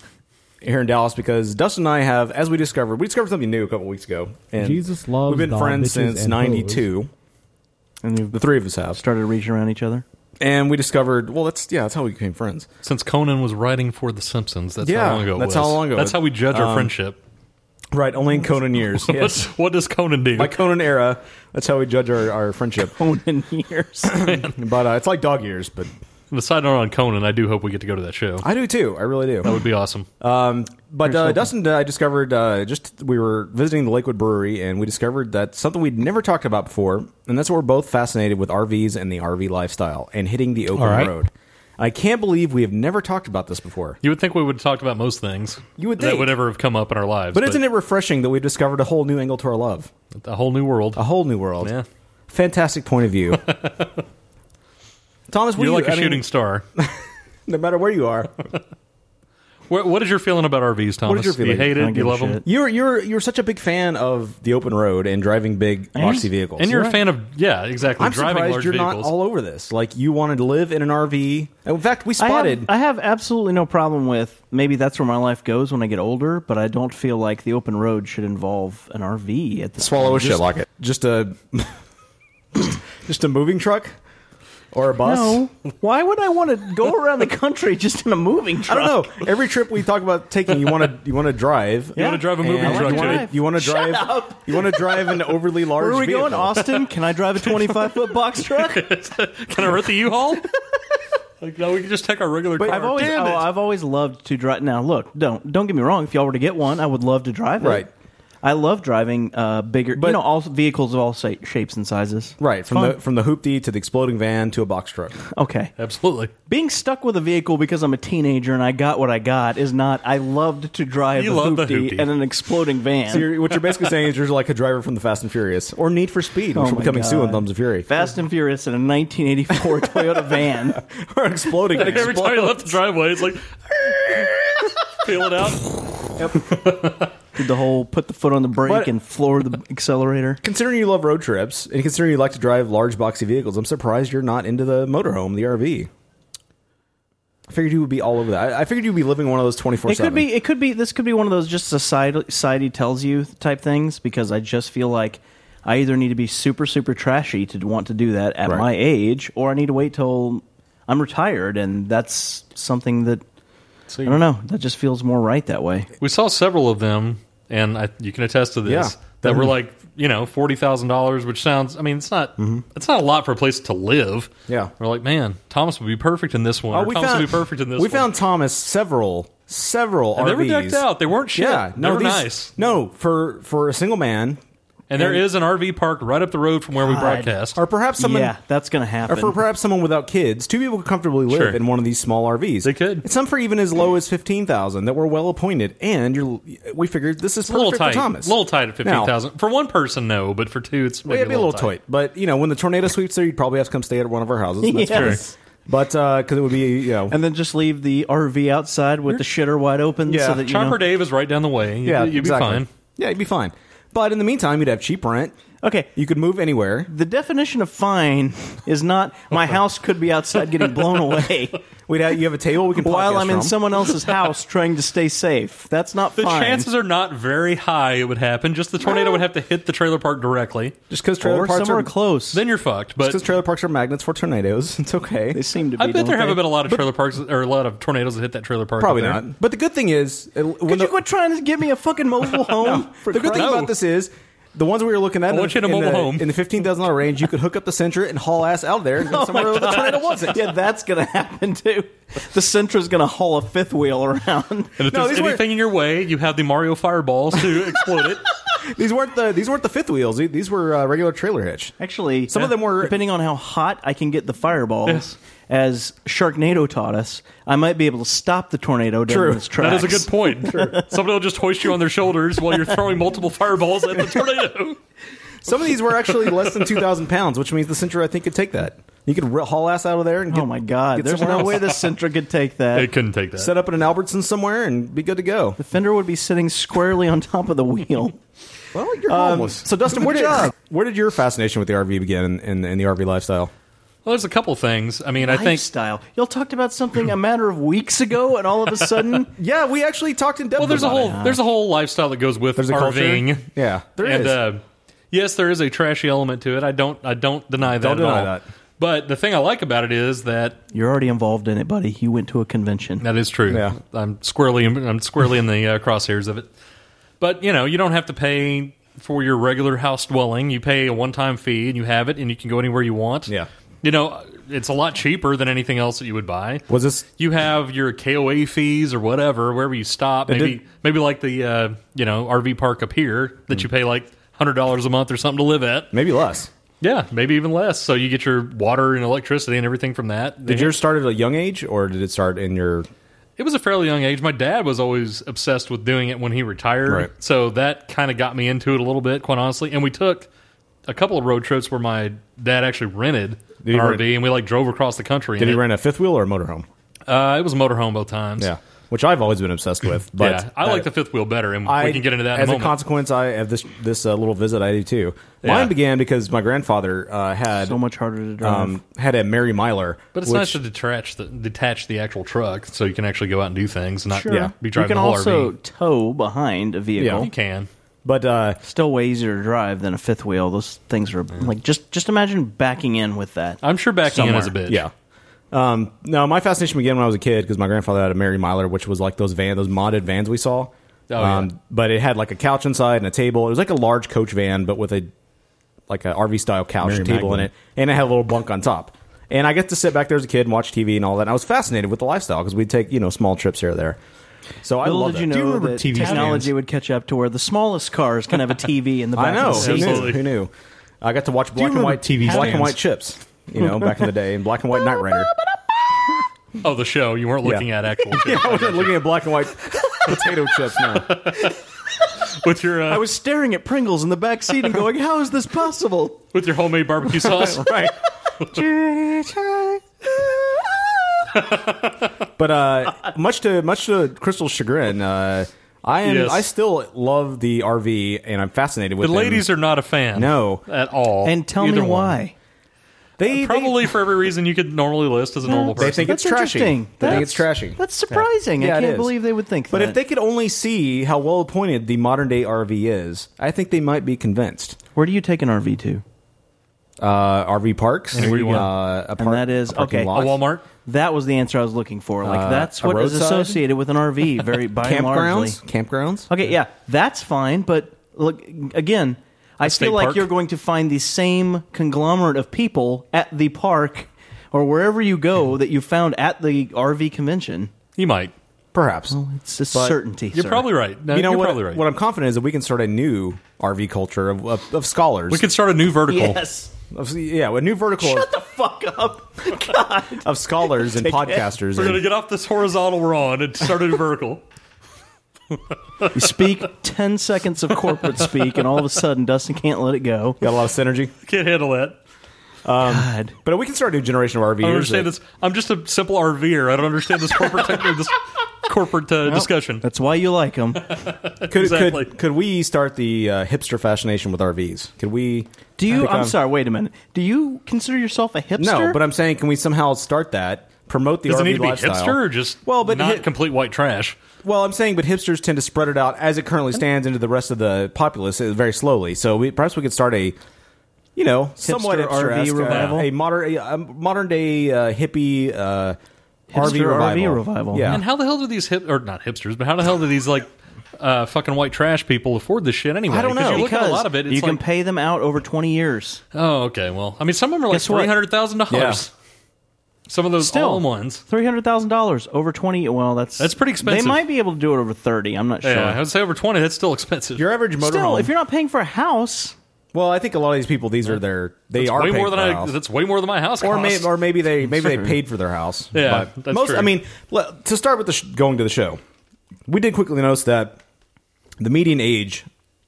[SPEAKER 8] here in Dallas because Dustin and I have, as we discovered, we discovered something new a couple weeks ago. And
[SPEAKER 13] Jesus loves
[SPEAKER 8] We've been
[SPEAKER 13] doll
[SPEAKER 8] friends
[SPEAKER 13] bitches
[SPEAKER 8] since
[SPEAKER 13] and
[SPEAKER 8] '92,
[SPEAKER 7] and
[SPEAKER 8] the three of us have
[SPEAKER 7] started reaching around each other.
[SPEAKER 8] and we discovered. Well, that's yeah, that's how we became friends.
[SPEAKER 9] Since Conan was writing for The Simpsons, that's
[SPEAKER 8] yeah,
[SPEAKER 9] how long ago. it
[SPEAKER 8] that's
[SPEAKER 9] was.
[SPEAKER 8] how long ago.
[SPEAKER 9] That's
[SPEAKER 8] it-
[SPEAKER 9] how we judge our
[SPEAKER 8] um,
[SPEAKER 9] friendship. <laughs>
[SPEAKER 8] Right, only in Conan years. Yes.
[SPEAKER 9] what does Conan do?
[SPEAKER 8] My Conan era. That's how we judge our, our friendship. Conan years. but uh, it's like dog years, but.
[SPEAKER 9] The side note on Conan, I do hope we get to go to that show.
[SPEAKER 8] I do too. I really do. That
[SPEAKER 9] would be awesome.
[SPEAKER 8] Um, but
[SPEAKER 9] Here's
[SPEAKER 8] uh,
[SPEAKER 9] hoping.
[SPEAKER 8] Dustin, uh, I discovered uh, just we were visiting the Lakewood Brewery, and we discovered that something we'd never talked about before, and that's what we're both fascinated with RVs and the RV lifestyle and hitting the open
[SPEAKER 9] All right.
[SPEAKER 8] road. I can't believe we have never talked about this before.
[SPEAKER 9] You would think we would have talked about most things. You
[SPEAKER 8] would
[SPEAKER 9] that
[SPEAKER 8] think.
[SPEAKER 9] would ever have come up in our lives.
[SPEAKER 8] But, isn't it refreshing that we've discovered a whole new angle to our love?
[SPEAKER 9] A whole new world.
[SPEAKER 8] A whole new world.
[SPEAKER 9] Yeah.
[SPEAKER 8] Fantastic point
[SPEAKER 7] <laughs>
[SPEAKER 8] of view. Thomas, what
[SPEAKER 9] You're
[SPEAKER 8] do
[SPEAKER 9] like
[SPEAKER 8] you,
[SPEAKER 9] a
[SPEAKER 8] I mean,
[SPEAKER 9] shooting star.
[SPEAKER 8] no matter where you are.
[SPEAKER 9] What, what is your feeling about RVs, Thomas?
[SPEAKER 8] What is your feeling?
[SPEAKER 9] You hate it? You love them?
[SPEAKER 8] You're you're you're such a big fan of the open road and driving big boxy vehicles,
[SPEAKER 9] And you're a
[SPEAKER 8] Right.
[SPEAKER 9] fan of yeah, exactly.
[SPEAKER 8] I'm
[SPEAKER 9] driving
[SPEAKER 8] surprised
[SPEAKER 9] large
[SPEAKER 8] you're
[SPEAKER 9] vehicles.
[SPEAKER 8] not all over this. Like you wanted to live in an RV. In fact, we spotted.
[SPEAKER 7] I have, I have absolutely no problem with maybe that's where my life goes when I get older, but I don't feel like the open road should involve an RV at the
[SPEAKER 8] Swallow a shitlocket. Just a <laughs> just a moving truck or a bus.
[SPEAKER 7] No. Why would I want to go around the country just in a moving
[SPEAKER 8] I
[SPEAKER 7] truck?
[SPEAKER 8] don't know. Every trip we talk about taking, you want to you want to drive.
[SPEAKER 7] You wanna drive a moving
[SPEAKER 8] and
[SPEAKER 7] truck,
[SPEAKER 8] You
[SPEAKER 7] too.
[SPEAKER 8] want to you want to
[SPEAKER 7] Shut
[SPEAKER 8] drive.
[SPEAKER 7] up.
[SPEAKER 8] You want to drive an overly large.
[SPEAKER 7] Where are we
[SPEAKER 8] vehicle.
[SPEAKER 7] going, Austin? Can I <laughs> drive a 25 foot box <laughs> truck? Can
[SPEAKER 9] I rent the
[SPEAKER 8] <laughs>
[SPEAKER 9] U-Haul? Like, no, we can just take our regular
[SPEAKER 7] But
[SPEAKER 9] car.
[SPEAKER 7] I've always,
[SPEAKER 9] Damn it.
[SPEAKER 7] oh, I've always loved to drive. Now, look, don't don't get me wrong. If y'all were to get one, I would love to drive it.
[SPEAKER 8] Right.
[SPEAKER 7] I love driving uh, bigger,
[SPEAKER 8] But-
[SPEAKER 7] you know, all vehicles of all sa- shapes and sizes.
[SPEAKER 8] Right
[SPEAKER 7] It's
[SPEAKER 8] from
[SPEAKER 7] fun.
[SPEAKER 8] the from the hoopty to the exploding van to a
[SPEAKER 7] <laughs>
[SPEAKER 8] box truck.
[SPEAKER 7] Okay.
[SPEAKER 9] Absolutely.
[SPEAKER 7] Being stuck with a vehicle because I'm a teenager and I got what I got is not. I loved to drive a
[SPEAKER 8] You love the
[SPEAKER 7] hoopty,
[SPEAKER 8] hoopty.
[SPEAKER 7] and an exploding van.
[SPEAKER 8] So you're, what you're basically saying is you're like a driver from the Fast and Furious or Need for
[SPEAKER 7] Oh
[SPEAKER 8] Speed, which will be coming soon on Thumbs of Fury.
[SPEAKER 7] Fast and Furious in a <laughs> 1984 Toyota van.
[SPEAKER 9] <laughs>
[SPEAKER 8] or exploding.
[SPEAKER 9] Like, every time you left the driveway, it's like <laughs> feel it out.
[SPEAKER 7] Did the whole put the foot on the brake
[SPEAKER 8] But-
[SPEAKER 7] and floor the accelerator.
[SPEAKER 8] Considering you love road trips and considering you like to drive large boxy vehicles, I'm surprised you're not into the motorhome, the RV. I figured you would be all over that. I, I figured you'd be living one of those 24
[SPEAKER 7] It could be. It could be. This could be one of those just society, society tells you type things because I just feel like I either need to be super super trashy to want to do that at
[SPEAKER 8] Right.
[SPEAKER 7] my age, or I need to wait till I'm retired, and that's something that I don't know. That just feels more right that way.
[SPEAKER 9] We saw several of them, and I, you can attest to this.
[SPEAKER 7] Yeah.
[SPEAKER 9] That
[SPEAKER 8] Mm-hmm.
[SPEAKER 9] were
[SPEAKER 7] Mhm.
[SPEAKER 9] like you know forty thousand dollars, which sounds. I mean, it's not. It's not a lot for a place to live.
[SPEAKER 8] Mm-hmm. Yeah. Oh,
[SPEAKER 9] We're like, man, Thomas would be perfect in this one.
[SPEAKER 7] oh,
[SPEAKER 9] or Thomas would be perfect in this.
[SPEAKER 8] we
[SPEAKER 9] one.
[SPEAKER 8] found Thomas several, several
[SPEAKER 9] And they
[SPEAKER 8] RVs.
[SPEAKER 9] were decked out. They weren't shit.
[SPEAKER 8] Yeah,
[SPEAKER 9] They
[SPEAKER 8] no,
[SPEAKER 9] were
[SPEAKER 8] these-
[SPEAKER 9] nice.
[SPEAKER 8] No, for for a single man.
[SPEAKER 9] And there is an RV park right up the road from where we
[SPEAKER 8] God.
[SPEAKER 9] broadcast.
[SPEAKER 8] Or perhaps someone- Yeah,
[SPEAKER 7] that's going to happen.
[SPEAKER 8] Or for perhaps someone without kids, two people could comfortably live
[SPEAKER 9] Sure.
[SPEAKER 8] in one of these small RVs. They could. And some for even as low as fifteen thousand that were well appointed. And you're, we figured this is
[SPEAKER 9] It's a little
[SPEAKER 8] perfect
[SPEAKER 9] tight.
[SPEAKER 8] for Thomas.
[SPEAKER 9] A little tight at
[SPEAKER 8] Now,
[SPEAKER 9] fifteen thousand for one person. No, but for two, it's
[SPEAKER 8] Well,
[SPEAKER 9] maybe
[SPEAKER 8] yeah, it'd be a little tight. But you know, when the tornado sweeps there, you'd probably have to come stay at one of our houses. and That's
[SPEAKER 7] Yes.
[SPEAKER 8] fine. But because it would be you know,
[SPEAKER 7] And then just leave the RV outside with the shitter wide open,
[SPEAKER 8] Yeah.
[SPEAKER 7] so that you
[SPEAKER 9] Chopper
[SPEAKER 7] know,
[SPEAKER 9] Dave is right down the way. You'd,
[SPEAKER 8] yeah,
[SPEAKER 9] you'd be
[SPEAKER 8] exactly.
[SPEAKER 9] fine.
[SPEAKER 8] Yeah, you'd be fine. But in the meantime, you'd have cheap rent.
[SPEAKER 7] Okay,
[SPEAKER 8] you could move anywhere.
[SPEAKER 7] The definition of fine is not
[SPEAKER 9] <laughs>
[SPEAKER 7] my house could be outside getting blown away.
[SPEAKER 8] We'd have, you have a table we can
[SPEAKER 7] while
[SPEAKER 8] podcast
[SPEAKER 7] I'm in
[SPEAKER 8] from.
[SPEAKER 7] someone else's house trying to stay safe. That's not
[SPEAKER 9] The
[SPEAKER 7] fine.
[SPEAKER 9] chances are not very high it would happen. Just the tornado would have to hit the trailer park directly.
[SPEAKER 8] Just because trailer parks are
[SPEAKER 7] close,
[SPEAKER 9] then you're fucked. But
[SPEAKER 8] because trailer parks are magnets for tornadoes, it's okay. They
[SPEAKER 7] seem to
[SPEAKER 9] I bet there have been a lot of trailer parks or a lot of tornadoes that hit that trailer park.
[SPEAKER 8] Probably
[SPEAKER 9] up there.
[SPEAKER 8] not. But the good thing is, it- when
[SPEAKER 7] Could
[SPEAKER 8] the,
[SPEAKER 7] you quit trying to give me a
[SPEAKER 9] <laughs>
[SPEAKER 7] fucking mobile home? for
[SPEAKER 8] the good thing
[SPEAKER 7] Christ-
[SPEAKER 8] about this is the ones we were looking at.
[SPEAKER 7] I
[SPEAKER 8] in
[SPEAKER 7] want you in a
[SPEAKER 8] the- in
[SPEAKER 7] mobile
[SPEAKER 8] the,
[SPEAKER 7] home.
[SPEAKER 8] in the fifteen thousand dollar range. You could hook up the Sentra and haul ass out of there and
[SPEAKER 7] <laughs>
[SPEAKER 8] go
[SPEAKER 7] Oh
[SPEAKER 8] somewhere
[SPEAKER 7] my
[SPEAKER 8] where the
[SPEAKER 7] gosh.
[SPEAKER 8] tornado
[SPEAKER 7] <laughs>
[SPEAKER 8] wasn't.
[SPEAKER 7] Yeah, that's gonna happen too. The Sentra's gonna haul a fifth wheel around.
[SPEAKER 9] And if there's anything in your way, you have the Mario fireballs
[SPEAKER 8] <laughs>
[SPEAKER 9] to explode it.
[SPEAKER 8] These weren't the these weren't the fifth wheels. These- These were uh, regular trailer hitch.
[SPEAKER 7] Actually,
[SPEAKER 8] some of them were.
[SPEAKER 7] depending on how hot I can get the fireballs.
[SPEAKER 8] Yes.
[SPEAKER 7] As Sharknado taught us, I might be able to stop the tornado during its tracks.
[SPEAKER 9] That is a good point. Somebody will just hoist you on their shoulders while you're throwing multiple fireballs at the
[SPEAKER 8] <laughs>
[SPEAKER 9] tornado.
[SPEAKER 8] Some of these were actually less than two thousand pounds, which means the Sentra I think could take that. You could re- haul ass out of there and get, oh my
[SPEAKER 7] god, There's no way the Sentra could take that.
[SPEAKER 9] It couldn't take that.
[SPEAKER 8] Set up in an Albertson somewhere and be good to go.
[SPEAKER 7] The fender would be sitting squarely on top of the wheel.
[SPEAKER 8] well, you're
[SPEAKER 7] Um,
[SPEAKER 8] homeless. So <laughs> Dustin, where
[SPEAKER 7] good
[SPEAKER 8] did
[SPEAKER 7] job.
[SPEAKER 8] where did your fascination with the RV begin and in, in the RV lifestyle?
[SPEAKER 9] Well, there's a couple things. I mean, I think
[SPEAKER 7] Lifestyle. Y'all talked about something a matter of weeks ago, and all of a sudden,
[SPEAKER 9] <laughs>
[SPEAKER 8] yeah, we actually talked in depth.
[SPEAKER 9] Well, there's a whole there's a whole lifestyle that goes with
[SPEAKER 8] There's a culture?
[SPEAKER 9] RVing.
[SPEAKER 8] Yeah, there
[SPEAKER 9] and,
[SPEAKER 8] is.
[SPEAKER 9] Uh, yes, there is a trashy element to it. I don't I don't deny that.
[SPEAKER 7] Don't
[SPEAKER 9] at
[SPEAKER 7] deny
[SPEAKER 9] all.
[SPEAKER 7] that.
[SPEAKER 9] But the thing I like about it is that
[SPEAKER 7] You're already involved in it, buddy. You went to a convention.
[SPEAKER 9] That is true. Yeah. I'm squarely I'm squarely in the uh, crosshairs of it. But you know, you don't have to pay for your regular house dwelling. You pay a one-time fee and you have it, and you can go anywhere you want. Yeah. You know, it's a lot cheaper than anything else that you would buy.
[SPEAKER 8] Was this?
[SPEAKER 9] You have your KOA fees or whatever wherever you stop.
[SPEAKER 8] It
[SPEAKER 9] Maybe
[SPEAKER 8] did-
[SPEAKER 9] maybe like the uh, you know RV park up here that
[SPEAKER 8] Mm.
[SPEAKER 9] you pay like hundred dollars a month or something to live at.
[SPEAKER 8] Maybe less.
[SPEAKER 9] Yeah, maybe even less. So you get your water and electricity and everything from that.
[SPEAKER 8] Did yours start at a young age, or did it start in your?
[SPEAKER 9] It was a fairly young age. My dad was always obsessed with doing it when he retired.
[SPEAKER 8] Right.
[SPEAKER 9] So that kind of got me into it a little bit, quite honestly. And we took a couple of road trips where my dad actually rented
[SPEAKER 8] Did
[SPEAKER 9] an
[SPEAKER 8] he
[SPEAKER 9] RV
[SPEAKER 8] rent-
[SPEAKER 9] and we like drove across the country.
[SPEAKER 8] Did
[SPEAKER 9] in
[SPEAKER 8] he
[SPEAKER 9] it.
[SPEAKER 8] rent a fifth wheel or a motorhome?
[SPEAKER 9] Uh, it was a motorhome both times.
[SPEAKER 8] Yeah, which I've always been obsessed with. But
[SPEAKER 9] yeah, I like the fifth wheel better, and
[SPEAKER 8] I-
[SPEAKER 9] we can get into that in
[SPEAKER 8] as
[SPEAKER 9] a moment.
[SPEAKER 8] consequence. I have this this uh, little visit. I do too.
[SPEAKER 9] Yeah.
[SPEAKER 8] Mine began because my grandfather uh, had so much harder to
[SPEAKER 9] drive.
[SPEAKER 8] had a Mary Myler,
[SPEAKER 9] but it's
[SPEAKER 8] which-
[SPEAKER 9] nice to detach the, detach the actual truck so you can actually go out and do things, and not be driving
[SPEAKER 7] you can
[SPEAKER 9] the whole
[SPEAKER 7] also
[SPEAKER 9] RV.
[SPEAKER 7] tow behind a vehicle.
[SPEAKER 9] you can.
[SPEAKER 8] But uh,
[SPEAKER 7] still way easier to drive than a fifth wheel. Those things are like just just imagine backing in with that.
[SPEAKER 9] I'm sure backing in is a bitch.
[SPEAKER 8] Yeah. Um, no, my fascination began when I was a kid because my grandfather had a Mary Myler, which was like those van, those modded vans we saw.
[SPEAKER 9] Oh, yeah.
[SPEAKER 8] um, But it had like a couch inside and a table. It was like a large coach van, but with a like a RV style couch
[SPEAKER 24] Mary
[SPEAKER 8] and table
[SPEAKER 24] Magdalene.
[SPEAKER 8] in it, and it had a little bunk on top. And I get to sit back there as a kid and watch TV and all that. And I was fascinated with the lifestyle because we'd take you know small trips here or there. So I
[SPEAKER 7] Little
[SPEAKER 8] love
[SPEAKER 7] did you know that technology would catch up to where the smallest cars can have a TV <laughs> in the back
[SPEAKER 8] I know.
[SPEAKER 7] of the seat.
[SPEAKER 8] Who knew? Who knew? I got to watch black and
[SPEAKER 7] remember
[SPEAKER 8] white
[SPEAKER 7] TV
[SPEAKER 8] black and
[SPEAKER 7] stands?
[SPEAKER 8] white chips, you know, back in the day, and black and white Night Rider.
[SPEAKER 9] Oh, the show. You weren't looking at
[SPEAKER 8] <laughs>
[SPEAKER 9] actual.
[SPEAKER 8] yeah, I wasn't looking at black and white potato chips. <laughs> No,
[SPEAKER 9] with your uh,
[SPEAKER 7] I was staring at Pringles in the back seat and going, "How is this <laughs> possible?"
[SPEAKER 9] With your homemade barbecue sauce,
[SPEAKER 8] <laughs> right? but uh, much to much to Crystal's chagrin, uh, I am
[SPEAKER 9] Yes.
[SPEAKER 8] I still love the RV, and I'm fascinated
[SPEAKER 9] The
[SPEAKER 8] with
[SPEAKER 9] ladies are not a fan.
[SPEAKER 8] No,
[SPEAKER 9] at all. Either one.
[SPEAKER 8] They
[SPEAKER 9] probably for every reason you could normally list as a normal person.
[SPEAKER 8] They think it's trashy. They think it's trashy.
[SPEAKER 7] That's surprising.
[SPEAKER 8] Yeah,
[SPEAKER 7] I
[SPEAKER 8] it
[SPEAKER 7] can't
[SPEAKER 8] is.
[SPEAKER 7] believe they would think
[SPEAKER 8] But
[SPEAKER 7] that.
[SPEAKER 8] if they could only see how well appointed the modern day RV is, I think they might be convinced. Where do you take an RV to? Uh, RV parks.
[SPEAKER 7] Anywhere you want.
[SPEAKER 8] Uh, a
[SPEAKER 7] and that is
[SPEAKER 8] a parking
[SPEAKER 7] okay.
[SPEAKER 8] lot.
[SPEAKER 7] That was the answer I was looking for. Like
[SPEAKER 8] Uh,
[SPEAKER 7] that's
[SPEAKER 8] a
[SPEAKER 7] what is
[SPEAKER 8] roadside?
[SPEAKER 7] associated with an RV. Very by and largely.
[SPEAKER 8] Campgrounds? Campgrounds.
[SPEAKER 7] Okay, yeah, that's fine. But look again, I
[SPEAKER 8] state
[SPEAKER 7] feel like
[SPEAKER 8] park?
[SPEAKER 7] you're going to find the same conglomerate of people at the park or wherever you
[SPEAKER 9] Mm-hmm.
[SPEAKER 7] go that you found at the RV convention.
[SPEAKER 9] You might,
[SPEAKER 8] perhaps.
[SPEAKER 7] it's a
[SPEAKER 8] But-
[SPEAKER 7] certainty. sir.
[SPEAKER 9] uh,
[SPEAKER 8] you know what,
[SPEAKER 7] what-
[SPEAKER 8] What I'm confident is that we can start a new RV culture of, of, of scholars.
[SPEAKER 9] We could start a new vertical.
[SPEAKER 7] Yes.
[SPEAKER 8] Of, yeah, a new vertical. Shut the fuck up, <laughs> God. Of scholars and podcasters.
[SPEAKER 9] We're
[SPEAKER 8] and-
[SPEAKER 9] going to get off this horizontal we're on and start a new vertical.
[SPEAKER 7] You speak ten seconds of corporate speak, and all of a sudden, Dustin can't let it go.
[SPEAKER 8] Got a lot of synergy.
[SPEAKER 9] Can't handle that.
[SPEAKER 8] um, But we can start a new generation of RVers.
[SPEAKER 9] I don't understand
[SPEAKER 8] that-
[SPEAKER 9] this. I'm just a simple RVer. I don't understand this corporate tech-
[SPEAKER 7] <laughs>
[SPEAKER 9] this corporate uh, discussion.
[SPEAKER 7] That's why you like them.
[SPEAKER 8] Could,
[SPEAKER 9] Exactly.
[SPEAKER 8] could could we start the uh, hipster fascination with RVs? Could we?
[SPEAKER 7] Do you? I'm
[SPEAKER 8] become-
[SPEAKER 7] sorry. Wait a minute. Do you consider yourself a hipster?
[SPEAKER 8] No, but I'm saying, can we somehow start that? Promote the
[SPEAKER 9] Does it
[SPEAKER 8] RV
[SPEAKER 9] need to be
[SPEAKER 8] lifestyle.
[SPEAKER 9] hipster or just
[SPEAKER 8] well, but
[SPEAKER 9] not
[SPEAKER 8] hi-
[SPEAKER 9] complete white trash?
[SPEAKER 8] Well, I'm saying, but hipsters tend to spread it out as it currently stands into the rest of the populace uh, very slowly. So we, perhaps we could start a, you know, somewhat
[SPEAKER 7] Hipster RV
[SPEAKER 8] hipster-esque, uh,
[SPEAKER 7] revival?
[SPEAKER 8] a modern, a, a modern day uh, hippie uh, RV
[SPEAKER 9] Hipster
[SPEAKER 8] revival. Yeah,
[SPEAKER 9] And how the hell do these hip or not hipsters, but how the hell do these like uh, fucking white trash people afford this shit anyway?
[SPEAKER 7] I don't
[SPEAKER 9] 'Cause
[SPEAKER 7] know.
[SPEAKER 9] You look at a
[SPEAKER 7] because
[SPEAKER 9] lot of it. It's
[SPEAKER 7] you can
[SPEAKER 9] like-
[SPEAKER 7] pay them out over 20 years.
[SPEAKER 9] Oh, okay. Well, I mean, some of them are like
[SPEAKER 7] Guess what?
[SPEAKER 9] three hundred thousand dollars. Some of those
[SPEAKER 7] Still,
[SPEAKER 9] all-in ones.
[SPEAKER 7] Three hundred thousand dollars over twenty. Well, that's
[SPEAKER 9] That's pretty expensive.
[SPEAKER 7] They might be able to do it over thirty. I'm not sure.
[SPEAKER 9] Yeah, I would say over twenty. That's still expensive.
[SPEAKER 8] Your average motorhome.
[SPEAKER 7] Still, if you're not paying for a house,
[SPEAKER 8] well, I think a lot of these people, these are their, they
[SPEAKER 9] That's
[SPEAKER 8] are
[SPEAKER 9] way
[SPEAKER 8] paying
[SPEAKER 9] more than
[SPEAKER 8] for a
[SPEAKER 9] I.
[SPEAKER 8] house.
[SPEAKER 9] That's way more than my house
[SPEAKER 8] or
[SPEAKER 9] cost.
[SPEAKER 8] may, or maybe they maybe
[SPEAKER 9] Sure.
[SPEAKER 8] they paid for their house.
[SPEAKER 9] Yeah,
[SPEAKER 8] But
[SPEAKER 9] that's
[SPEAKER 8] most.
[SPEAKER 9] true.
[SPEAKER 8] I mean, le- to start with the sh- going to the show, we did quickly notice that the median age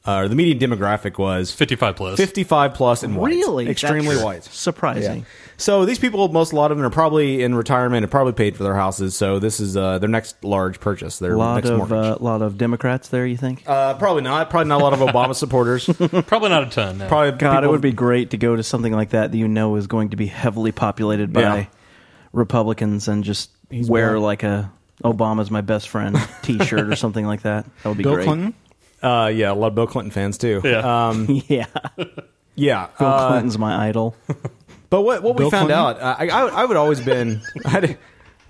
[SPEAKER 8] uh, or the median demographic was
[SPEAKER 9] 55 plus,
[SPEAKER 8] 55 plus, and white,
[SPEAKER 7] Really?
[SPEAKER 8] extremely
[SPEAKER 7] That's
[SPEAKER 8] white,
[SPEAKER 7] surprising.
[SPEAKER 8] Yeah. So these people, most a lot of them are probably in retirement and probably paid for their houses. So this is uh, their next large purchase.
[SPEAKER 7] a
[SPEAKER 8] Their
[SPEAKER 7] lot
[SPEAKER 8] next
[SPEAKER 7] of
[SPEAKER 8] mortgage.
[SPEAKER 7] uh, lot of Democrats there. You think?
[SPEAKER 8] Uh, probably not. Probably not a lot
[SPEAKER 7] <laughs>
[SPEAKER 8] of Obama supporters.
[SPEAKER 9] probably not a ton. No.
[SPEAKER 8] Probably
[SPEAKER 7] God, it
[SPEAKER 8] people-
[SPEAKER 7] would be great to go to something like that that you know is going to be heavily populated by
[SPEAKER 8] Yeah.
[SPEAKER 7] Republicans and just wear like
[SPEAKER 8] black.
[SPEAKER 7] a Obama's my best
[SPEAKER 8] <laughs>
[SPEAKER 7] friend T-shirt or something like that. That would be great.
[SPEAKER 8] Uh, yeah, a lot of Bill Clinton fans too.
[SPEAKER 9] <laughs>
[SPEAKER 7] Yeah.
[SPEAKER 8] um,
[SPEAKER 7] <laughs> yeah,
[SPEAKER 8] yeah.
[SPEAKER 7] Bill
[SPEAKER 8] uh,
[SPEAKER 7] Clinton's my idol.
[SPEAKER 8] But what what we
[SPEAKER 7] Bill
[SPEAKER 8] found uh,
[SPEAKER 7] Clinton?
[SPEAKER 8] out, <laughs> I, I I would always been. I,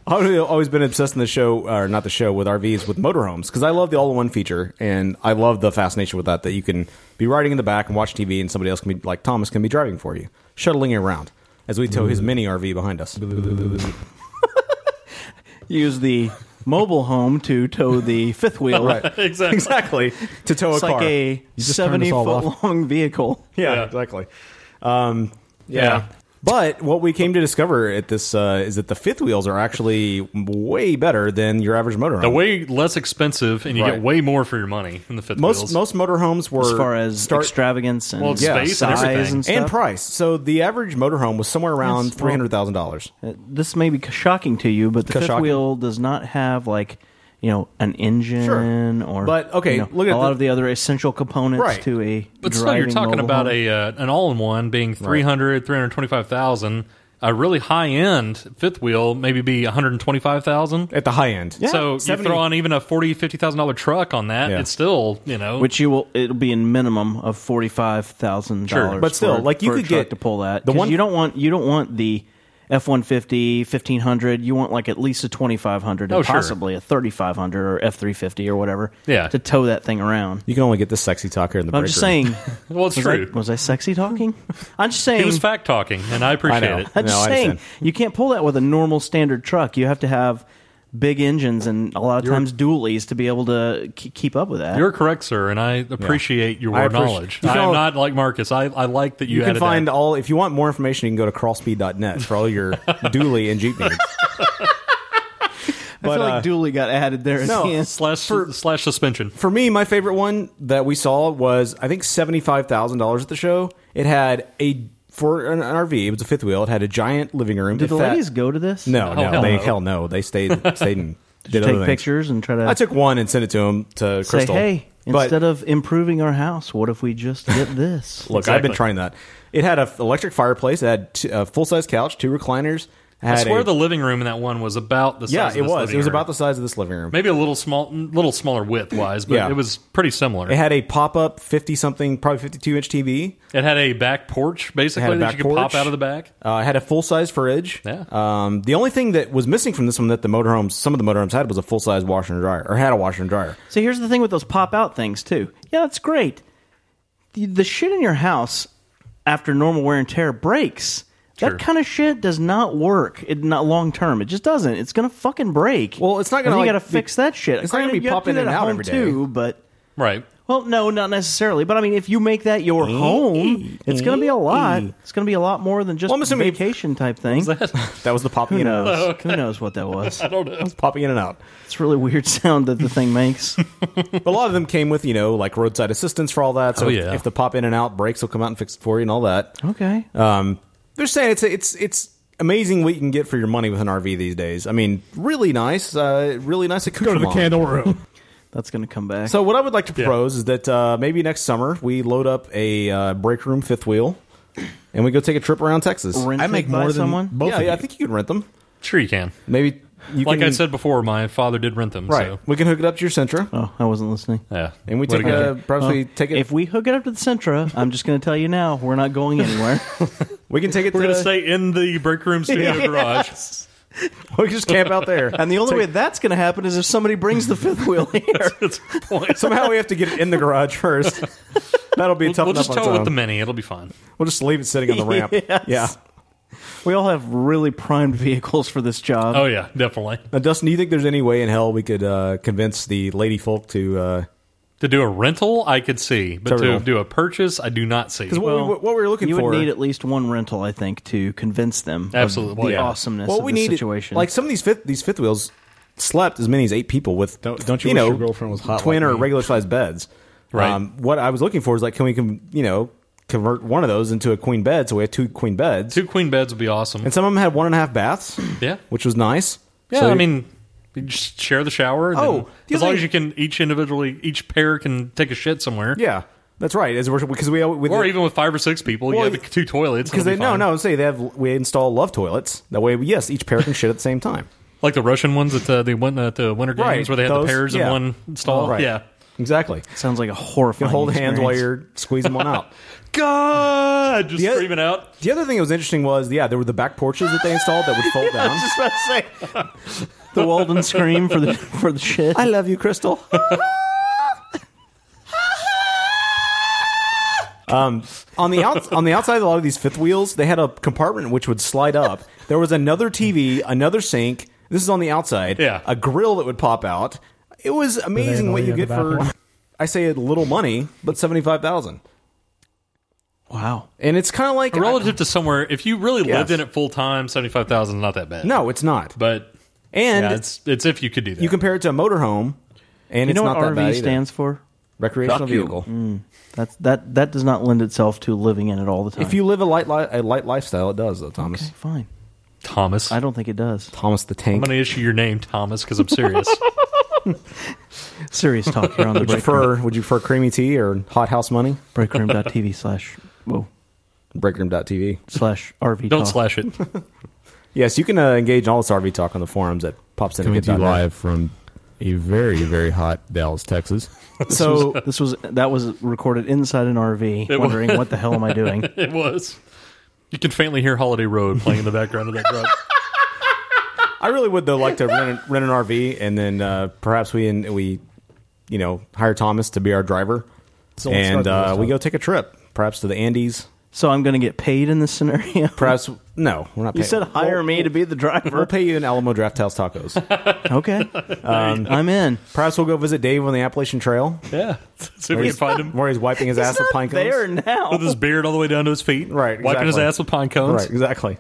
[SPEAKER 8] I've always been obsessed in the show, or not the show, with RVs, with motorhomes, because I love the all-in-one feature, and I love the fascination with that, that you can be riding in the back and watch TV, and somebody else can be, like Thomas, can be driving for you, shuttling you around, as we tow his mini RV behind us.
[SPEAKER 7] Use the mobile home to tow the fifth wheel.
[SPEAKER 8] Right. Exactly. <laughs> Exactly. To tow a
[SPEAKER 7] it's like
[SPEAKER 8] car.
[SPEAKER 7] a
[SPEAKER 8] You just turned us
[SPEAKER 7] <laughs>
[SPEAKER 8] all off.
[SPEAKER 7] seventy-foot-long vehicle.
[SPEAKER 8] <laughs> Yeah, exactly. Um, yeah. But what we came to discover at this uh, is that the fifth wheels are actually way better than your average motorhome.
[SPEAKER 9] They're way less expensive, and you
[SPEAKER 8] Right.
[SPEAKER 9] get way more for your money in the fifth
[SPEAKER 8] most
[SPEAKER 9] wheels.
[SPEAKER 8] most motorhomes were
[SPEAKER 7] As far as
[SPEAKER 8] start,
[SPEAKER 7] extravagance and
[SPEAKER 9] Well, it's space and
[SPEAKER 7] size
[SPEAKER 9] everything.
[SPEAKER 7] and stuff.
[SPEAKER 8] price. So the average motorhome was somewhere around
[SPEAKER 7] Yes, well-
[SPEAKER 8] three hundred thousand dollars.
[SPEAKER 7] Uh, This may be shocking to you, but the fifth
[SPEAKER 8] Shocking.
[SPEAKER 7] wheel does not have like you know an engine or
[SPEAKER 8] But, okay,
[SPEAKER 7] you know,
[SPEAKER 8] look at
[SPEAKER 7] a lot
[SPEAKER 8] the-
[SPEAKER 7] of the other essential components
[SPEAKER 8] Right.
[SPEAKER 7] to a
[SPEAKER 9] But still,
[SPEAKER 7] driving
[SPEAKER 9] you're talking
[SPEAKER 7] mobile
[SPEAKER 9] about
[SPEAKER 7] home.
[SPEAKER 9] a uh, an all-in-one being 300, 325,000. A really high-end fifth wheel maybe be 125,000
[SPEAKER 8] at the high end.
[SPEAKER 7] Yeah,
[SPEAKER 9] so you
[SPEAKER 7] 70.
[SPEAKER 9] throw on even a 40, 50,000 dollar truck on that,
[SPEAKER 7] Yeah.
[SPEAKER 9] it's still, you know,
[SPEAKER 7] which you will it'll be a minimum of forty five thousand
[SPEAKER 9] Sure.
[SPEAKER 7] dollars.
[SPEAKER 9] But still, like, you
[SPEAKER 7] for a
[SPEAKER 9] could
[SPEAKER 7] truck
[SPEAKER 9] get-
[SPEAKER 7] to pull that.
[SPEAKER 9] the one-
[SPEAKER 7] The one you don't want you don't want the F 150, 1500, you want like at least a 2500
[SPEAKER 9] Oh,
[SPEAKER 7] and
[SPEAKER 9] sure.
[SPEAKER 7] possibly a 3500 or F 350 or whatever
[SPEAKER 9] Yeah.
[SPEAKER 7] to tow that thing around.
[SPEAKER 8] You can only get the sexy talker in the.
[SPEAKER 7] I'm
[SPEAKER 8] break
[SPEAKER 7] just
[SPEAKER 8] room.
[SPEAKER 7] saying.
[SPEAKER 9] <laughs> well, it's
[SPEAKER 7] was
[SPEAKER 9] true.
[SPEAKER 7] I, was I sexy talking? I'm just saying.
[SPEAKER 9] he was fact talking, and I appreciate it.
[SPEAKER 7] I'm just saying, you can't pull that with a normal standard truck. You have to have big engines and a lot of times dualies to be able to k- keep up with that.
[SPEAKER 9] You're correct, sir, and I appreciate
[SPEAKER 8] I
[SPEAKER 9] your
[SPEAKER 8] appreciate-
[SPEAKER 9] knowledge.
[SPEAKER 8] You
[SPEAKER 9] I am
[SPEAKER 8] know-
[SPEAKER 9] not like Marcus. I, I like that you,
[SPEAKER 8] You, can
[SPEAKER 9] added
[SPEAKER 8] find all if you want more information. You can go to crawlspeed.net for
[SPEAKER 9] <laughs>
[SPEAKER 8] all your dually and jeep needs.
[SPEAKER 7] I feel
[SPEAKER 8] uh,
[SPEAKER 9] uh,
[SPEAKER 7] like dually got added there. at the
[SPEAKER 8] no,
[SPEAKER 7] end.
[SPEAKER 9] slash slash suspension.
[SPEAKER 8] For me, my favorite one that we saw was I think seventy five thousand dollars at the show. It had a for an RV. It was a fifth wheel. It had a giant living room.
[SPEAKER 7] Did
[SPEAKER 8] It
[SPEAKER 7] the
[SPEAKER 8] fat-
[SPEAKER 7] ladies go to this?
[SPEAKER 8] No, no, they
[SPEAKER 7] no.
[SPEAKER 8] hell no. They stayed stayed and did,
[SPEAKER 7] you
[SPEAKER 8] other
[SPEAKER 7] take
[SPEAKER 8] things.
[SPEAKER 7] pictures and try to-
[SPEAKER 8] I took one and sent it to him to
[SPEAKER 7] Say,
[SPEAKER 8] Crystal.
[SPEAKER 7] hey,
[SPEAKER 8] but
[SPEAKER 7] instead of improving our house, what if we
[SPEAKER 8] <laughs>
[SPEAKER 7] just did this?
[SPEAKER 8] look, I've been trying that. It had an electric fireplace. It had t- a full size couch, two recliners. It
[SPEAKER 9] I
[SPEAKER 8] had
[SPEAKER 9] swear
[SPEAKER 8] a-
[SPEAKER 9] the living room in that one was about the size
[SPEAKER 8] yeah,
[SPEAKER 9] of
[SPEAKER 8] it
[SPEAKER 9] this
[SPEAKER 8] was.
[SPEAKER 9] living
[SPEAKER 8] It was
[SPEAKER 9] room.
[SPEAKER 8] about the size of this living room.
[SPEAKER 9] maybe a little small little smaller width wise but
[SPEAKER 8] Yeah.
[SPEAKER 9] it was pretty similar
[SPEAKER 8] It had a pop up fifty something, probably fifty two inch TV.
[SPEAKER 9] It had a back porch
[SPEAKER 8] It
[SPEAKER 9] basically
[SPEAKER 8] had a
[SPEAKER 9] that
[SPEAKER 8] back
[SPEAKER 9] you could pop
[SPEAKER 8] porch.
[SPEAKER 9] out of the back
[SPEAKER 8] Uh, I had a full size fridge. Yeah. Um, the only thing that was missing from this one that the motorhomes, some of the motorhomes had, was a full size washer and dryer, or had a washer and dryer. <laughs>
[SPEAKER 7] So here's the thing with those pop out things too. Yeah, that's great. The, the shit in your house after normal wear and tear breaks.
[SPEAKER 8] Sure.
[SPEAKER 7] That kind of shit does not work. It not long term. It just doesn't. It's gonna fucking break. Well,
[SPEAKER 8] it's not gonna,
[SPEAKER 7] You
[SPEAKER 8] like,
[SPEAKER 7] gotta
[SPEAKER 8] be-
[SPEAKER 7] fix that shit.
[SPEAKER 8] it's not gonna
[SPEAKER 7] Granted,
[SPEAKER 8] be
[SPEAKER 7] you have
[SPEAKER 8] popping
[SPEAKER 7] do
[SPEAKER 8] in
[SPEAKER 7] that at
[SPEAKER 8] and out
[SPEAKER 7] home
[SPEAKER 8] every day.
[SPEAKER 7] too. But
[SPEAKER 9] right
[SPEAKER 7] well, no, not necessarily. But I mean, if you make that your home, it's gonna be a lot. It's gonna be a lot more than just
[SPEAKER 8] Well, I'm assuming-
[SPEAKER 7] vacation type thing.
[SPEAKER 8] That was the popping <laughs>
[SPEAKER 7] Who
[SPEAKER 8] in and
[SPEAKER 7] knows?
[SPEAKER 8] out.
[SPEAKER 7] Who knows what that
[SPEAKER 8] <laughs>
[SPEAKER 7] was?
[SPEAKER 9] I don't know.
[SPEAKER 8] It's popping in and out.
[SPEAKER 7] It's a really weird <laughs> sound that the thing
[SPEAKER 8] <laughs>
[SPEAKER 7] makes.
[SPEAKER 8] But a lot of them came with, you know, like roadside assistance for all that. So
[SPEAKER 7] Oh,
[SPEAKER 8] if-
[SPEAKER 7] yeah.
[SPEAKER 8] if the pop in and out breaks, they'll come out and fix it for you and all that.
[SPEAKER 7] Okay.
[SPEAKER 8] Um, they're saying it's it's it's amazing what you can get for your money with an RV these days. I mean, really nice, uh, really nice. Go
[SPEAKER 7] room. That's gonna come back.
[SPEAKER 8] So what I would like to propose is that uh, maybe next summer we load up a uh, break room fifth wheel, and we go take a trip around Texas.
[SPEAKER 9] Rented I make by more than someone? both
[SPEAKER 8] Yeah,
[SPEAKER 9] of
[SPEAKER 8] yeah, I
[SPEAKER 9] you.
[SPEAKER 8] think you can rent them.
[SPEAKER 9] sure you can
[SPEAKER 8] Maybe you
[SPEAKER 9] like
[SPEAKER 8] can-
[SPEAKER 9] i said before my father did rent them
[SPEAKER 8] Right,
[SPEAKER 9] so
[SPEAKER 8] we can hook it up to your Sentra.
[SPEAKER 7] Oh, I wasn't listening.
[SPEAKER 9] Yeah,
[SPEAKER 8] and we
[SPEAKER 9] Way to
[SPEAKER 8] take
[SPEAKER 9] go.
[SPEAKER 8] a probably
[SPEAKER 7] Well,
[SPEAKER 8] take it.
[SPEAKER 7] If we hook it up to the Sentra, I'm just going to tell you now, we're not
[SPEAKER 8] <laughs>
[SPEAKER 7] going anywhere.
[SPEAKER 8] we can take it.
[SPEAKER 9] we're
[SPEAKER 7] to-
[SPEAKER 9] gonna stay in the break room studio
[SPEAKER 8] <laughs>
[SPEAKER 7] Yes.
[SPEAKER 9] garage
[SPEAKER 8] we can just
[SPEAKER 9] <laughs>
[SPEAKER 8] camp out there.
[SPEAKER 7] And the only
[SPEAKER 8] Take-
[SPEAKER 7] way that's going to happen is if somebody brings the fifth
[SPEAKER 8] <laughs>
[SPEAKER 7] wheel here.
[SPEAKER 8] Somehow we have to get it in the garage first. That'll be a
[SPEAKER 9] <laughs>
[SPEAKER 8] tough
[SPEAKER 9] we'll
[SPEAKER 8] enough
[SPEAKER 9] just
[SPEAKER 8] on
[SPEAKER 9] tow it
[SPEAKER 8] its
[SPEAKER 9] with
[SPEAKER 8] own.
[SPEAKER 9] the mini it'll be fine
[SPEAKER 8] We'll just leave it sitting on
[SPEAKER 9] <laughs>
[SPEAKER 8] the ramp.
[SPEAKER 7] Yes.
[SPEAKER 8] Yeah.
[SPEAKER 7] We all have really primed vehicles for this job.
[SPEAKER 9] oh yeah definitely
[SPEAKER 8] Now, Dustin, do you think there's any way in hell we could uh, convince the lady folk to? Uh,
[SPEAKER 9] to do a rental i could see but
[SPEAKER 8] Terminal.
[SPEAKER 9] to do a purchase i do not see
[SPEAKER 7] Well, you
[SPEAKER 8] for-
[SPEAKER 7] would need at least one rental, I think, to convince them of
[SPEAKER 9] Absolutely.
[SPEAKER 7] the
[SPEAKER 9] Yeah.
[SPEAKER 7] awesomeness
[SPEAKER 8] Well,
[SPEAKER 7] of
[SPEAKER 8] we
[SPEAKER 7] the
[SPEAKER 8] need
[SPEAKER 7] situation.
[SPEAKER 8] like some of these fifth these fifth wheels slept as many as eight people with don't,
[SPEAKER 7] don't you wish
[SPEAKER 8] know
[SPEAKER 7] your girlfriend was hot
[SPEAKER 8] twin
[SPEAKER 7] like
[SPEAKER 8] or
[SPEAKER 7] me?
[SPEAKER 8] regular sized beds. Um,
[SPEAKER 7] Right.
[SPEAKER 8] what I was looking for is like, can we can you know convert one of those into a queen bed? So we had two queen beds,
[SPEAKER 9] two queen beds would be awesome
[SPEAKER 8] and some of them had one and a half baths.
[SPEAKER 9] Yeah.
[SPEAKER 8] which was nice.
[SPEAKER 9] Yeah,
[SPEAKER 8] So-
[SPEAKER 9] I mean, you just share the shower. and
[SPEAKER 8] Oh,
[SPEAKER 9] then-
[SPEAKER 8] the
[SPEAKER 9] as long
[SPEAKER 8] other-
[SPEAKER 9] as you can, each individually, each pair can take a shit somewhere.
[SPEAKER 8] yeah, that's right. As we're because we, we
[SPEAKER 9] or even with five or six people,
[SPEAKER 8] Well,
[SPEAKER 9] you have two toilets.
[SPEAKER 8] because
[SPEAKER 9] it'll
[SPEAKER 8] they
[SPEAKER 9] be
[SPEAKER 8] no
[SPEAKER 9] fine.
[SPEAKER 8] no say they have we install love toilets that way. Yes, each pair can shit at the same time.
[SPEAKER 9] like the Russian ones at the, they went at the Winter Games
[SPEAKER 8] Right,
[SPEAKER 9] where they had
[SPEAKER 8] those-
[SPEAKER 9] the pairs
[SPEAKER 8] yeah.
[SPEAKER 9] in one stall.
[SPEAKER 8] Right.
[SPEAKER 9] Yeah,
[SPEAKER 8] Exactly.
[SPEAKER 7] Sounds like a horrifying.
[SPEAKER 8] You hold hands while
[SPEAKER 7] experience.
[SPEAKER 8] you're squeezing one out.
[SPEAKER 9] God, just
[SPEAKER 8] screaming
[SPEAKER 9] out.
[SPEAKER 8] The other thing that was interesting was, yeah, there were the back porches that they installed that would
[SPEAKER 9] <laughs>
[SPEAKER 8] fold
[SPEAKER 7] I was
[SPEAKER 8] down.
[SPEAKER 7] just about to say the Walden scream for the <laughs> for the shit.
[SPEAKER 8] I love
[SPEAKER 9] <laughs>
[SPEAKER 8] you, Crystal. Um, on the outs- on the outside of a lot of these fifth wheels, they had a compartment which would slide up. There was another TV, another sink. This is on the outside. Yeah, a grill that would pop out. It was amazing what you
[SPEAKER 13] annoying in
[SPEAKER 8] get
[SPEAKER 13] the
[SPEAKER 8] for.
[SPEAKER 13] bathroom?
[SPEAKER 8] I say a little money, but seventy five thousand.
[SPEAKER 7] Wow,
[SPEAKER 8] and it's kind of like
[SPEAKER 9] relative to somewhere. If you really
[SPEAKER 8] Yes.
[SPEAKER 9] lived in it full time, seventy five thousand not that bad.
[SPEAKER 8] No, it's not.
[SPEAKER 9] But
[SPEAKER 8] and
[SPEAKER 9] yeah, it's it's if you could do that.
[SPEAKER 8] you compare it to a motorhome, and
[SPEAKER 7] you
[SPEAKER 8] it's
[SPEAKER 7] know
[SPEAKER 8] not
[SPEAKER 7] what
[SPEAKER 8] that
[SPEAKER 7] RV
[SPEAKER 8] bad either.
[SPEAKER 7] stands for?
[SPEAKER 8] Recreational vehicle.
[SPEAKER 7] Mm, that's that that does not lend itself to living in it all the time.
[SPEAKER 8] If you live a light li- a light lifestyle, it does though, Thomas.
[SPEAKER 7] fine.
[SPEAKER 9] Thomas,
[SPEAKER 7] I don't think it does.
[SPEAKER 8] Thomas the
[SPEAKER 9] I'm
[SPEAKER 8] Tank.
[SPEAKER 9] going to issue your name Thomas because I'm
[SPEAKER 8] <laughs>
[SPEAKER 9] serious.
[SPEAKER 7] Serious talk here on the
[SPEAKER 8] would you
[SPEAKER 7] break.
[SPEAKER 8] prefer would you prefer creamy tea or hot house money?
[SPEAKER 7] Breakroom.tv slash whoa.
[SPEAKER 8] Breakroom.tv
[SPEAKER 7] slash RV.
[SPEAKER 9] don't slash it.
[SPEAKER 8] Yes, you can uh, engage in all this RV talk on the forums at pops
[SPEAKER 2] Coming to you live from a very, very hot Dallas, Texas.
[SPEAKER 9] <laughs>
[SPEAKER 7] This was, this was that was recorded inside an RV,
[SPEAKER 9] It
[SPEAKER 7] wondering
[SPEAKER 9] was-
[SPEAKER 7] what the hell am I doing?
[SPEAKER 9] <laughs> it was. You can faintly hear Holiday Road playing in the background of that truck.
[SPEAKER 8] I really would though like to rent, an- rent an RV and then uh, perhaps we and we you know hire Thomas to be our driver
[SPEAKER 7] So let's start
[SPEAKER 8] and
[SPEAKER 7] the
[SPEAKER 8] uh,
[SPEAKER 7] list,
[SPEAKER 8] we
[SPEAKER 7] huh?
[SPEAKER 8] go take a trip perhaps to the Andes.
[SPEAKER 7] So I'm going to get paid in this scenario.
[SPEAKER 8] Perhaps no, we're not.
[SPEAKER 7] You
[SPEAKER 8] paying-
[SPEAKER 7] said hire me to be the driver.
[SPEAKER 8] We'll pay you in Alamo Draft House Tacos.
[SPEAKER 7] <laughs> okay,
[SPEAKER 8] Um,
[SPEAKER 7] I'm in.
[SPEAKER 8] Perhaps we'll go visit Dave on the Appalachian Trail.
[SPEAKER 9] <laughs> Yeah, see if we can find him.
[SPEAKER 8] Where he's wiping his
[SPEAKER 7] He's
[SPEAKER 8] ass with
[SPEAKER 7] not
[SPEAKER 8] pine cones.
[SPEAKER 7] there now.
[SPEAKER 9] with his beard all the way down to his feet,
[SPEAKER 8] Right,
[SPEAKER 9] wiping his
[SPEAKER 8] exactly.
[SPEAKER 9] ass with pine cones,
[SPEAKER 8] Right, exactly.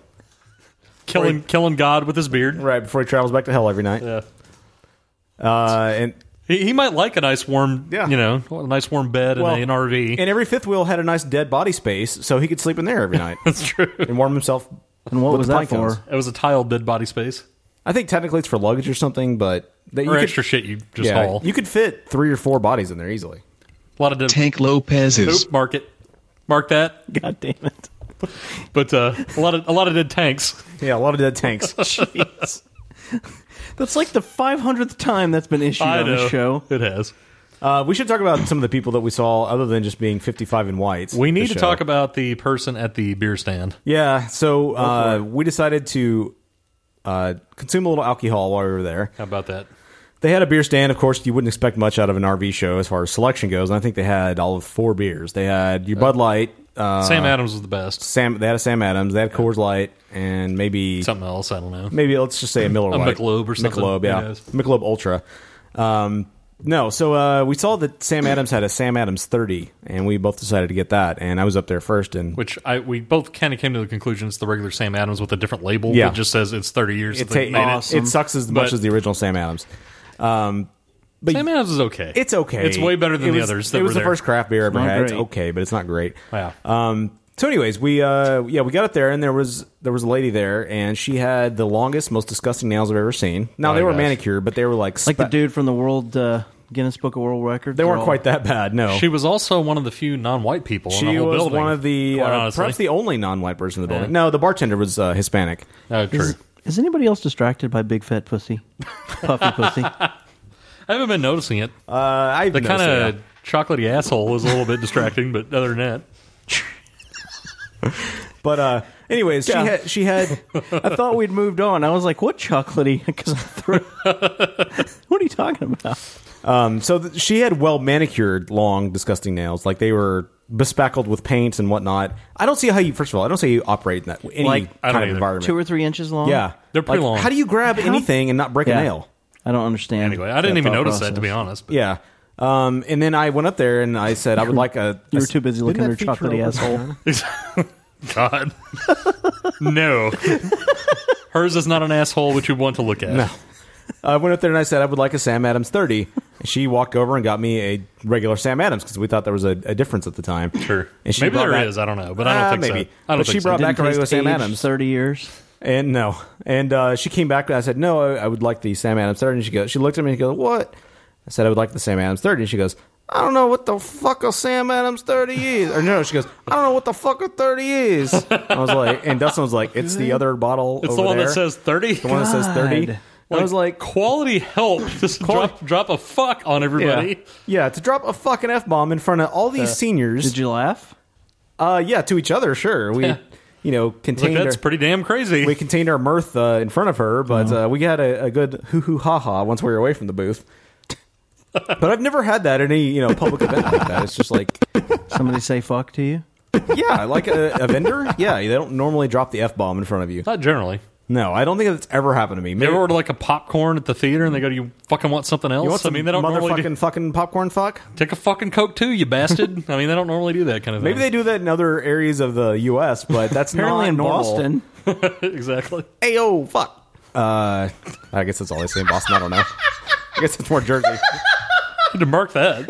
[SPEAKER 9] killing killing God with his beard,
[SPEAKER 8] right before he travels back to hell every night.
[SPEAKER 9] Yeah,
[SPEAKER 8] uh, and
[SPEAKER 9] he, he might like a nice warm, you know, a nice warm bed
[SPEAKER 8] Well,
[SPEAKER 9] in an RV.
[SPEAKER 8] And every fifth wheel had a nice dead body space, so he could sleep in there every night.
[SPEAKER 9] <laughs> <laughs> That's true.
[SPEAKER 8] And warm himself.
[SPEAKER 7] And what
[SPEAKER 8] with
[SPEAKER 7] was
[SPEAKER 8] the
[SPEAKER 7] that
[SPEAKER 8] pine cones.
[SPEAKER 7] for?
[SPEAKER 9] It was a tiled dead body space.
[SPEAKER 8] I think technically it's for luggage or something, but that
[SPEAKER 9] Or extra shit you just
[SPEAKER 8] yeah,
[SPEAKER 9] haul.
[SPEAKER 8] You could fit three or four bodies in there easily.
[SPEAKER 9] A lot of different
[SPEAKER 21] Tank Lopez is
[SPEAKER 9] Oop, mark it. Mark that.
[SPEAKER 7] God damn it. <laughs>
[SPEAKER 9] But uh, a lot of a lot of dead tanks.
[SPEAKER 8] Yeah, a lot of
[SPEAKER 9] <laughs>
[SPEAKER 8] dead tanks.
[SPEAKER 7] Jeez. That's like the 500th time that's been issued
[SPEAKER 8] I
[SPEAKER 7] on the
[SPEAKER 8] know.
[SPEAKER 7] show.
[SPEAKER 9] It has.
[SPEAKER 8] Uh, we should talk about some of the people that we saw, other than just being fifty-five and whites.
[SPEAKER 9] We need
[SPEAKER 8] the
[SPEAKER 9] to
[SPEAKER 8] show.
[SPEAKER 9] talk about the person at the beer stand.
[SPEAKER 8] Yeah, so uh, we decided to uh, consume a little alcohol while we were there.
[SPEAKER 9] How about that?
[SPEAKER 8] They had a beer stand. Of course, you wouldn't expect much out of an RV show as far as selection goes. And I think they had all of four beers. They had your Bud Light. Uh,
[SPEAKER 9] Sam Adams was the best.
[SPEAKER 8] Sam. They had a Sam Adams. They had Coors Light and maybe
[SPEAKER 9] Something else. I don't know.
[SPEAKER 8] Maybe let's just say a Miller
[SPEAKER 9] A
[SPEAKER 8] Lite.
[SPEAKER 9] Michelob or something.
[SPEAKER 8] Michelob,
[SPEAKER 9] Who
[SPEAKER 8] yeah.
[SPEAKER 9] knows?
[SPEAKER 8] Michelob Ultra. Um, no, so uh, we saw
[SPEAKER 9] <clears throat>
[SPEAKER 8] that Sam Adams had a Sam Adams 30, and we both decided to get that. And I was up there first, and
[SPEAKER 9] Which I we both kind of came to the conclusion it's the regular Sam Adams with a different label
[SPEAKER 8] Yeah.
[SPEAKER 9] that just says it's thirty years.
[SPEAKER 8] it,
[SPEAKER 9] since they
[SPEAKER 8] ta-
[SPEAKER 9] made
[SPEAKER 8] it, it sucks as much
[SPEAKER 9] But
[SPEAKER 8] as the original Sam Adams. Um, but
[SPEAKER 9] Sam Adams is okay.
[SPEAKER 8] It's okay.
[SPEAKER 9] It's way better than
[SPEAKER 8] It
[SPEAKER 9] the
[SPEAKER 8] was-
[SPEAKER 9] others. That
[SPEAKER 8] It was
[SPEAKER 9] were
[SPEAKER 8] the
[SPEAKER 9] there.
[SPEAKER 8] first craft beer I ever
[SPEAKER 9] Not
[SPEAKER 8] had. It's
[SPEAKER 9] great.
[SPEAKER 8] okay, but it's not great.
[SPEAKER 9] Wow.
[SPEAKER 8] Um, so, anyways, we uh, yeah, we got up there, and there was there was a lady there, and she had the longest, most disgusting nails I've ever seen. Now
[SPEAKER 7] Oh,
[SPEAKER 8] they were
[SPEAKER 7] gosh.
[SPEAKER 8] manicured, but they were like
[SPEAKER 7] Like the
[SPEAKER 8] spe-
[SPEAKER 7] dude from the world uh, Guinness Book of World Records.
[SPEAKER 8] They
[SPEAKER 7] They're
[SPEAKER 8] weren't
[SPEAKER 7] all-
[SPEAKER 8] quite that bad. No,
[SPEAKER 9] She was also one of the few non-white people. in
[SPEAKER 8] She
[SPEAKER 9] the whole
[SPEAKER 8] was
[SPEAKER 9] building,
[SPEAKER 8] one of the
[SPEAKER 9] quite
[SPEAKER 8] uh,
[SPEAKER 9] honestly.
[SPEAKER 8] perhaps the only non-white person in the
[SPEAKER 9] Yeah.
[SPEAKER 8] building. No, the bartender was uh, Hispanic.
[SPEAKER 9] Oh, true.
[SPEAKER 7] Is, is anybody else distracted by big fat <laughs> pussy, puffy pussy?
[SPEAKER 9] I haven't been noticing it. Uh,
[SPEAKER 8] I've
[SPEAKER 9] the kind of
[SPEAKER 8] noticed
[SPEAKER 9] chocolatey asshole was a little bit distracting, but other than that,
[SPEAKER 8] But uh, anyways,
[SPEAKER 7] Yeah.
[SPEAKER 8] she
[SPEAKER 9] <laughs>
[SPEAKER 8] had she had
[SPEAKER 7] I thought we'd moved on. I was like, "What chocolatey?" <laughs> Because I threw. <laughs> what are you talking about?
[SPEAKER 8] Um, so th- she had well manicured, long, disgusting nails. Like they were bespackled with paint and whatnot. I don't see how you. First of all, I don't see how you operate in that any kind of environment.
[SPEAKER 7] two or three inches long.
[SPEAKER 8] Yeah, Like, How do you grab anything and not break
[SPEAKER 7] Yeah.
[SPEAKER 8] a nail?
[SPEAKER 7] I don't understand.
[SPEAKER 9] Anyway, I didn't even notice that, to be honest.
[SPEAKER 8] Yeah. Um, and then I went up there and I said I
[SPEAKER 9] <laughs>
[SPEAKER 8] would like a.
[SPEAKER 7] You
[SPEAKER 8] a-
[SPEAKER 7] were too busy
[SPEAKER 8] Didn't
[SPEAKER 7] looking at
[SPEAKER 8] that
[SPEAKER 7] her
[SPEAKER 8] feature
[SPEAKER 7] chocolatey
[SPEAKER 8] over-
[SPEAKER 7] asshole.
[SPEAKER 9] <laughs> God,
[SPEAKER 8] <laughs>
[SPEAKER 9] no. Hers is not an asshole which you want to look at.
[SPEAKER 8] No. <laughs> I went up there and I said I would like a Sam Adams 30. And she walked over and got me a regular Sam Adams because we thought there was a, a difference at the time. Sure. And she
[SPEAKER 9] Maybe
[SPEAKER 8] there
[SPEAKER 9] there
[SPEAKER 8] is.
[SPEAKER 9] is, I don't know, but I don't think so.
[SPEAKER 8] maybe.
[SPEAKER 9] I don't
[SPEAKER 8] but
[SPEAKER 9] think
[SPEAKER 8] she
[SPEAKER 9] so.
[SPEAKER 8] brought
[SPEAKER 9] Didn't
[SPEAKER 8] back a regular
[SPEAKER 9] taste
[SPEAKER 8] Sam
[SPEAKER 9] aged
[SPEAKER 8] Adams.
[SPEAKER 7] 30 years.
[SPEAKER 8] And no. And uh, she came back and I said, no, I, I would like the Sam Adams 30. And she goes, she looked at me and she goes, what? I said, I would like the Sam Adams 30. And she goes, I don't know what the fuck a Sam Adams 30 is. Or no, she goes, I don't know what the fuck a 30 is. I was like, and Dustin was like, it's the other bottle
[SPEAKER 9] It's
[SPEAKER 8] over
[SPEAKER 9] the one
[SPEAKER 8] there.
[SPEAKER 9] that says 30?
[SPEAKER 8] The one that says 30. I was like,
[SPEAKER 9] quality help.
[SPEAKER 8] <laughs>
[SPEAKER 9] Just drop, drop a fuck on everybody.
[SPEAKER 8] Yeah. yeah, to drop a fucking f bomb in front of all these
[SPEAKER 9] Uh,
[SPEAKER 8] seniors. Did
[SPEAKER 7] you laugh?
[SPEAKER 8] Uh, yeah, to each other, sure. We, you know, contained.
[SPEAKER 9] that's
[SPEAKER 8] our-
[SPEAKER 9] pretty damn crazy.
[SPEAKER 8] We contained our mirth uh, in front of her, but
[SPEAKER 9] Oh.
[SPEAKER 8] uh, we had a, a good hoo hoo ha ha once we were away from the booth. but I've never had that at any you know public event like that. It's just like
[SPEAKER 7] somebody say fuck to <laughs> you.
[SPEAKER 8] Yeah, like a, a vendor. Yeah, they don't normally drop the f bomb in front of you.
[SPEAKER 9] Not generally.
[SPEAKER 8] No, I don't think that's ever happened to me.
[SPEAKER 9] You ever order like a popcorn at the theater and they go, "Do you fucking want something else?"
[SPEAKER 8] You want
[SPEAKER 9] I mean, they
[SPEAKER 8] some
[SPEAKER 9] don't normally do,
[SPEAKER 8] motherfucking fucking popcorn fuck.
[SPEAKER 9] take a fucking coke too, you
[SPEAKER 8] <laughs>
[SPEAKER 9] bastard. I mean, they don't normally do that kind of
[SPEAKER 8] Maybe
[SPEAKER 9] thing.
[SPEAKER 8] they do that in other areas of the U.S., but
[SPEAKER 9] <laughs>
[SPEAKER 8] that's
[SPEAKER 9] Apparently
[SPEAKER 8] not
[SPEAKER 9] in
[SPEAKER 8] normal.
[SPEAKER 9] Boston. <laughs> exactly.
[SPEAKER 8] Hey, oh fuck. Uh, I guess that's all they say in Boston. I don't know. I guess it's more jerky.
[SPEAKER 9] to mark
[SPEAKER 8] <laughs>
[SPEAKER 9] that.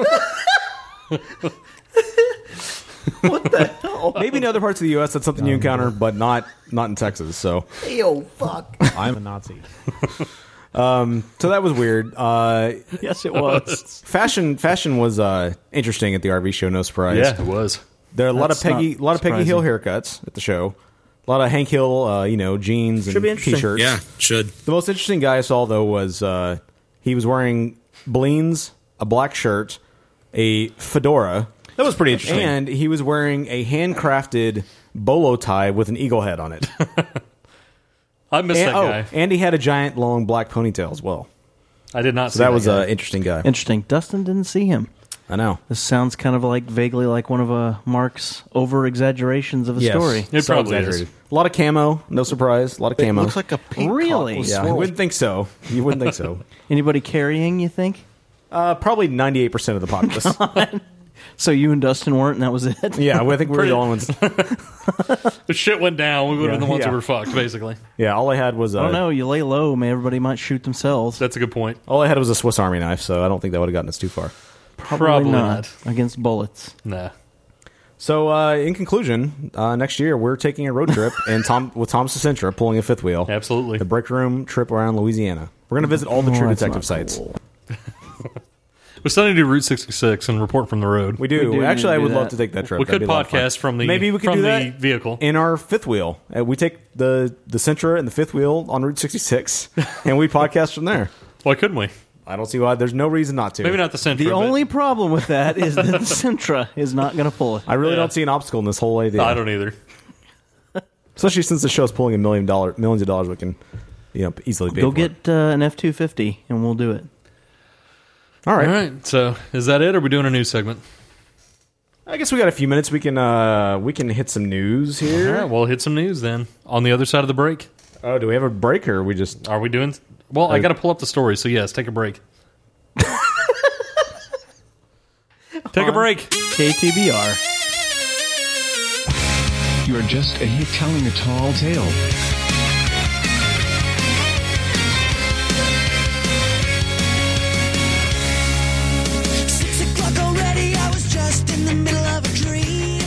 [SPEAKER 8] Maybe in other parts of the U.S. that's something you encounter, but not not in Texas. So
[SPEAKER 7] Hey, oh fuck.
[SPEAKER 8] <laughs> I'm a Nazi. um, so that was weird. Uh,
[SPEAKER 7] Yes, it was.
[SPEAKER 8] Fashion fashion was uh, interesting at the RV show. No surprise.
[SPEAKER 9] Yeah, it was.
[SPEAKER 8] There are a lot of
[SPEAKER 9] That's not
[SPEAKER 8] Peggy, a lot of Peggy Hill
[SPEAKER 9] surprising.
[SPEAKER 8] haircuts at the show. A lot of Hank Hill, uh, you know, jeans
[SPEAKER 5] Should be
[SPEAKER 8] and
[SPEAKER 5] interesting.
[SPEAKER 8] t-shirts.
[SPEAKER 5] Yeah, should.
[SPEAKER 8] The most interesting guy I saw though was uh, he was wearing bleens, a black shirt, a fedora. That was pretty
[SPEAKER 5] interesting.
[SPEAKER 8] And he was wearing a handcrafted bolo tie with an eagle head on it.
[SPEAKER 9] I missed
[SPEAKER 8] And-
[SPEAKER 9] that
[SPEAKER 8] oh,
[SPEAKER 9] guy.
[SPEAKER 8] and he had a giant long black ponytail as well.
[SPEAKER 9] I did not.
[SPEAKER 8] So
[SPEAKER 9] see
[SPEAKER 8] that was
[SPEAKER 9] guy.
[SPEAKER 8] an interesting guy.
[SPEAKER 7] <laughs> Interesting. Dustin didn't see him.
[SPEAKER 8] I know.
[SPEAKER 7] This sounds kind of like vaguely like one of uh, Mark's over exaggerations of a
[SPEAKER 8] Yes.
[SPEAKER 7] story.
[SPEAKER 8] So exaggerated. A lot of camo, no surprise. A lot of
[SPEAKER 7] It
[SPEAKER 8] camo.
[SPEAKER 7] looks like a pink Really? cock was
[SPEAKER 8] Yeah, you
[SPEAKER 7] swirled.
[SPEAKER 8] wouldn't think so. You wouldn't think so.
[SPEAKER 7] Anybody carrying? You think?
[SPEAKER 8] Uh, probably ninety-eight percent of the populace.
[SPEAKER 9] <laughs>
[SPEAKER 7] so you and Dustin weren't, and that was <laughs> it.
[SPEAKER 8] Yeah, well, I think we were the
[SPEAKER 9] <laughs>
[SPEAKER 8] only ones.
[SPEAKER 9] The shit went down. We would have
[SPEAKER 7] Yeah.
[SPEAKER 9] been the ones
[SPEAKER 7] Yeah.
[SPEAKER 9] who were fucked, basically.
[SPEAKER 8] Yeah, all I had was.
[SPEAKER 7] I
[SPEAKER 8] uh,
[SPEAKER 9] Oh,
[SPEAKER 7] don't know. You lay low, man. Everybody might shoot themselves.
[SPEAKER 9] That's a good point.
[SPEAKER 8] All I had was a Swiss Army knife, so I don't think that would have gotten us too far.
[SPEAKER 7] Probably, not. against bullets.
[SPEAKER 9] Nah.
[SPEAKER 8] So, uh, in conclusion, uh, next year we're taking a road trip and
[SPEAKER 9] <laughs>
[SPEAKER 8] Tom with Tom Sacentra pulling a fifth wheel. Absolutely, the break room trip around Louisiana. We're going to visit all the
[SPEAKER 9] Oh,
[SPEAKER 8] True
[SPEAKER 9] that's
[SPEAKER 8] Detective
[SPEAKER 9] not
[SPEAKER 8] sites.
[SPEAKER 9] We still need to do Route 66 and report from the road.
[SPEAKER 8] We do. Actually, I would love to take that trip.
[SPEAKER 9] We
[SPEAKER 8] That'd
[SPEAKER 9] could
[SPEAKER 8] be a lot of fun.
[SPEAKER 9] podcast from the
[SPEAKER 8] maybe we could
[SPEAKER 9] from
[SPEAKER 8] do
[SPEAKER 9] the
[SPEAKER 8] that
[SPEAKER 9] vehicle.
[SPEAKER 8] in our fifth wheel. Uh, we take the the Sentra and the fifth wheel on Route 66, and
[SPEAKER 9] <laughs>
[SPEAKER 8] we podcast from there.
[SPEAKER 9] Why couldn't we?
[SPEAKER 8] I don't see why. There's no reason not to.
[SPEAKER 9] Maybe not the Sentra.
[SPEAKER 7] The only problem with that is that the Sentra is not going to pull it.
[SPEAKER 8] I really don't see an obstacle in this whole idea.
[SPEAKER 9] I don't either.
[SPEAKER 8] Especially since the show's pulling a million dollar millions of dollars, we can you know easily pay
[SPEAKER 7] Go
[SPEAKER 8] for it.
[SPEAKER 7] get uh, an F two fifty, and we'll do it. All right.
[SPEAKER 9] All right. So, is that it? Or are we doing a new segment?
[SPEAKER 8] I guess we got a few minutes. We can uh we can hit some news here.
[SPEAKER 9] All right. Well, hit some news then on the other side of the break.
[SPEAKER 8] Oh, do we have a break or we just.
[SPEAKER 9] Are we doing. Well, I
[SPEAKER 8] Uh,
[SPEAKER 9] got to pull up the story. So, yes, take a break. <laughs> take a break.
[SPEAKER 7] KTBR.
[SPEAKER 16] You're just a hit telling a tall tale.
[SPEAKER 6] Six o'clock already, I was just in the middle of a dream.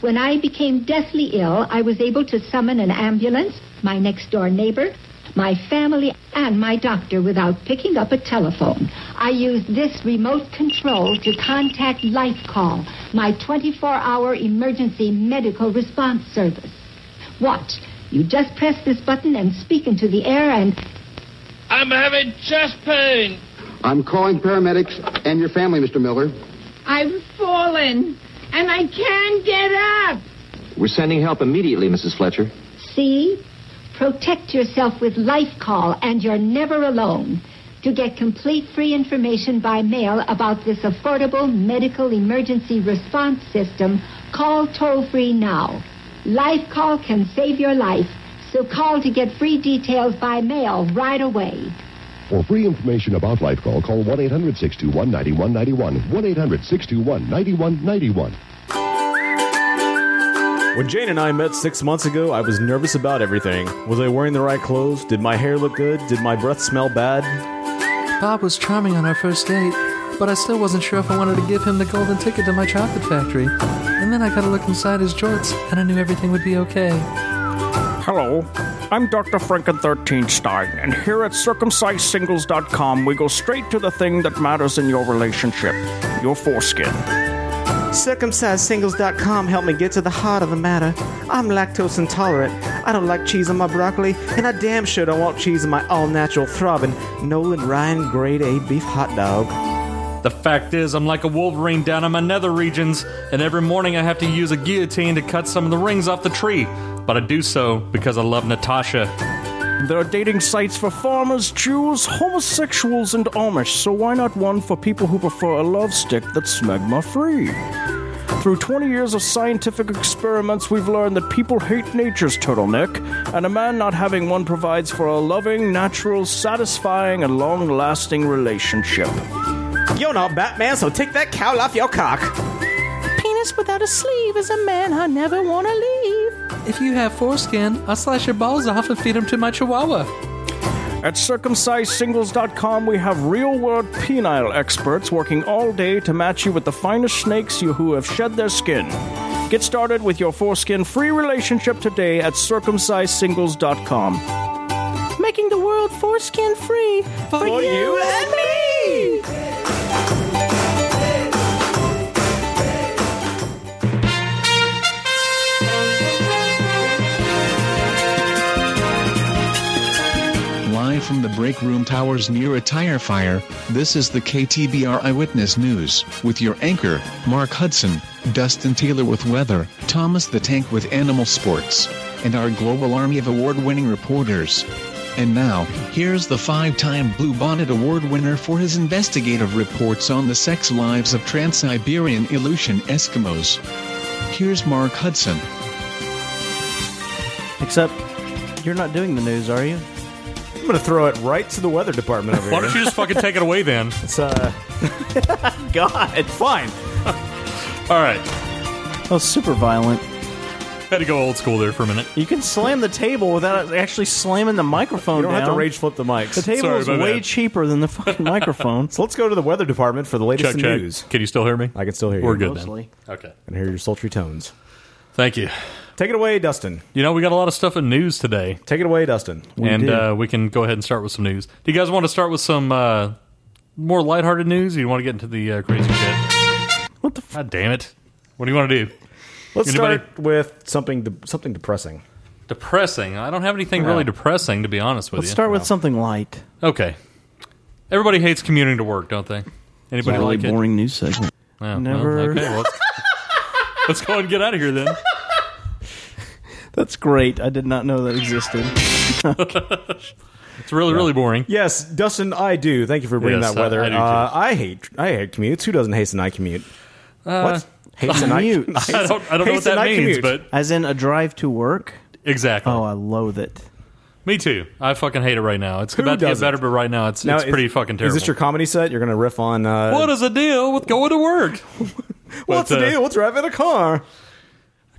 [SPEAKER 3] When I became deathly ill, I was able to summon an ambulance, my next door neighbor, my family, and my doctor without picking up a telephone. I used this remote control to contact Life Call, my 24 hour emergency medical response service. What? You just press this button and speak into the air, and
[SPEAKER 25] I'm having chest pain.
[SPEAKER 26] I'm calling paramedics and your family, Mr. Miller.
[SPEAKER 25] I've fallen, and I can't get up.
[SPEAKER 26] We're sending help immediately, Mrs. Fletcher.
[SPEAKER 3] See? Protect yourself with Life Call and you're never alone. To get complete free information by mail about this affordable medical emergency response system, call toll free now. Life Call can save your life, so call to get free details <laughs> by mail right away.
[SPEAKER 27] For free information about Life Call, call 1 800 621 9191. 1 800 621 9191.
[SPEAKER 8] When Jane and I met six months ago, I was nervous about everything. Was I wearing the right clothes? Did my hair look good? Did my breath smell bad?
[SPEAKER 28] Bob was charming on our first date, but I still wasn't sure if I wanted to give him the golden ticket to my chocolate factory. And then I got a look inside his jorts, and I knew everything would be okay.
[SPEAKER 29] Hello, I'm Dr. Franken13stein, and here at CircumcisedSingles.com, we go straight to the thing that matters in your relationship your foreskin.
[SPEAKER 4] CircumcisedSingles.com helped me get to the heart of the matter. I'm lactose intolerant. I don't like cheese on my broccoli, and I damn sure don't want cheese on my all natural throbbing Nolan Ryan grade A beef hot dog.
[SPEAKER 9] The fact is, I'm like a wolverine down in my nether regions, and every morning I have to use a guillotine to cut some of the rings off the tree. But I do so because I love Natasha.
[SPEAKER 29] There are dating sites for farmers, Jews, homosexuals, and Amish, so why not one for people who prefer a love stick that's magma free? Through 20 years of scientific experiments, we've learned that people hate nature's turtleneck, and a man not having one provides for a loving, natural, satisfying, and long lasting relationship.
[SPEAKER 4] You're not Batman, so take that cowl off your cock.
[SPEAKER 6] Penis without a sleeve is a man I never want to leave.
[SPEAKER 28] If you have foreskin, I'll slash your balls off and feed them to my chihuahua.
[SPEAKER 29] At circumcisedsingles.com, we have real world penile experts working all day to match you with the finest snakes you who have shed their skin. Get started with your foreskin free relationship today at circumcisedsingles.com.
[SPEAKER 6] Making the world foreskin free for, you, and me.
[SPEAKER 21] Live from the break room towers near a tire fire, this is the KTBR Eyewitness News, with your anchor, Mark Hudson, Dustin Taylor with weather, Thomas the Tank with animal sports, and our global army of award winning reporters. And now, here's the five time Blue Bonnet Award winner for his investigative reports on the sex lives of Trans Siberian Aleutian Eskimos. Here's Mark Hudson.
[SPEAKER 7] Except you're not doing the news, are you?
[SPEAKER 8] I'm going to throw it right to the weather department
[SPEAKER 9] <laughs>
[SPEAKER 8] over
[SPEAKER 9] Why
[SPEAKER 8] here.
[SPEAKER 9] don't you just fucking take it away <laughs> then?
[SPEAKER 8] It's, uh, <laughs>
[SPEAKER 7] God, fine.
[SPEAKER 9] All right.
[SPEAKER 7] That was super violent.
[SPEAKER 9] Had to go old school there for a minute.
[SPEAKER 7] You can slam the table without actually slamming the microphone
[SPEAKER 8] You don't have to
[SPEAKER 7] down.
[SPEAKER 8] rage flip the mics.
[SPEAKER 7] The table is
[SPEAKER 8] Sorry, my
[SPEAKER 7] way
[SPEAKER 8] bad.
[SPEAKER 7] cheaper than
[SPEAKER 9] <laughs>
[SPEAKER 7] the fucking microphone.
[SPEAKER 8] So let's go to the weather department for the latest
[SPEAKER 9] Check,
[SPEAKER 8] in
[SPEAKER 9] check.
[SPEAKER 8] news.
[SPEAKER 9] Can you still hear me?
[SPEAKER 8] I can still hear
[SPEAKER 9] We're
[SPEAKER 8] you.
[SPEAKER 9] good then. Mostly. Okay.
[SPEAKER 8] And hear your sultry tones.
[SPEAKER 9] Thank you.
[SPEAKER 8] Take it away, Dustin.
[SPEAKER 9] You know, we got a lot of stuff in news today.
[SPEAKER 8] Take it away, Dustin.
[SPEAKER 9] and uh, we can go ahead and start with some news. Do you guys want to start with some uh, more lighthearted news? Or you want to get into the uh, crazy shit? What the? F- God damn it! What do you want to do?
[SPEAKER 8] let's
[SPEAKER 9] Anybody
[SPEAKER 8] start with something de- something depressing.
[SPEAKER 9] depressing? I don't have anything
[SPEAKER 8] Yeah.
[SPEAKER 9] really depressing, to be honest with
[SPEAKER 7] Let's
[SPEAKER 9] you.
[SPEAKER 7] start with something light.
[SPEAKER 9] Okay. Everybody hates commuting to work, don't they? Anybody
[SPEAKER 7] really
[SPEAKER 9] like
[SPEAKER 7] boring
[SPEAKER 9] it?
[SPEAKER 7] news segment.
[SPEAKER 9] Yeah, well,
[SPEAKER 7] Never.
[SPEAKER 9] okay, well, <laughs> let's- let's go and get out of here then.
[SPEAKER 7] That's great. I did not know that
[SPEAKER 9] <laughs>
[SPEAKER 7] existed.
[SPEAKER 9] it's really, really boring.
[SPEAKER 8] Yes, Dustin, I do. Thank you for bringing
[SPEAKER 9] Yes,
[SPEAKER 8] that weather.
[SPEAKER 9] I- I do, too.
[SPEAKER 8] uh, I hate I hate commutes. Who doesn't hate and I commute?
[SPEAKER 9] Uh,
[SPEAKER 8] what hates and I
[SPEAKER 7] Commute.
[SPEAKER 9] I don't, I don't know what that means, but
[SPEAKER 7] as in a drive to work.
[SPEAKER 9] Exactly.
[SPEAKER 7] Oh, I loathe it.
[SPEAKER 9] me too. I fucking hate it right now. It's
[SPEAKER 8] Who
[SPEAKER 9] about to get
[SPEAKER 8] doesn't?
[SPEAKER 9] better, but right now it's
[SPEAKER 8] Now,
[SPEAKER 9] it's
[SPEAKER 8] is-
[SPEAKER 9] pretty fucking terrible.
[SPEAKER 8] Is this your comedy set? You're going to riff on uh,
[SPEAKER 9] what is the deal with going to work?
[SPEAKER 8] <laughs>
[SPEAKER 9] But,
[SPEAKER 8] What's the
[SPEAKER 9] uh,
[SPEAKER 8] deal? What's driving a car?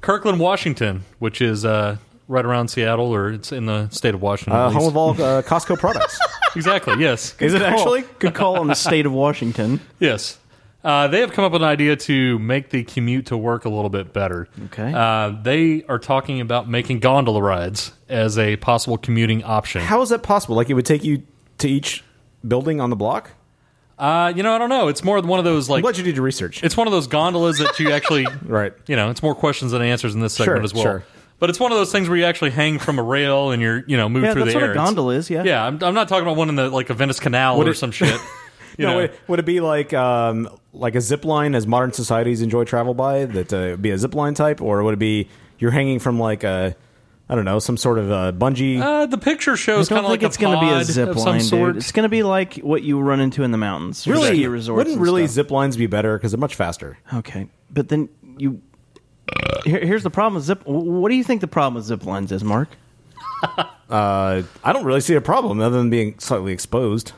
[SPEAKER 9] Kirkland, Washington, which is uh, right around Seattle, or it's in the state of Washington.
[SPEAKER 8] Uh,
[SPEAKER 9] at
[SPEAKER 8] home
[SPEAKER 9] least.
[SPEAKER 8] of all uh, Costco
[SPEAKER 9] <laughs>
[SPEAKER 8] products.
[SPEAKER 9] exactly. Yes.
[SPEAKER 8] <laughs> Is it actually?
[SPEAKER 7] Oh, Good call on the state of Washington.
[SPEAKER 9] Yes. Uh, they have come up with an idea to make the commute to work a little bit better.
[SPEAKER 7] Okay.
[SPEAKER 9] Uh, they are talking about making gondola rides as a possible commuting option.
[SPEAKER 8] How is that possible? Like it would take you to each building on the block?
[SPEAKER 9] Uh, you know, I don't know. It's more one of those like. I'm glad
[SPEAKER 8] you did your research.
[SPEAKER 9] It's one of those gondolas that you actually.
[SPEAKER 8] right.
[SPEAKER 9] You know, it's more questions than answers in this segment
[SPEAKER 8] Sure,
[SPEAKER 9] as well.
[SPEAKER 8] sure.
[SPEAKER 9] But it's one of those things where you actually hang from a rail and you're, you know, move
[SPEAKER 7] yeah,
[SPEAKER 9] through
[SPEAKER 7] that's
[SPEAKER 9] the
[SPEAKER 7] what
[SPEAKER 9] air.
[SPEAKER 7] a
[SPEAKER 9] It's-
[SPEAKER 7] gondola is. Yeah.
[SPEAKER 9] Yeah, I'm, I'm not talking about one in the like a Venice Canal
[SPEAKER 8] Would
[SPEAKER 9] or
[SPEAKER 8] it-
[SPEAKER 9] some
[SPEAKER 7] <laughs>
[SPEAKER 9] shit. You
[SPEAKER 8] no,
[SPEAKER 9] know,
[SPEAKER 8] would, it, would it be like um, like a zip line as modern societies enjoy travel by? That uh, it would be a zip line type, or would it be you're hanging from like a I don't know some sort of a bungee?
[SPEAKER 9] uh, the picture
[SPEAKER 7] I
[SPEAKER 9] shows
[SPEAKER 7] don't
[SPEAKER 9] kind
[SPEAKER 7] think
[SPEAKER 9] of like
[SPEAKER 7] it's
[SPEAKER 9] a
[SPEAKER 7] going to be a
[SPEAKER 9] pod
[SPEAKER 7] zip
[SPEAKER 9] of some
[SPEAKER 7] line,
[SPEAKER 9] sort.
[SPEAKER 7] dude. It's going to be like what you run into in the mountains, your
[SPEAKER 8] really,
[SPEAKER 7] ski resorts.
[SPEAKER 8] wouldn't
[SPEAKER 7] and
[SPEAKER 8] really
[SPEAKER 7] stuff.
[SPEAKER 8] zip lines be better because they're much faster?
[SPEAKER 7] Okay, but then you. Here, here's the problem with zip. What do you think the problem with zip lines is, Mark?
[SPEAKER 8] uh, I don't really see a problem other than being slightly exposed.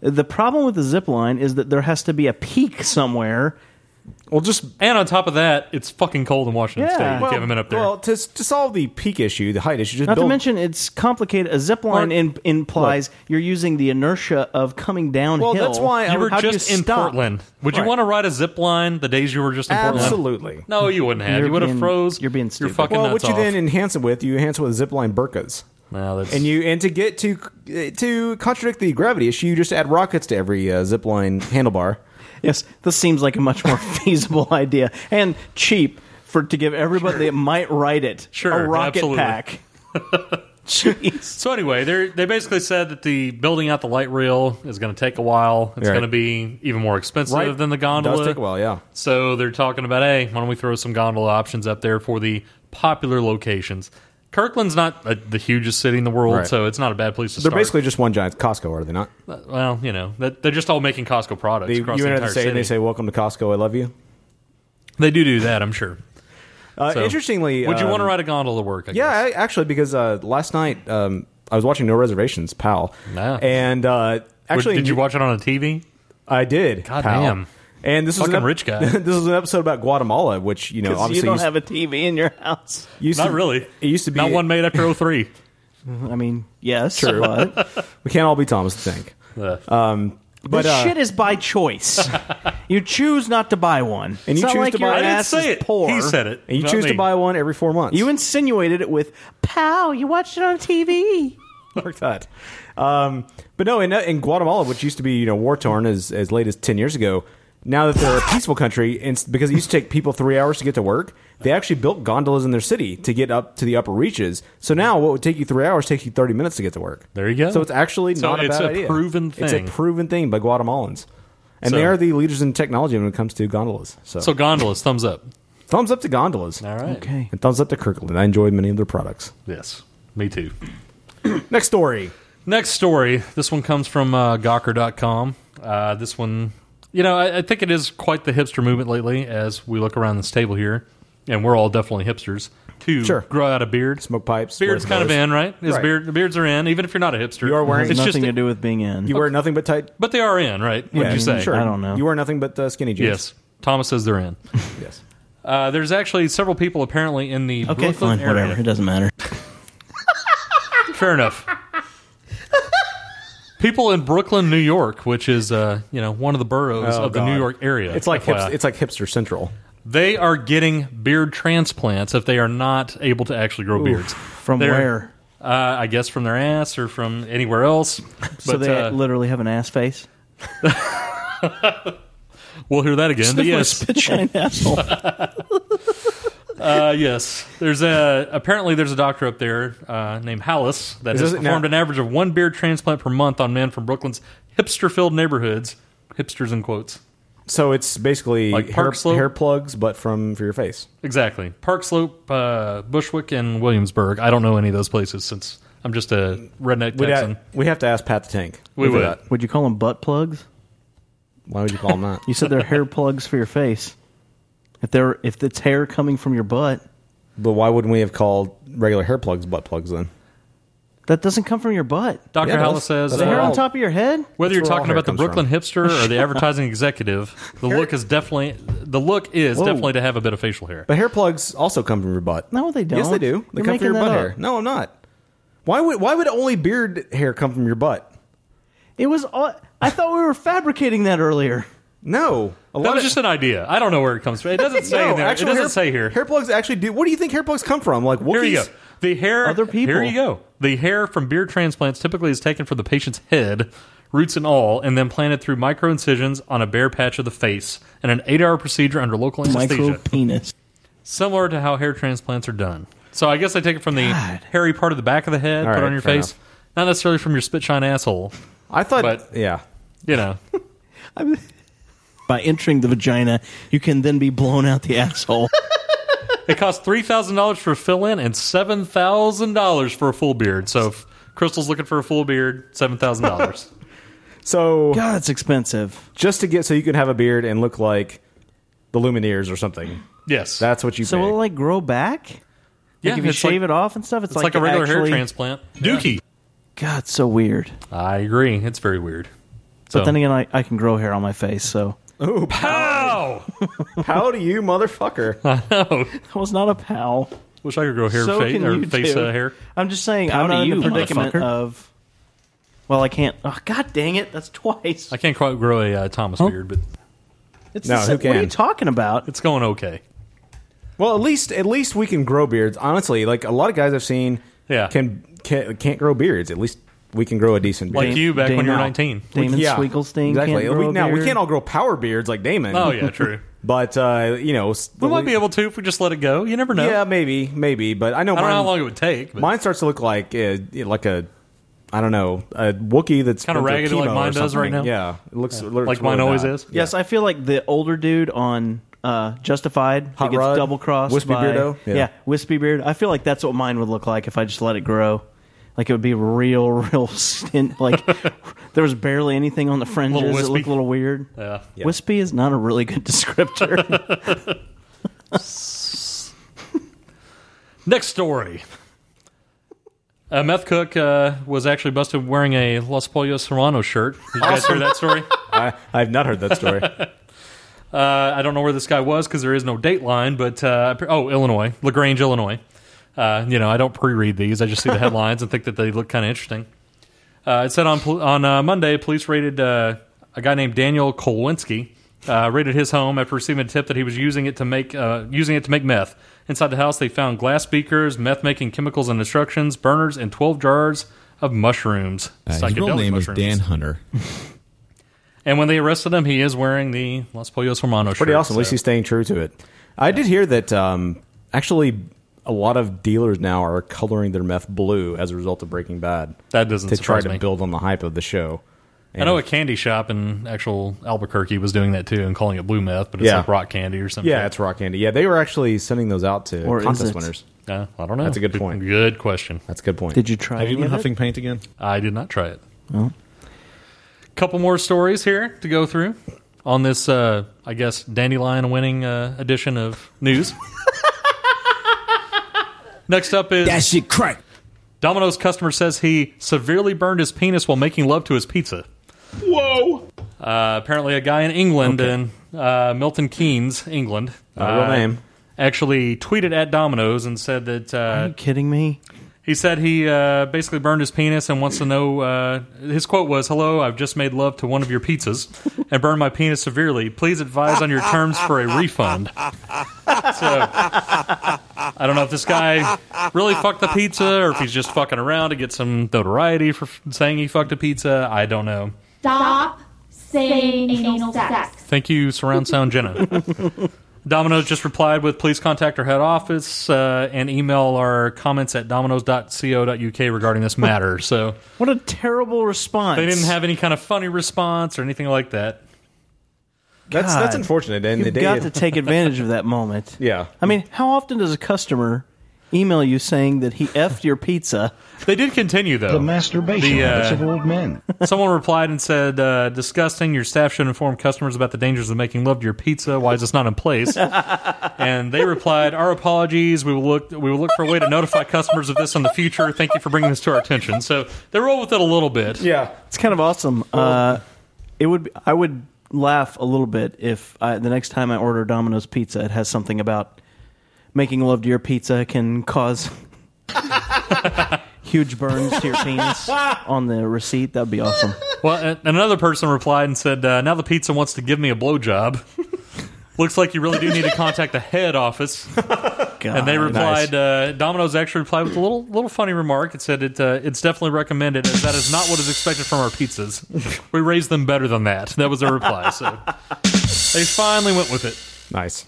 [SPEAKER 7] The problem with the zip line is that there has to be a peak somewhere.
[SPEAKER 8] Well, just
[SPEAKER 9] And on top of that, it's fucking cold in Washington State. If
[SPEAKER 8] Well,
[SPEAKER 9] you haven't been up there.
[SPEAKER 8] Well, to, to solve the peak issue, the height issue, just
[SPEAKER 7] not to
[SPEAKER 8] build
[SPEAKER 7] mention it's complicated. A zip line in, implies you're using the inertia of coming downhill.
[SPEAKER 8] Well, that's why
[SPEAKER 9] you were
[SPEAKER 7] How do
[SPEAKER 9] just
[SPEAKER 7] you
[SPEAKER 9] in
[SPEAKER 7] stop?
[SPEAKER 9] Portland. Would you
[SPEAKER 7] Right.
[SPEAKER 9] want to ride a zip line the days you were just in Portland?
[SPEAKER 8] Absolutely.
[SPEAKER 9] No, you wouldn't have.
[SPEAKER 8] You're
[SPEAKER 9] you would have
[SPEAKER 8] being-
[SPEAKER 9] froze. You're being You're fucking
[SPEAKER 8] well,
[SPEAKER 9] nuts
[SPEAKER 8] what you
[SPEAKER 9] off.
[SPEAKER 8] then enhance it with, you enhance it with zipline burkas.
[SPEAKER 9] No, that's...
[SPEAKER 8] And you and to get to to contradict the gravity issue, you just add rockets to every uh, zipline handlebar.
[SPEAKER 7] Yes, this seems like a much more <laughs> feasible idea and cheap for to give everybody that might write it
[SPEAKER 9] Sure,
[SPEAKER 7] a rocket
[SPEAKER 9] absolutely. <laughs>
[SPEAKER 7] pack.
[SPEAKER 9] So anyway, they they basically said that the building out the light reel is going to take a while. It's
[SPEAKER 8] Right.
[SPEAKER 9] going to be even more expensive
[SPEAKER 8] Right.
[SPEAKER 9] than the gondola.
[SPEAKER 8] Does take a while, yeah.
[SPEAKER 9] So they're talking about, hey, why don't we throw some gondola options up there for the popular locations? Kirkland's not uh the hugest city in the world,
[SPEAKER 8] Right.
[SPEAKER 9] so it's not a bad place to
[SPEAKER 8] They're
[SPEAKER 9] start. Uh,
[SPEAKER 8] basically just one giant Costco, are they not?
[SPEAKER 9] well, you know, that- they're just all making Costco products
[SPEAKER 8] They, you
[SPEAKER 9] across the
[SPEAKER 8] enter
[SPEAKER 9] entire
[SPEAKER 8] the state
[SPEAKER 9] city.
[SPEAKER 8] and they say, "Welcome to Costco. I love you."
[SPEAKER 9] They do do that, I'm sure.
[SPEAKER 8] Uh,
[SPEAKER 9] So,
[SPEAKER 8] interestingly,
[SPEAKER 9] would you
[SPEAKER 8] um,
[SPEAKER 9] want to ride a gondola to work? I
[SPEAKER 8] yeah, I, actually, because uh, last night um, I was watching No Reservations, pal. And uh, actually,
[SPEAKER 9] did you watch it on a TV?
[SPEAKER 8] I did.
[SPEAKER 9] God
[SPEAKER 8] pal.
[SPEAKER 9] damn.
[SPEAKER 8] And this is
[SPEAKER 9] Fucking
[SPEAKER 8] an ep-
[SPEAKER 9] rich guy.
[SPEAKER 8] <laughs> this is an episode about Guatemala, which
[SPEAKER 9] <laughs>
[SPEAKER 8] you know
[SPEAKER 7] 'Cause
[SPEAKER 8] obviously
[SPEAKER 7] you don't
[SPEAKER 8] used-
[SPEAKER 7] have a TV in your house.
[SPEAKER 8] used <laughs> to- It used to be
[SPEAKER 7] Not one
[SPEAKER 9] made
[SPEAKER 8] <laughs>
[SPEAKER 9] after 03.
[SPEAKER 7] I mean, yes,
[SPEAKER 8] True.
[SPEAKER 7] but
[SPEAKER 8] we can't all be Thomas the Tank. Um, but
[SPEAKER 7] this
[SPEAKER 8] uh,
[SPEAKER 7] shit is by <laughs> choice. you choose not to buy one, It's
[SPEAKER 8] and you
[SPEAKER 7] not
[SPEAKER 8] choose
[SPEAKER 7] like
[SPEAKER 8] to buy.
[SPEAKER 7] your ass is Poor.
[SPEAKER 8] And you choose to buy one every four months.
[SPEAKER 7] You insinuated it with pal. You watched it on TV.
[SPEAKER 8] Mark that. Um, but no, in, in Guatemala, which used to be you know war torn as as late as ten years ago, now that they're a peaceful country, and s- because it used to take people three hours to get to work, they actually built gondolas in their city to get up to the upper reaches. So now, what would take you three hours takes you thirty minutes to get to work.
[SPEAKER 9] There you go.
[SPEAKER 8] So it's actually
[SPEAKER 9] So
[SPEAKER 8] not
[SPEAKER 9] it's
[SPEAKER 8] a bad
[SPEAKER 9] a
[SPEAKER 8] idea.
[SPEAKER 9] proven
[SPEAKER 8] It's a
[SPEAKER 9] thing.
[SPEAKER 8] proven thing by Guatemalans, and they
[SPEAKER 9] So-
[SPEAKER 8] are the leaders in technology when it comes to gondolas. So,
[SPEAKER 9] So gondolas, thumbs up.
[SPEAKER 8] thumbs up to gondolas.
[SPEAKER 9] All right.
[SPEAKER 7] Okay.
[SPEAKER 8] And thumbs up to Kirkland. I enjoyed many of their products.
[SPEAKER 9] Yes, me too.
[SPEAKER 8] Next story.
[SPEAKER 9] Next story. This one comes from uh, Gawker.com. Uh, this one, you know, I, I think it is quite the hipster movement lately as we look around this table here, and we're all definitely hipsters. To grow out a beard,
[SPEAKER 8] smoke pipes.
[SPEAKER 9] Beard's
[SPEAKER 8] wear
[SPEAKER 9] kind of
[SPEAKER 8] clothes.
[SPEAKER 9] in, right? Is
[SPEAKER 8] Right.
[SPEAKER 9] beard beards are in, even if you're not a hipster.
[SPEAKER 8] You are wearing-
[SPEAKER 9] it's just
[SPEAKER 7] nothing to
[SPEAKER 9] that-
[SPEAKER 7] do with being in.
[SPEAKER 8] You wear nothing but tight.
[SPEAKER 9] but they are in, right? Would
[SPEAKER 8] Yeah,
[SPEAKER 9] you say?
[SPEAKER 8] sure. You wear nothing but uh, skinny jeans.
[SPEAKER 9] Yes. Thomas says they're in.
[SPEAKER 8] yes.
[SPEAKER 9] Uh, there's actually several people apparently in the
[SPEAKER 7] Okay,
[SPEAKER 9] Brooklyn
[SPEAKER 7] fine, whatever. It
[SPEAKER 9] area.
[SPEAKER 7] doesn't matter.
[SPEAKER 9] Fair enough. People in Brooklyn, New York, which is uh, you know one of the boroughs
[SPEAKER 8] Oh,
[SPEAKER 9] of the
[SPEAKER 8] God.
[SPEAKER 9] New York area.
[SPEAKER 8] It's like
[SPEAKER 9] FYI.
[SPEAKER 8] hipster, it's like hipster central.
[SPEAKER 9] they are getting beard transplants if they are not able to actually grow
[SPEAKER 7] Oof.
[SPEAKER 9] beards.
[SPEAKER 7] From
[SPEAKER 9] They're-
[SPEAKER 7] where?
[SPEAKER 9] Uh, I guess from their ass or from anywhere else. But
[SPEAKER 7] so they
[SPEAKER 9] uh,
[SPEAKER 7] literally have an ass face.
[SPEAKER 9] we'll hear that again. But
[SPEAKER 7] Sniffling
[SPEAKER 9] yes,
[SPEAKER 7] spit shine
[SPEAKER 9] <laughs>
[SPEAKER 7] asshole.
[SPEAKER 9] uh, yes. There's a apparently there's a doctor up there uh, named Hallis that
[SPEAKER 8] Is
[SPEAKER 9] has
[SPEAKER 8] this- now-
[SPEAKER 9] performed an average of one beard transplant per month on men from Brooklyn's hipster-filled neighborhoods. Hipsters in quotes.
[SPEAKER 8] So it's basically
[SPEAKER 9] Like
[SPEAKER 8] hair,
[SPEAKER 9] Park Slope?
[SPEAKER 8] hair plugs, but from for your face.
[SPEAKER 9] Exactly. Park Slope, uh, Bushwick, and Williamsburg. I don't know any of those places since I'm just a redneck
[SPEAKER 8] We'd
[SPEAKER 9] Texan.
[SPEAKER 8] ha- we have to ask Pat the Tank.
[SPEAKER 9] We
[SPEAKER 8] for
[SPEAKER 9] would.
[SPEAKER 8] that.
[SPEAKER 7] Would you call them butt plugs?
[SPEAKER 8] Why would you call
[SPEAKER 9] <laughs>
[SPEAKER 8] them that?
[SPEAKER 7] You said they're hair plugs for your face. If they're if it's hair coming from your butt,
[SPEAKER 8] But why wouldn't we have called regular hair plugs butt plugs then?
[SPEAKER 7] that doesn't come from your butt.
[SPEAKER 9] Dr. Hallis
[SPEAKER 8] Yeah, that's-
[SPEAKER 9] says
[SPEAKER 8] that's
[SPEAKER 7] the
[SPEAKER 9] uh,
[SPEAKER 7] hair on top of your head.
[SPEAKER 9] Whether you're
[SPEAKER 8] That's where all
[SPEAKER 9] talking
[SPEAKER 8] hair
[SPEAKER 9] about the
[SPEAKER 8] comes
[SPEAKER 9] Brooklyn
[SPEAKER 8] from.
[SPEAKER 9] hipster or
[SPEAKER 8] <laughs>
[SPEAKER 9] the advertising executive, the look is definitely the look is
[SPEAKER 8] Whoa.
[SPEAKER 9] definitely to have a bit of facial hair.
[SPEAKER 8] But hair plugs also come from your butt.
[SPEAKER 7] No, they don't.
[SPEAKER 8] Yes, they do. They
[SPEAKER 7] You're
[SPEAKER 8] come from
[SPEAKER 7] making
[SPEAKER 8] your
[SPEAKER 7] that
[SPEAKER 8] butt
[SPEAKER 7] up.
[SPEAKER 8] hair. No, I'm not. Why would why would only beard hair come from your butt?
[SPEAKER 7] It was. all- I thought we were fabricating that earlier.
[SPEAKER 8] No, a
[SPEAKER 9] That was just an idea. I don't know where it comes from. It
[SPEAKER 8] <laughs>
[SPEAKER 9] doesn't say
[SPEAKER 8] No,
[SPEAKER 9] in there. It
[SPEAKER 8] actual
[SPEAKER 9] doesn't
[SPEAKER 8] hair-
[SPEAKER 9] say here.
[SPEAKER 8] Hair plugs actually do. What do you think hair plugs come from? Like Wookiees?
[SPEAKER 9] Here you go. The hair.
[SPEAKER 8] Other people.
[SPEAKER 9] Here you go. The hair from beard transplants typically is taken from the patient's head, roots and all, and then planted through micro incisions on a bare patch of the face in an eight-hour procedure under local anesthesia,
[SPEAKER 7] Micro penis.
[SPEAKER 9] similar to how hair transplants are done. So I guess they take it from the hairy part of the back of the head,
[SPEAKER 8] All
[SPEAKER 9] put it
[SPEAKER 8] right,
[SPEAKER 9] on your
[SPEAKER 8] fair
[SPEAKER 9] face, not necessarily from your spit shine asshole.
[SPEAKER 8] I thought.
[SPEAKER 9] But
[SPEAKER 8] yeah,
[SPEAKER 9] you know,
[SPEAKER 7] By entering the vagina, you can then be blown out the <laughs> asshole.
[SPEAKER 9] it costs three thousand dollars for a fill-in and seven thousand dollars for a full beard. So if Crystal's looking for a full beard, seven thousand dollars.
[SPEAKER 8] So
[SPEAKER 7] God, it's expensive.
[SPEAKER 8] Just to get so you can have a beard and look like the Lumineers or something.
[SPEAKER 9] <laughs> Yes,
[SPEAKER 8] that's what you
[SPEAKER 7] so
[SPEAKER 8] pay.
[SPEAKER 7] will it like grow back? Like if you
[SPEAKER 9] it's like-
[SPEAKER 7] shave it off and stuff, it's,
[SPEAKER 9] It's, like, a regular
[SPEAKER 7] actually-
[SPEAKER 9] hair transplant. Dookie.
[SPEAKER 7] God, it's so weird.
[SPEAKER 9] I agree. It's very weird.
[SPEAKER 7] But
[SPEAKER 9] So-
[SPEAKER 7] then again, I, I can grow hair on my face, so
[SPEAKER 8] Ooh,
[SPEAKER 9] pow!
[SPEAKER 8] How do you,
[SPEAKER 9] <laughs>
[SPEAKER 8] motherfucker?
[SPEAKER 9] I know.
[SPEAKER 7] I was not a pal.
[SPEAKER 9] Wish I could grow hair
[SPEAKER 7] So
[SPEAKER 9] face
[SPEAKER 7] can
[SPEAKER 9] or
[SPEAKER 7] you
[SPEAKER 9] face
[SPEAKER 7] too.
[SPEAKER 9] uh, hair.
[SPEAKER 7] I'm just saying,
[SPEAKER 9] How
[SPEAKER 7] I'm
[SPEAKER 9] do
[SPEAKER 7] not in
[SPEAKER 9] you,
[SPEAKER 7] the predicament
[SPEAKER 9] motherfucker?
[SPEAKER 7] of. Well, I can't. Oh, God dang it! That's twice.
[SPEAKER 9] I can't quite grow a uh, Thomas beard, but
[SPEAKER 7] It's
[SPEAKER 8] No,
[SPEAKER 7] the same-
[SPEAKER 8] who
[SPEAKER 7] What are you
[SPEAKER 8] can?
[SPEAKER 7] talking about?
[SPEAKER 9] It's going okay.
[SPEAKER 8] Well, at least at least we can grow beards. Honestly, like a lot of guys I've seen,
[SPEAKER 9] Yeah.
[SPEAKER 8] can, can can't grow beards. At least we can grow a decent beard.
[SPEAKER 9] Like you back when you were 19.
[SPEAKER 7] Damon
[SPEAKER 8] yeah,
[SPEAKER 7] Swinkelstein
[SPEAKER 8] Exactly.
[SPEAKER 7] can't
[SPEAKER 8] we,
[SPEAKER 7] grow a
[SPEAKER 8] now we
[SPEAKER 7] beard.
[SPEAKER 8] can't all grow power beards like
[SPEAKER 9] <laughs>
[SPEAKER 8] Damon.
[SPEAKER 9] Oh, yeah, true.
[SPEAKER 8] <laughs> but uh, you know, s-
[SPEAKER 9] We might be able to if we just let it go. You never know.
[SPEAKER 8] Yeah, maybe, maybe. But I
[SPEAKER 9] I don't
[SPEAKER 8] know.
[SPEAKER 9] know
[SPEAKER 8] mine,
[SPEAKER 9] how long it would take.
[SPEAKER 8] Mine starts to look like uh, like a. I don't know a Wookiee that's
[SPEAKER 9] Kinda
[SPEAKER 8] been through
[SPEAKER 9] raggedy like
[SPEAKER 8] chemo or
[SPEAKER 9] mine does right
[SPEAKER 8] something.
[SPEAKER 9] now.
[SPEAKER 8] Yeah, it looks
[SPEAKER 9] Yeah.
[SPEAKER 8] it looks
[SPEAKER 9] Like mine
[SPEAKER 8] really
[SPEAKER 9] always
[SPEAKER 8] bad.
[SPEAKER 9] is?
[SPEAKER 7] Yes, I feel like the older dude on uh, Justified
[SPEAKER 8] Hot
[SPEAKER 7] that
[SPEAKER 8] Rod?
[SPEAKER 7] gets double crossed.
[SPEAKER 8] Wispy
[SPEAKER 7] by,
[SPEAKER 8] Beardo?
[SPEAKER 7] Yeah.
[SPEAKER 8] Yeah.
[SPEAKER 7] wispy beard. I feel like that's what mine would look like if I just let it grow. Like it would be real, <laughs> real stint. Like <laughs> there was barely anything on the fringes. It
[SPEAKER 9] wispy.
[SPEAKER 7] looked a little weird.
[SPEAKER 9] Yeah. Yeah.
[SPEAKER 7] Wispy is not a really good <laughs>
[SPEAKER 8] <laughs>
[SPEAKER 7] descriptor.
[SPEAKER 9] Next story. A meth cook uh, was actually busted wearing a Los Pollos Serrano shirt. Did you guys hear that story?
[SPEAKER 8] I, I've not heard
[SPEAKER 9] <laughs>
[SPEAKER 8] that story.
[SPEAKER 9] uh, I don't know where this guy was because there is no date line, but uh, oh, Illinois, LaGrange, Illinois. Uh, you know, I don't pre-read these; I just see the headlines and think that they look kind of interesting. Uh, it said on pol- on uh, Monday, police raided uh, a guy named Daniel Kolwinski. Uh, raided his home after receiving a tip that he was using it to make uh, using it to make meth. Inside the house, they found glass beakers, meth making chemicals and instructions, burners, and twelve jars of mushrooms.
[SPEAKER 5] Uh, his real
[SPEAKER 9] psychedelic
[SPEAKER 5] name
[SPEAKER 9] mushrooms.
[SPEAKER 5] is Dan Hunter.
[SPEAKER 9] And when they arrested him, he is wearing the Los Pollos Hermanos shirt.
[SPEAKER 8] Pretty awesome. At least
[SPEAKER 9] so-
[SPEAKER 8] he's staying true to it. I did hear that um, actually a lot of dealers now are coloring their meth blue as a result of Breaking Bad.
[SPEAKER 9] That doesn't
[SPEAKER 8] to try
[SPEAKER 9] surprise
[SPEAKER 8] to
[SPEAKER 9] me.
[SPEAKER 8] build on the hype of the show.
[SPEAKER 9] I know a candy shop in actual Albuquerque was doing that too and calling it blue meth, but it's
[SPEAKER 8] Yeah.
[SPEAKER 9] like rock candy or something.
[SPEAKER 8] Yeah, it's rock candy. Yeah, they were actually sending those out to
[SPEAKER 9] Or is
[SPEAKER 8] contest
[SPEAKER 9] it?
[SPEAKER 8] winners.
[SPEAKER 9] Yeah, I don't know.
[SPEAKER 8] That's a good point.
[SPEAKER 9] Good question.
[SPEAKER 8] That's a good point.
[SPEAKER 7] Did you try?
[SPEAKER 5] Have you
[SPEAKER 9] any
[SPEAKER 5] been
[SPEAKER 9] of it?
[SPEAKER 5] huffing paint again?
[SPEAKER 9] I did not try it.
[SPEAKER 7] Oh.
[SPEAKER 9] Couple more stories here to go through on this, uh, I guess, dandelion winning uh, edition of
[SPEAKER 8] <laughs>
[SPEAKER 9] news. Next up is that shit crack. Domino's customer says he severely burned his penis while making love to his pizza.
[SPEAKER 10] Whoa!
[SPEAKER 9] Uh, apparently, a guy in England, in uh, Milton Keynes, England,
[SPEAKER 8] Not a real
[SPEAKER 9] uh,
[SPEAKER 8] name.
[SPEAKER 9] actually tweeted at Domino's and said that. Uh, Are you
[SPEAKER 7] kidding me?
[SPEAKER 9] He said he uh, basically burned his penis and wants to know. Uh, his quote was, "Hello, I've just made love to one of your pizzas and burned my penis severely. Please advise on your terms for a refund." So, I don't know if this guy really fucked the pizza or if he's just fucking around to get some notoriety for f- saying he fucked a pizza. I don't know.
[SPEAKER 15] Stop saying anal sex.
[SPEAKER 9] Thank you, Surround Sound Jenna. Domino's just replied with please contact our head office uh, and email our comments at domino's.co.uk regarding this matter. So
[SPEAKER 7] what a terrible response.
[SPEAKER 9] they didn't have any kind of funny response or anything like that.
[SPEAKER 8] That's that's unfortunate. And
[SPEAKER 7] You've
[SPEAKER 8] the day
[SPEAKER 7] got to take advantage of that moment.
[SPEAKER 8] <laughs> Yeah.
[SPEAKER 7] I mean, how often does a customer email you saying that he effed your pizza?
[SPEAKER 9] They did continue though. The uh,
[SPEAKER 7] masturbation habits of
[SPEAKER 10] old men.
[SPEAKER 9] <laughs> Someone replied and said, uh, "Disgusting! Your staff should inform customers about the dangers of making love to your pizza. Why is this not in place?" and they replied, "Our apologies. We will look. We will look for a way to notify customers of this in the future. Thank you for bringing this to our attention." So they roll with it a little bit.
[SPEAKER 8] Yeah,
[SPEAKER 7] It's kind of awesome. Uh, it would. I would laugh a little bit if I, the next time I order Domino's pizza, it has something about making love to your pizza can <laughs> cause huge burns to your penis on the receipt. That'd be awesome.
[SPEAKER 9] Well, a- another person replied and said, uh, "Now the pizza wants to give me a blowjob." <laughs> Looks like you really do need to contact the head office. and they replied. Uh, Domino's actually replied with a little little funny remark. It said, it, uh, "It's definitely recommended, as that is not what is expected from our pizzas. We raise them better than that." That was their reply. So they finally went with it
[SPEAKER 8] nice.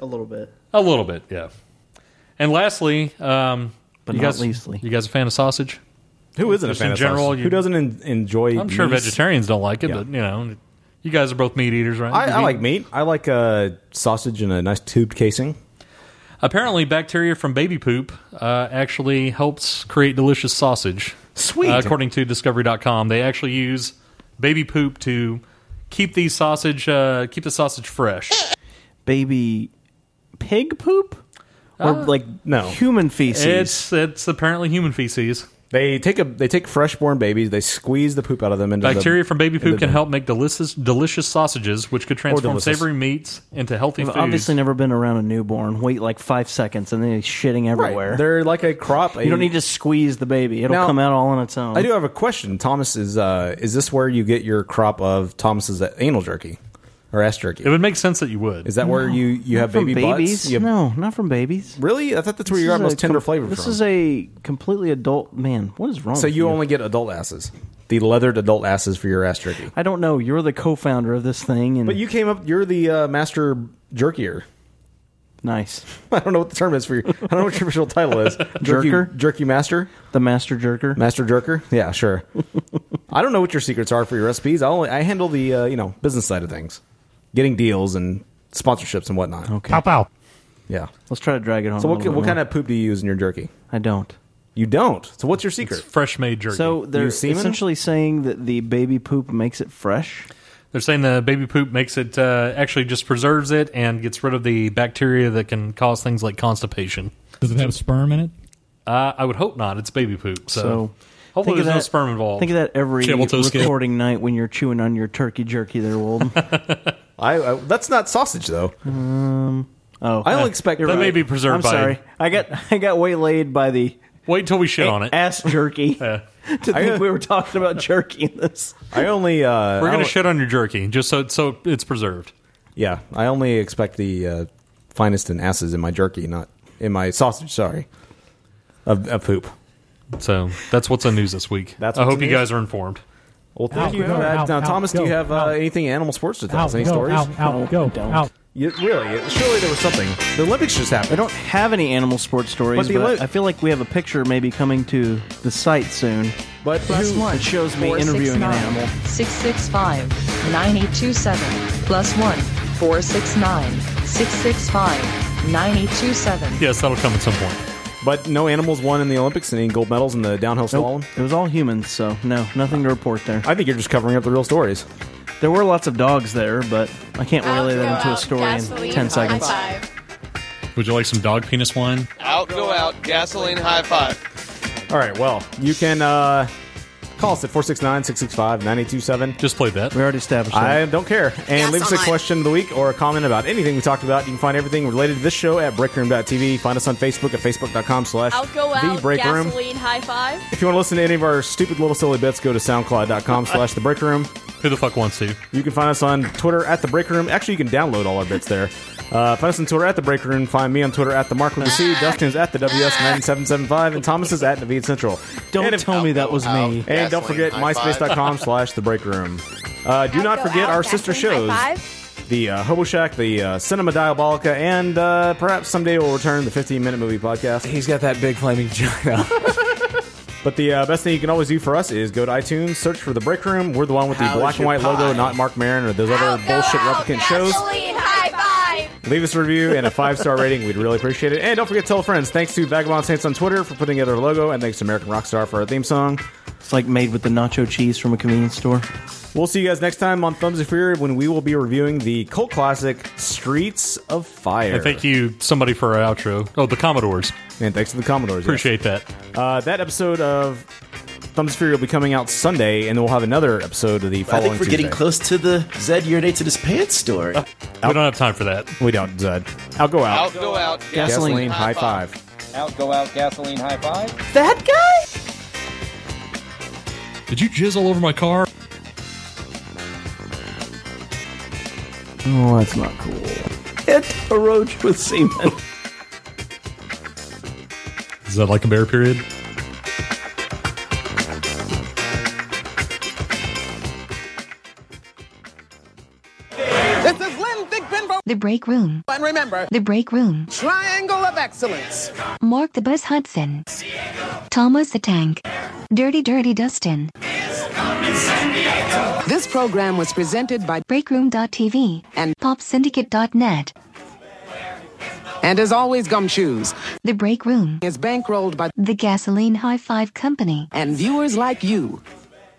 [SPEAKER 9] uh,
[SPEAKER 7] A little bit.
[SPEAKER 9] a little bit, yeah. And lastly, um,
[SPEAKER 7] But
[SPEAKER 9] you
[SPEAKER 7] not
[SPEAKER 9] guys, leastly, you guys a fan of sausage?
[SPEAKER 8] Who isn't a
[SPEAKER 9] Just
[SPEAKER 8] fan
[SPEAKER 9] in
[SPEAKER 8] of
[SPEAKER 9] general?
[SPEAKER 8] sausage?
[SPEAKER 9] you-
[SPEAKER 8] Who doesn't en- enjoy?
[SPEAKER 9] I'm sure
[SPEAKER 8] meat?
[SPEAKER 9] vegetarians don't like it,
[SPEAKER 8] Yeah.
[SPEAKER 9] but you know, you guys are both meat eaters, right?
[SPEAKER 8] I,
[SPEAKER 9] You
[SPEAKER 8] I
[SPEAKER 9] eat-
[SPEAKER 8] like meat. I like uh, sausage in a nice tube casing.
[SPEAKER 9] Apparently, bacteria from baby poop uh, actually helps create delicious sausage.
[SPEAKER 8] Sweet.
[SPEAKER 9] Uh, according to Discovery.com, they actually use baby poop to keep the sausage uh, keep the sausage fresh.
[SPEAKER 7] Baby pig poop or
[SPEAKER 9] Uh,
[SPEAKER 7] like
[SPEAKER 8] no.
[SPEAKER 7] human feces.
[SPEAKER 9] It's it's apparently human feces.
[SPEAKER 8] They take a they take freshborn babies. They squeeze the poop out of them. Into the-
[SPEAKER 9] Bacteria from baby
[SPEAKER 8] into
[SPEAKER 9] poop can
[SPEAKER 8] the-
[SPEAKER 9] help make delicious delicious sausages, which could transform
[SPEAKER 7] delicious.
[SPEAKER 9] savory meats into healthy
[SPEAKER 7] I've
[SPEAKER 9] foods.
[SPEAKER 7] obviously never been around a newborn. Wait like five seconds and then he's shitting everywhere.
[SPEAKER 8] They're like a crop.
[SPEAKER 7] You don't need to squeeze the baby. It'll
[SPEAKER 8] Now-
[SPEAKER 7] come out all on its own.
[SPEAKER 8] I do have a question. Thomas is uh, is this where you get your crop of Thomas's anal jerky? or ass jerky?
[SPEAKER 9] It would make sense that you would.
[SPEAKER 8] Is that where you you have
[SPEAKER 7] from
[SPEAKER 8] baby
[SPEAKER 7] babies?
[SPEAKER 8] butts? You have-
[SPEAKER 7] No, not from babies.
[SPEAKER 8] Really? I thought that's where you got most tender flavor
[SPEAKER 7] This
[SPEAKER 8] from.
[SPEAKER 7] is a completely adult man. What is wrong?
[SPEAKER 8] So
[SPEAKER 7] with
[SPEAKER 8] you only get adult asses, the leathered adult asses for your ass jerky.
[SPEAKER 7] I don't know. You're the co-founder of this thing, and
[SPEAKER 8] But you came up. You're the uh, master jerkier.
[SPEAKER 7] Nice.
[SPEAKER 8] <laughs> I don't know what the term is for your. I don't know what your official title <laughs> is. Jerky-
[SPEAKER 7] jerker,
[SPEAKER 8] jerky master,
[SPEAKER 7] the master jerker,
[SPEAKER 8] master jerker. Yeah, <laughs> sure. I don't know what your secrets are for your recipes. I only I handle the uh, you know business side of things, getting deals and sponsorships and whatnot. Okay.
[SPEAKER 7] Pow, pow.
[SPEAKER 8] Yeah.
[SPEAKER 7] Let's try to drag it home.
[SPEAKER 8] So
[SPEAKER 7] a
[SPEAKER 8] what,
[SPEAKER 7] little bit
[SPEAKER 8] what kind
[SPEAKER 7] more.
[SPEAKER 8] of poop do you use in your jerky?
[SPEAKER 7] I don't.
[SPEAKER 8] You don't. So what's your secret?
[SPEAKER 9] fresh made jerky.
[SPEAKER 7] So they're
[SPEAKER 9] Use semen?
[SPEAKER 7] essentially saying that the baby poop makes it fresh.
[SPEAKER 9] They're saying the baby poop makes it uh, actually just preserves it and gets rid of the bacteria that can cause things like constipation.
[SPEAKER 13] Does it have sperm in it?
[SPEAKER 9] Uh, I would hope not. It's baby poop, so,
[SPEAKER 7] So,
[SPEAKER 9] hopefully
[SPEAKER 7] think of
[SPEAKER 9] there's no
[SPEAKER 7] that-
[SPEAKER 9] sperm involved.
[SPEAKER 7] Think of that every recording night when you're chewing on your turkey jerky there,
[SPEAKER 8] <laughs>
[SPEAKER 7] Wold.
[SPEAKER 8] I, I that's not sausage though.
[SPEAKER 7] Um, oh,
[SPEAKER 8] I don't expect-
[SPEAKER 7] you're
[SPEAKER 8] That may be preserved
[SPEAKER 7] I'm
[SPEAKER 8] by-
[SPEAKER 7] sorry, I got <laughs> I got waylaid by the
[SPEAKER 9] wait till we shit on it
[SPEAKER 7] ass
[SPEAKER 9] <laughs>
[SPEAKER 7] jerky. <laughs> to think
[SPEAKER 9] I-
[SPEAKER 7] we were talking about jerky in this.
[SPEAKER 8] I only uh,
[SPEAKER 9] We're
[SPEAKER 8] I
[SPEAKER 9] gonna
[SPEAKER 8] only-
[SPEAKER 9] shit on your jerky just so so it's preserved.
[SPEAKER 8] Yeah, I only expect the uh, finest in asses in my jerky, not in my sausage. Sorry, of, of poop.
[SPEAKER 9] So that's what's on news this week.
[SPEAKER 8] That's
[SPEAKER 9] I
[SPEAKER 8] what's
[SPEAKER 9] hope you
[SPEAKER 8] news.
[SPEAKER 9] guys are informed.
[SPEAKER 8] Well, thank
[SPEAKER 9] Out,
[SPEAKER 8] you.
[SPEAKER 9] go,
[SPEAKER 8] for that.
[SPEAKER 9] out,
[SPEAKER 8] now,
[SPEAKER 9] out,
[SPEAKER 8] Thomas, do you
[SPEAKER 9] go,
[SPEAKER 8] have uh, anything animal sports to tell
[SPEAKER 7] Out,
[SPEAKER 8] us? Any
[SPEAKER 7] go,
[SPEAKER 8] stories?
[SPEAKER 7] out, out, No, go, don't. out.
[SPEAKER 8] You, really? it- Surely there was something. The Olympics just happened.
[SPEAKER 7] I don't have any animal sports stories,
[SPEAKER 8] But the
[SPEAKER 7] but,
[SPEAKER 8] Olymp-
[SPEAKER 7] I feel like we have a picture maybe coming to the site soon.
[SPEAKER 8] But
[SPEAKER 7] plus one shows me interviewing an animal.
[SPEAKER 5] 665 9827 plus 1 469 665 9827.
[SPEAKER 9] Yes, that'll come at some point.
[SPEAKER 8] But no animals won in the Olympics and any gold medals in the downhill slalom.
[SPEAKER 7] It was all humans, so no, nothing to report there.
[SPEAKER 8] I think you're just covering up the real stories.
[SPEAKER 7] There were lots of dogs there, but I can't relay that into a story in
[SPEAKER 29] gasoline,
[SPEAKER 7] ten
[SPEAKER 29] high
[SPEAKER 7] seconds.
[SPEAKER 29] five.
[SPEAKER 9] Would you like some dog penis wine?
[SPEAKER 29] Out, go out, gasoline high five.
[SPEAKER 8] All right, well, you can uh, call us at 469 665 9827.
[SPEAKER 9] Just play that.
[SPEAKER 7] We already established that.
[SPEAKER 8] I don't care. And leave us a
[SPEAKER 7] online.
[SPEAKER 8] question of the week or a comment about anything we talked about. You can find everything related to this show at breakroom.tv. Find us on Facebook at facebook.com slash
[SPEAKER 29] Out, go
[SPEAKER 8] the
[SPEAKER 29] out,
[SPEAKER 8] break room.
[SPEAKER 29] gasoline high five.
[SPEAKER 8] If you want to listen to any of our stupid little silly bits, go to soundcloud.com slash the break room.
[SPEAKER 9] Who the fuck wants to?
[SPEAKER 8] You can find us on Twitter at the break room. Actually, you can download all our bits there. Uh, find us on Twitter at the break room. Find me on Twitter at the Mark with a C. Dustin's at the WS9775. And Thomas is at Navid Central.
[SPEAKER 7] Don't tell me that was me.
[SPEAKER 8] And don't forget myspace.com slash the break room. Uh, do not forget our sister shows the uh, Hobo Shack, the uh, Cinema Diabolica, and uh, perhaps someday we'll return the 15 minute movie podcast. He's got that big flaming vagina. <laughs>
[SPEAKER 7] <laughs>
[SPEAKER 8] but the uh, best thing you can always do for us is go to iTunes, search for The Break Room. We're the one with the
[SPEAKER 29] How's
[SPEAKER 8] black and
[SPEAKER 29] your
[SPEAKER 8] white
[SPEAKER 29] pie?
[SPEAKER 8] logo, not Mark Maron or those other bullshit replicant shows.
[SPEAKER 29] Gasoline high five.
[SPEAKER 8] Leave us a review and a five star rating. We'd really appreciate it. And don't forget to tell friends. Thanks to Vagabond Saints on Twitter for putting together our logo, and thanks to American Rockstar for our theme song.
[SPEAKER 7] It's like made with the nacho cheese from a convenience store.
[SPEAKER 8] We'll see you guys next time on Thumbs of Fear when we will be reviewing the cult classic Streets of Fire.
[SPEAKER 9] And thank you, somebody, for our outro. Oh, the Commodores.
[SPEAKER 8] And thanks to the Commodores.
[SPEAKER 9] Appreciate that.
[SPEAKER 8] Uh, that episode of Thumbs of Fury will be coming out Sunday, and then we'll have another episode of the
[SPEAKER 10] I
[SPEAKER 8] following
[SPEAKER 10] think we're getting close to the Zed urinates in his pants story.
[SPEAKER 9] We don't have time for that.
[SPEAKER 8] We don't, Zed. I'll go out.
[SPEAKER 10] Out, go out.
[SPEAKER 8] Gasoline, high, five.
[SPEAKER 12] Out, go out, gasoline, high five.
[SPEAKER 10] That guy?
[SPEAKER 9] Did you jizz all over my car?
[SPEAKER 7] Oh, that's not cool. Hit a roach with semen.
[SPEAKER 9] Is that like a bear period?
[SPEAKER 14] This is Lynn Thick Pinbo.
[SPEAKER 17] The break room.
[SPEAKER 14] And remember,
[SPEAKER 17] The break room.
[SPEAKER 14] triangle of excellence.
[SPEAKER 17] Mark the Buzz Hudson. Thomas the Tank. Dirty Dirty Dustin.
[SPEAKER 14] This program was presented by
[SPEAKER 17] Breakroom.tv and PopSyndicate.net.
[SPEAKER 14] And as always, gumshoes.
[SPEAKER 17] The break room
[SPEAKER 14] is bankrolled by
[SPEAKER 17] the Gasoline High Five Company
[SPEAKER 14] and viewers like you.